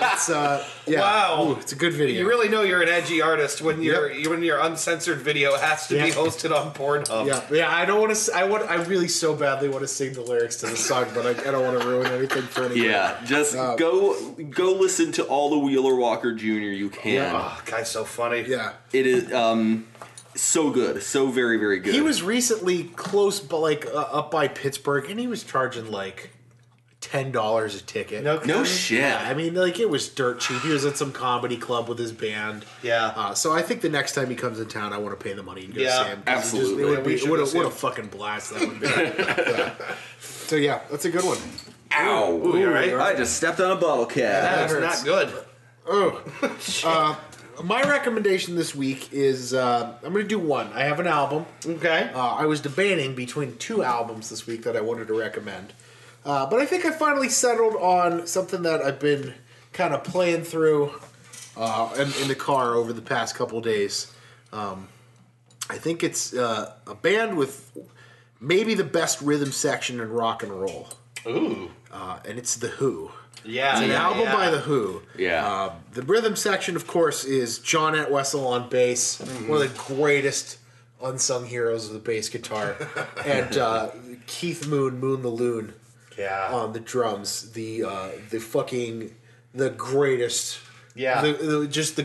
it's uh, yeah. Wow. Ooh, it's a good video. You really know you're an edgy artist when your when your uncensored video has to be Yep. hosted on Pornhub. Oh, Yeah, yeah. I don't want to. I want. I really so badly want to sing the lyrics to the song, but I, I don't want to ruin anything for anyone. Yeah, just go go listen to all the Wheeler Walker Jr. you can. Oh, guy's so funny. yeah. It is um so good, so very very good. He was recently close, but like uh, up by Pittsburgh, and he was charging like ten dollars a ticket. No, no kidding? shit. Yeah, I mean, like it was dirt cheap. He was at some comedy club with his band. Yeah. Uh, so I think the next time he comes in town, I want to pay the money and go Yeah, see him. 'cause it just- absolutely. It would We be, should what, go see a, what a him. fucking blast that would be. Yeah. So yeah, that's a good one. Ow! you all right? I just stepped on a bottle cap. That's not good. Oh, uh, my recommendation this week is uh, I'm going to do one. I have an album. Okay. Uh, I was debating between two albums this week that I wanted to recommend, uh, but I think I finally settled on something that I've been kind of playing through uh, in, in the car over the past couple days. Um, I think it's uh, a band with maybe the best rhythm section in rock and roll, Ooh. uh, and it's The Who. Yeah. It's an yeah, album yeah. by The Who. Yeah. Uh, the rhythm section, of course, is John Entwistle on bass, one of the greatest unsung heroes of the bass guitar, and uh, Keith Moon, Moon the Loon, Yeah. Um, uh, on the drums. The uh, the fucking the greatest Yeah. The- the- just the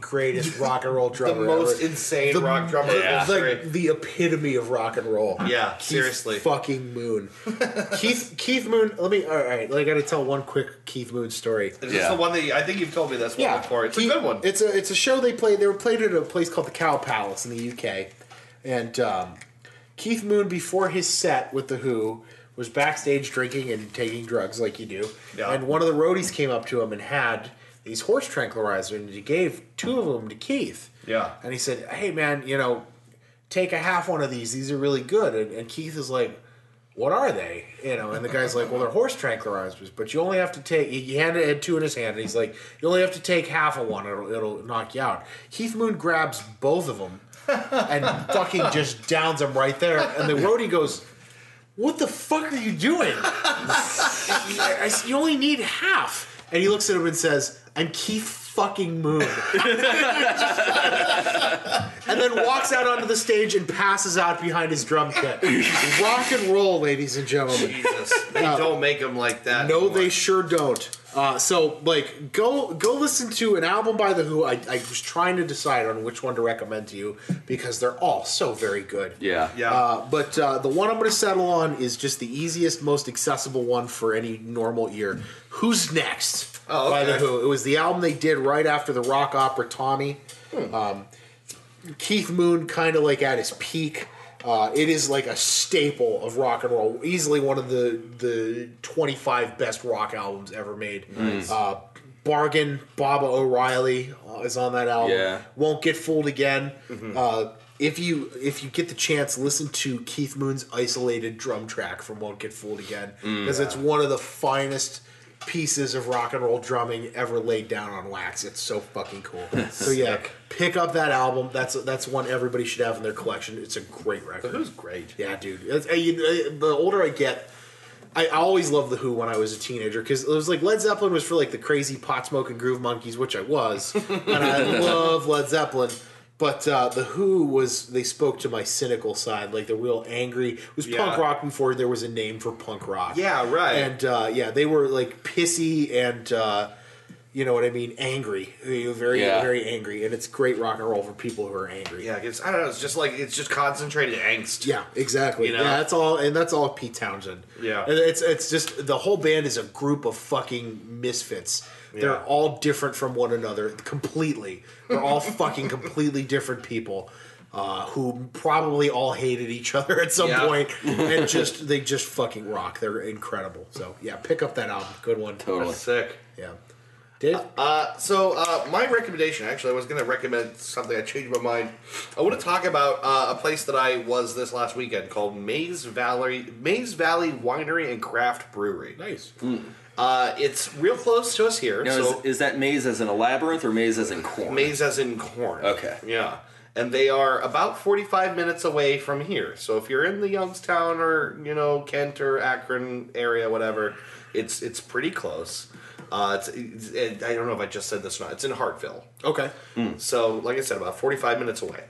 greatest rock and roll the drummer. most ever. insane The- rock drummer in It's history. like the epitome of rock and roll. Yeah, Keith seriously. Fucking Moon. Keith Keith Moon. Let me. All right. I got to tell one quick Keith Moon story. Is Yeah. this the one that you, I think you've told me this one before? It's He- a good one. It's a it's a show they played. They were played at a place called the Cow Palace in the UK, and um, Keith Moon before his set with the Who was backstage drinking and taking drugs like you do. Yeah. And one of the roadies came up to him and had these horse tranquilizers, and he gave two of them to Keith. Yeah. And he said, "Hey man, you know, take a half one of these. These are really good." And, and Keith is like. What are they? You know, and the guy's like, "Well, they're horse tranquilizers, but you only have to take." He had, had two in his hand, and he's like, "You only have to take half of one; it'll, it'll knock you out." Keith Moon grabs both of them and fucking just downs them right there. And the roadie goes, "What the fuck are you doing? I- I s- you only need half." And he looks at him and says, "I'm Keith fucking Moon," and then walks out onto the stage and passes out behind his drum kit. Rock and roll, ladies and gentlemen. Jesus, they don't make them like that. No, anymore. they sure don't. Uh, so, like, go go listen to an album by the Who. I, I was trying to decide on which one to recommend to you because they're all so very good. Yeah. Yeah. Uh, but uh, the one I'm going to settle on is just the easiest, most accessible one for any normal ear. Who's next? Oh, By the okay. Who. It was the album they did right after the rock opera Tommy. Hmm. Um, Keith Moon, kind of like at his peak. Uh, it is like a staple of rock and roll. Easily one of the the 25 best rock albums ever made. Uh, Bargain, Baba O'Reilly uh, is on that album. Yeah. Won't get fooled again. Uh, if you if you get the chance, listen to Keith Moon's isolated drum track from Won't Get Fooled Again because it's one of the finest pieces of rock and roll drumming ever laid down on wax. It's so fucking cool. so yeah, pick up that album. That's that's one everybody should have in their collection. It's a great record. Who's great? Yeah, dude. It's- uh, you- uh, the older I get, I I always loved the Who when I was a teenager because it was like Led Zeppelin was for like the crazy pot smoking groove monkeys, which I was, and I love Led Zeppelin. But uh, the Who was they spoke to my cynical side, like the real angry. It was punk Yeah. rock before there was a name for punk rock. Yeah, right. And uh, yeah, they were like pissy and. Uh, you know what I mean? Angry, They were very, Yeah. very angry, and it's great rock and roll for people who are angry. Yeah, it's, I don't know. It's just like it's just concentrated angst. Yeah, exactly. You know? Yeah, that's all, and that's all Pete Townsend. Yeah. and it's it's just the whole band is a group of fucking misfits. Yeah. They're all different from one another completely. They're all fucking completely different people uh, who probably all hated each other at some Yeah. point, and just they just fucking rock. They're incredible. So yeah, pick up that album. Good one. Totally. Sick. Yeah. Did Uh, so uh, my recommendation, actually, I was going to recommend something. I changed my mind. I want to talk about uh, a place that I was this last weekend called Maze Valley Maze Valley Winery and Craft Brewery. Nice. Uh, it's real close to us here. Now, so is, is that maze as in a labyrinth or maze as in corn? Maize as in corn. Okay. Yeah. And they are about 45 minutes away from here. So if you're in the Youngstown or, you know, Kent or Akron area, whatever, it's it's pretty close. Uh, it's, it's, it, I don't know if I just said this or not. It's in Hartville. okay. So, like I said, about 45 minutes away.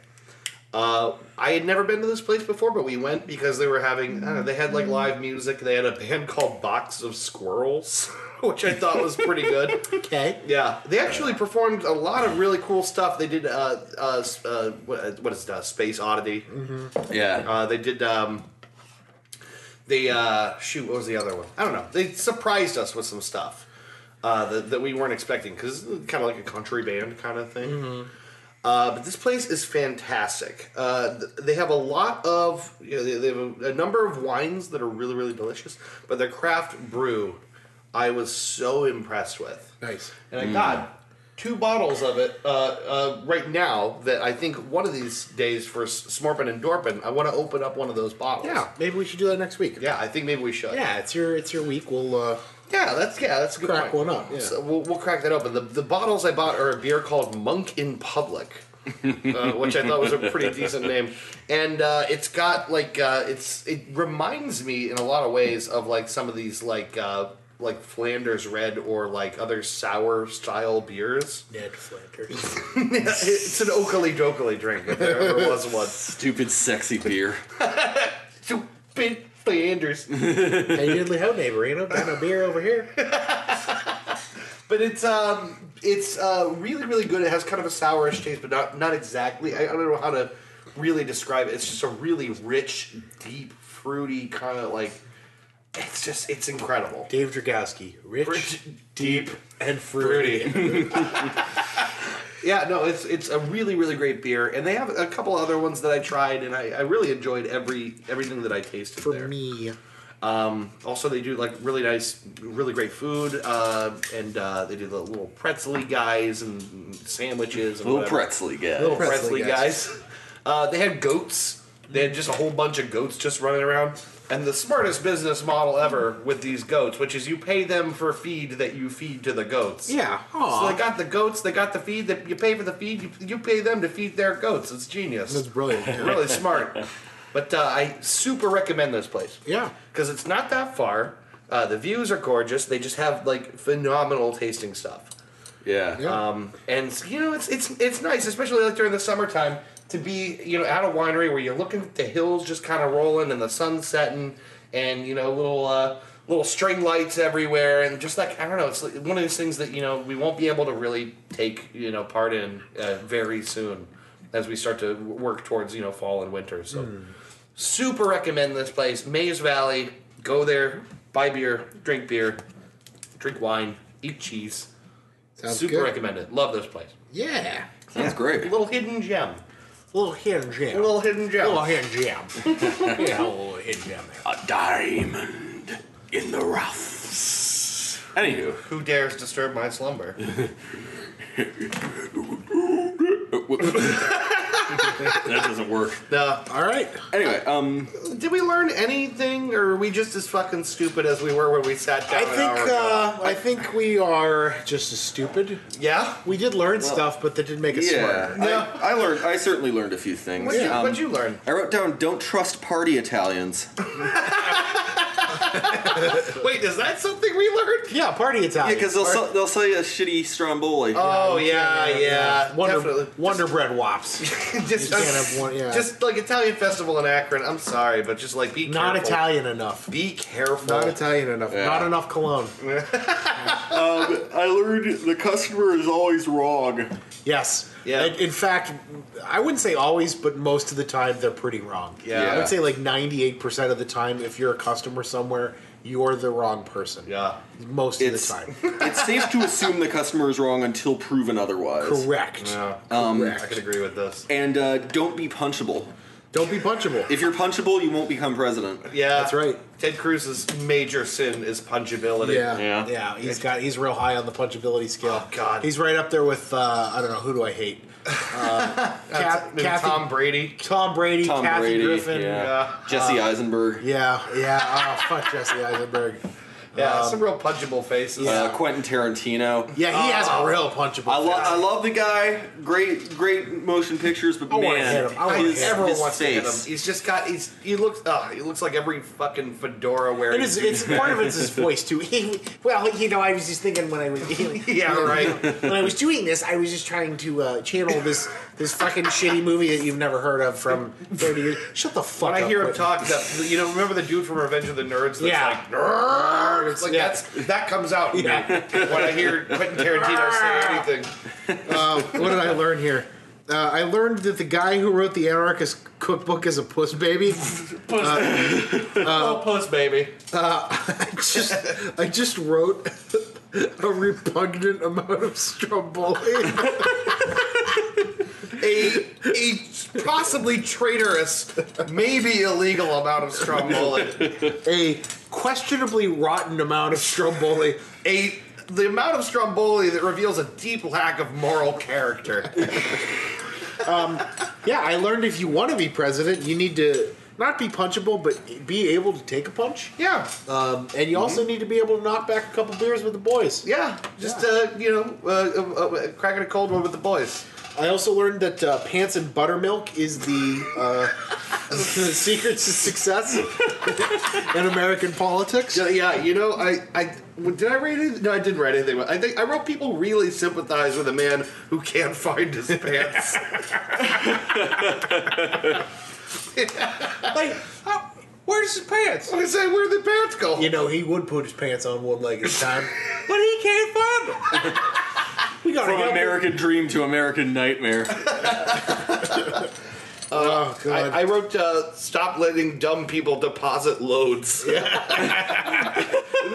Uh, I had never been to this place before, but we went because they were having, I don't know, they had like live music. They had a band called Box of Squirrels, which I thought was pretty good. Okay. Yeah, they actually performed a lot of really cool stuff. They did uh uh, s- uh what, what is it, uh, Space Oddity. Yeah. Uh, they did um they uh shoot what was the other one? I don't know. They surprised us with some stuff uh that, that we weren't expecting because it's kind of like a country band kind of thing. Mm-hmm. Uh, but this place is fantastic. Uh, th- they have a lot of, you know, they, they have a, a number of wines that are really, really delicious. But their craft brew, I was so impressed with. Nice. Mm. And I got two bottles of it uh, uh, right now that I think one of these days for S- Smorpin and Dorpin, I want to open up one of those bottles. Yeah, maybe we should do that next week. Yeah, I think maybe we should. Yeah, it's your it's your week. We'll uh, Yeah, that's yeah, that's a good Crack point. one up, yeah. So we'll, we'll crack that open. The, the bottles I bought are a beer called Monk in Public, uh, which I thought was a pretty decent name, and uh, it's got like uh, it's it reminds me in a lot of ways of like some of these like uh, like Flanders Red or like other sour style beers. Ned Flanders. it's an okily dokily drink if there ever was one. Stupid sexy beer. Stupid Flanders. Hey diddly ho neighbor, you know, got no beer over here. But it's um It's uh, really, really good. It has kind of a sourish taste, but not not exactly. I, I don't know how to really describe it. It's just a really rich, deep, fruity kind of like. It's just it's incredible. Dave Dragowski, rich, Rich, deep, and fruity. fruity. yeah, no, it's it's a really really great beer, and they have a couple other ones that I tried, and I, I really enjoyed every everything that I tasted For there. me, Um, also, they do like really nice, really great food, uh, and uh, they do the little pretzely guys and sandwiches and Little whatever. Pretzely guy. little Pretzely pretzely guys. Uh, they had goats. They had just a whole bunch of goats just running around. And the smartest business model ever with these goats, which is you pay them for feed that you feed to the goats. Yeah. So they got the goats, they got the feed, that you pay for the feed, you, you pay them to feed their goats. It's genius. that's brilliant. Yeah. really smart. But uh, I super recommend this place yeah. because it's not that far. Uh, the views are gorgeous. They just have like phenomenal tasting stuff. Yeah. Yeah. Um, and you know, it's it's it's nice, especially like during the summertime, to be you know at a winery where you're looking at the hills just kind of rolling and the sun setting, and you know little uh, little string lights everywhere, and just like I don't know, it's like one of those things that you know we won't be able to really take you know part in uh, very soon, as we start to work towards you know fall and winter. So, super recommend this place, Maze Valley. Go there, buy beer, drink beer, drink wine, eat cheese. Sounds Super good. recommended. Love this place. Yeah. Sounds great. Little hidden gem. Little hidden jam. Little hidden gem. little hidden jam. yeah, a little hidden jam. there. A diamond in the rough. Anywho, Who dares disturb my slumber? that doesn't work. no. All right. Anyway, um, Did we learn anything, or are we just as fucking stupid as we were when we sat down? I an hour think ago? uh, I think we are just as stupid. yeah. We did learn stuff, but that didn't make us yeah, smarter. Yeah. I, I learned. I certainly learned a few things. What'd, you, Um, what'd you learn? I wrote down: don't trust party Italians. Wait, is that something we learned? Yeah, party Yeah, Italian. because they'll sell, they'll sell you a shitty Stromboli. Oh yeah, yeah, uh, Wonder, definitely. Wonder Bread Wops. just, you can't have one, yeah. just like Italian festival in Akron. I'm sorry, but just like be Not careful. Italian enough. Be careful. Not Italian enough. Yeah. Not enough cologne. I learned the customer is always wrong. Yes. Yeah. In, in fact, I wouldn't say always, but most of the time they're pretty wrong. Yeah. I would say like 98% of the time, if you're a customer somewhere, you're the wrong person. Yeah. Most It's- of the time. It's safe to assume the customer is wrong until proven otherwise. Correct. Yeah. I Correct. could agree with this. And uh, don't be punchable. Don't be punchable. If you're punchable, you won't become president. Yeah. That's right. Ted Cruz's major sin is punchability. Yeah. Yeah. yeah, He's got he's real high on the punchability scale. Oh, God. he's right up there with uh, I don't know who do I hate? Uh, Kath, Maybe Kathy, Tom Brady. Tom Brady, Tom Kathy Brady, Griffin. yeah. Yeah. Uh, Jesse Eisenberg, yeah, yeah. Oh, fuck Jesse Eisenberg. Um, Yeah, some real punchable faces. uh, Quentin Tarantino. Yeah, he has Oh. a real punchable. I, lo- face. I love the guy. Great, great motion pictures, but I wanna man, hit him. I wanna his, hit him. his Everyone wants to hit face. him. He's just got. He's he looks. Uh, he looks like every fucking fedora wearing. It is. It's part of it's his voice too. He, well, you know, I was just thinking when I was yeah, right. when I was doing this, I was just trying to uh, channel this this fucking shitty movie that you've never heard of from thirty years. Shut the fuck When up. I hear him Whitney. talk, that you know, remember the dude from Revenge of the Nerds? That's Yeah. like, "Nerd," it's like Yeah. that's that comes out in me when I hear Quentin Tarantino say anything. what did I learn here? Uh, I learned that the guy who wrote the anarchist cookbook is a puss baby. oh, puss baby. just, I just wrote a repugnant amount of Stromboli. a, a possibly traitorous, maybe illegal amount of stromboli. a questionably rotten amount of Stromboli. A the amount of stromboli that reveals a deep lack of moral character. Um, Yeah, I learned if you want to be president, you need to not be punchable, but be able to take a punch. Yeah, Um, and you also need to be able to knock back a couple beers with the boys. yeah. Just Uh, you know, uh, uh, uh, cracking a cold one with the boys. I also learned that uh, pants and buttermilk is the, uh, the secret to success in American politics. Yeah, yeah, you know, I, I did I write it? No, I didn't write anything. But I think I wrote people really sympathize with a man who can't find his pants. Like, how, where's his pants? I say, where the pants go? You know, he would put his pants on one leg at a time. But he can't find them. we we got From to American Dream to American Nightmare. Oh god. I, I wrote uh, "Stop letting dumb people deposit loads." we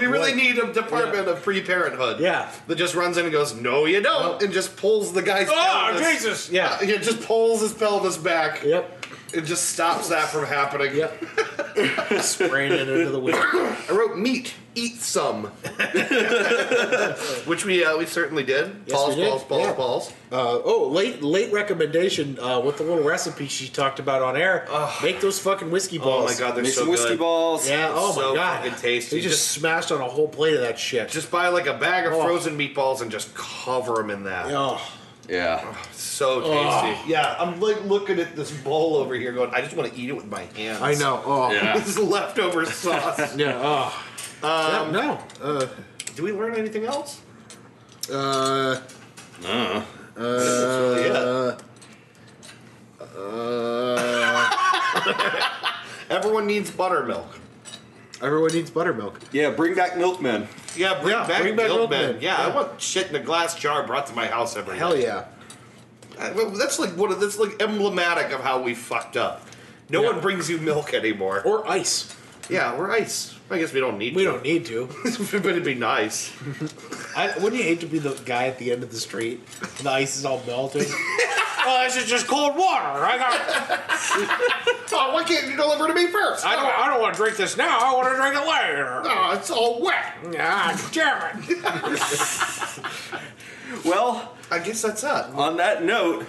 really need a department of pre-parenthood. Yeah. that just runs in and goes, "No, you don't," and just pulls the guy's. Oh, pelvis. Jesus! Yeah. It Uh, just pulls his pelvis back. Yep. It just stops that from happening. Yep. Spraying it into the window. I wrote meat, eat some, which we uh, we certainly did. balls, we did. balls, balls, Yeah. balls. Uh, oh, late late recommendation uh, with the little recipe she talked about on air. Make those fucking whiskey Oh balls. my god, they're Make so some whiskey good. balls. Yeah. Oh So my god. fucking tasty. They just, Just- smashed on a whole plate of that shit. Just buy like a bag of Oh. frozen meatballs and just cover them in that. oh. Yeah. So tasty. Oh. Yeah, I'm like looking at this bowl over here, going, I just want to eat it with my hands. I know. Oh. Yeah. this is leftover sauce. Yeah. Oh. um, No. Uh, Do we learn anything else? uh, yeah. Uh, Everyone needs buttermilk. everyone needs buttermilk. Yeah, bring back Milkman. Yeah, bring back, bring bring back Milkman. Milkman. Yeah, Yeah. I want shit in a glass jar brought to my house every Hell night. yeah. Uh, well, That's like one of that's like emblematic of how we fucked up. No Yeah. one brings you milk anymore. Or ice. yeah, we're ice. I guess we don't need We to. don't need to. but it'd be nice. I, wouldn't you hate to be the guy at the end of the street? The ice is all melted. oh, this is just cold water. I got. Oh, why can't you deliver to me first? I don't. I don't want to drink this now. I want to drink it later. Oh, it's all wet. Ah, damn it. Well, I guess that's it. on that note,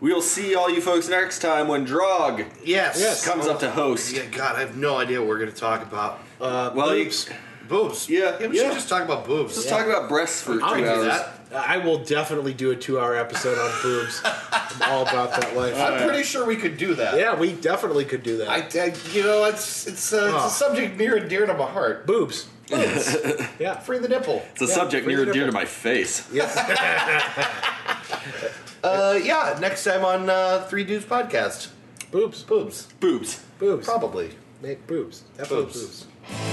we'll see all you folks next time when Drog Yes. comes up to host. Yeah, God, I have no idea what we're gonna talk about. well, you, Oops. Boobs. Yeah, we yeah. should just talk about boobs. let's talk about breasts for I two can do hours. that. I will definitely do a two-hour episode on boobs. I'm all about that life. I'm pretty sure we could do that. yeah, we definitely could do that. I, I you know, it's it's, uh, Oh. it's a subject near and dear to my heart. boobs. yeah. Free the nipple. It's a subject near and dear to my face. Uh, yeah. Next time on uh, Three Dudes Podcast, Boobs. boobs. Boobs. Boobs. Probably. Make boobs. Definitely Boobs. boobs.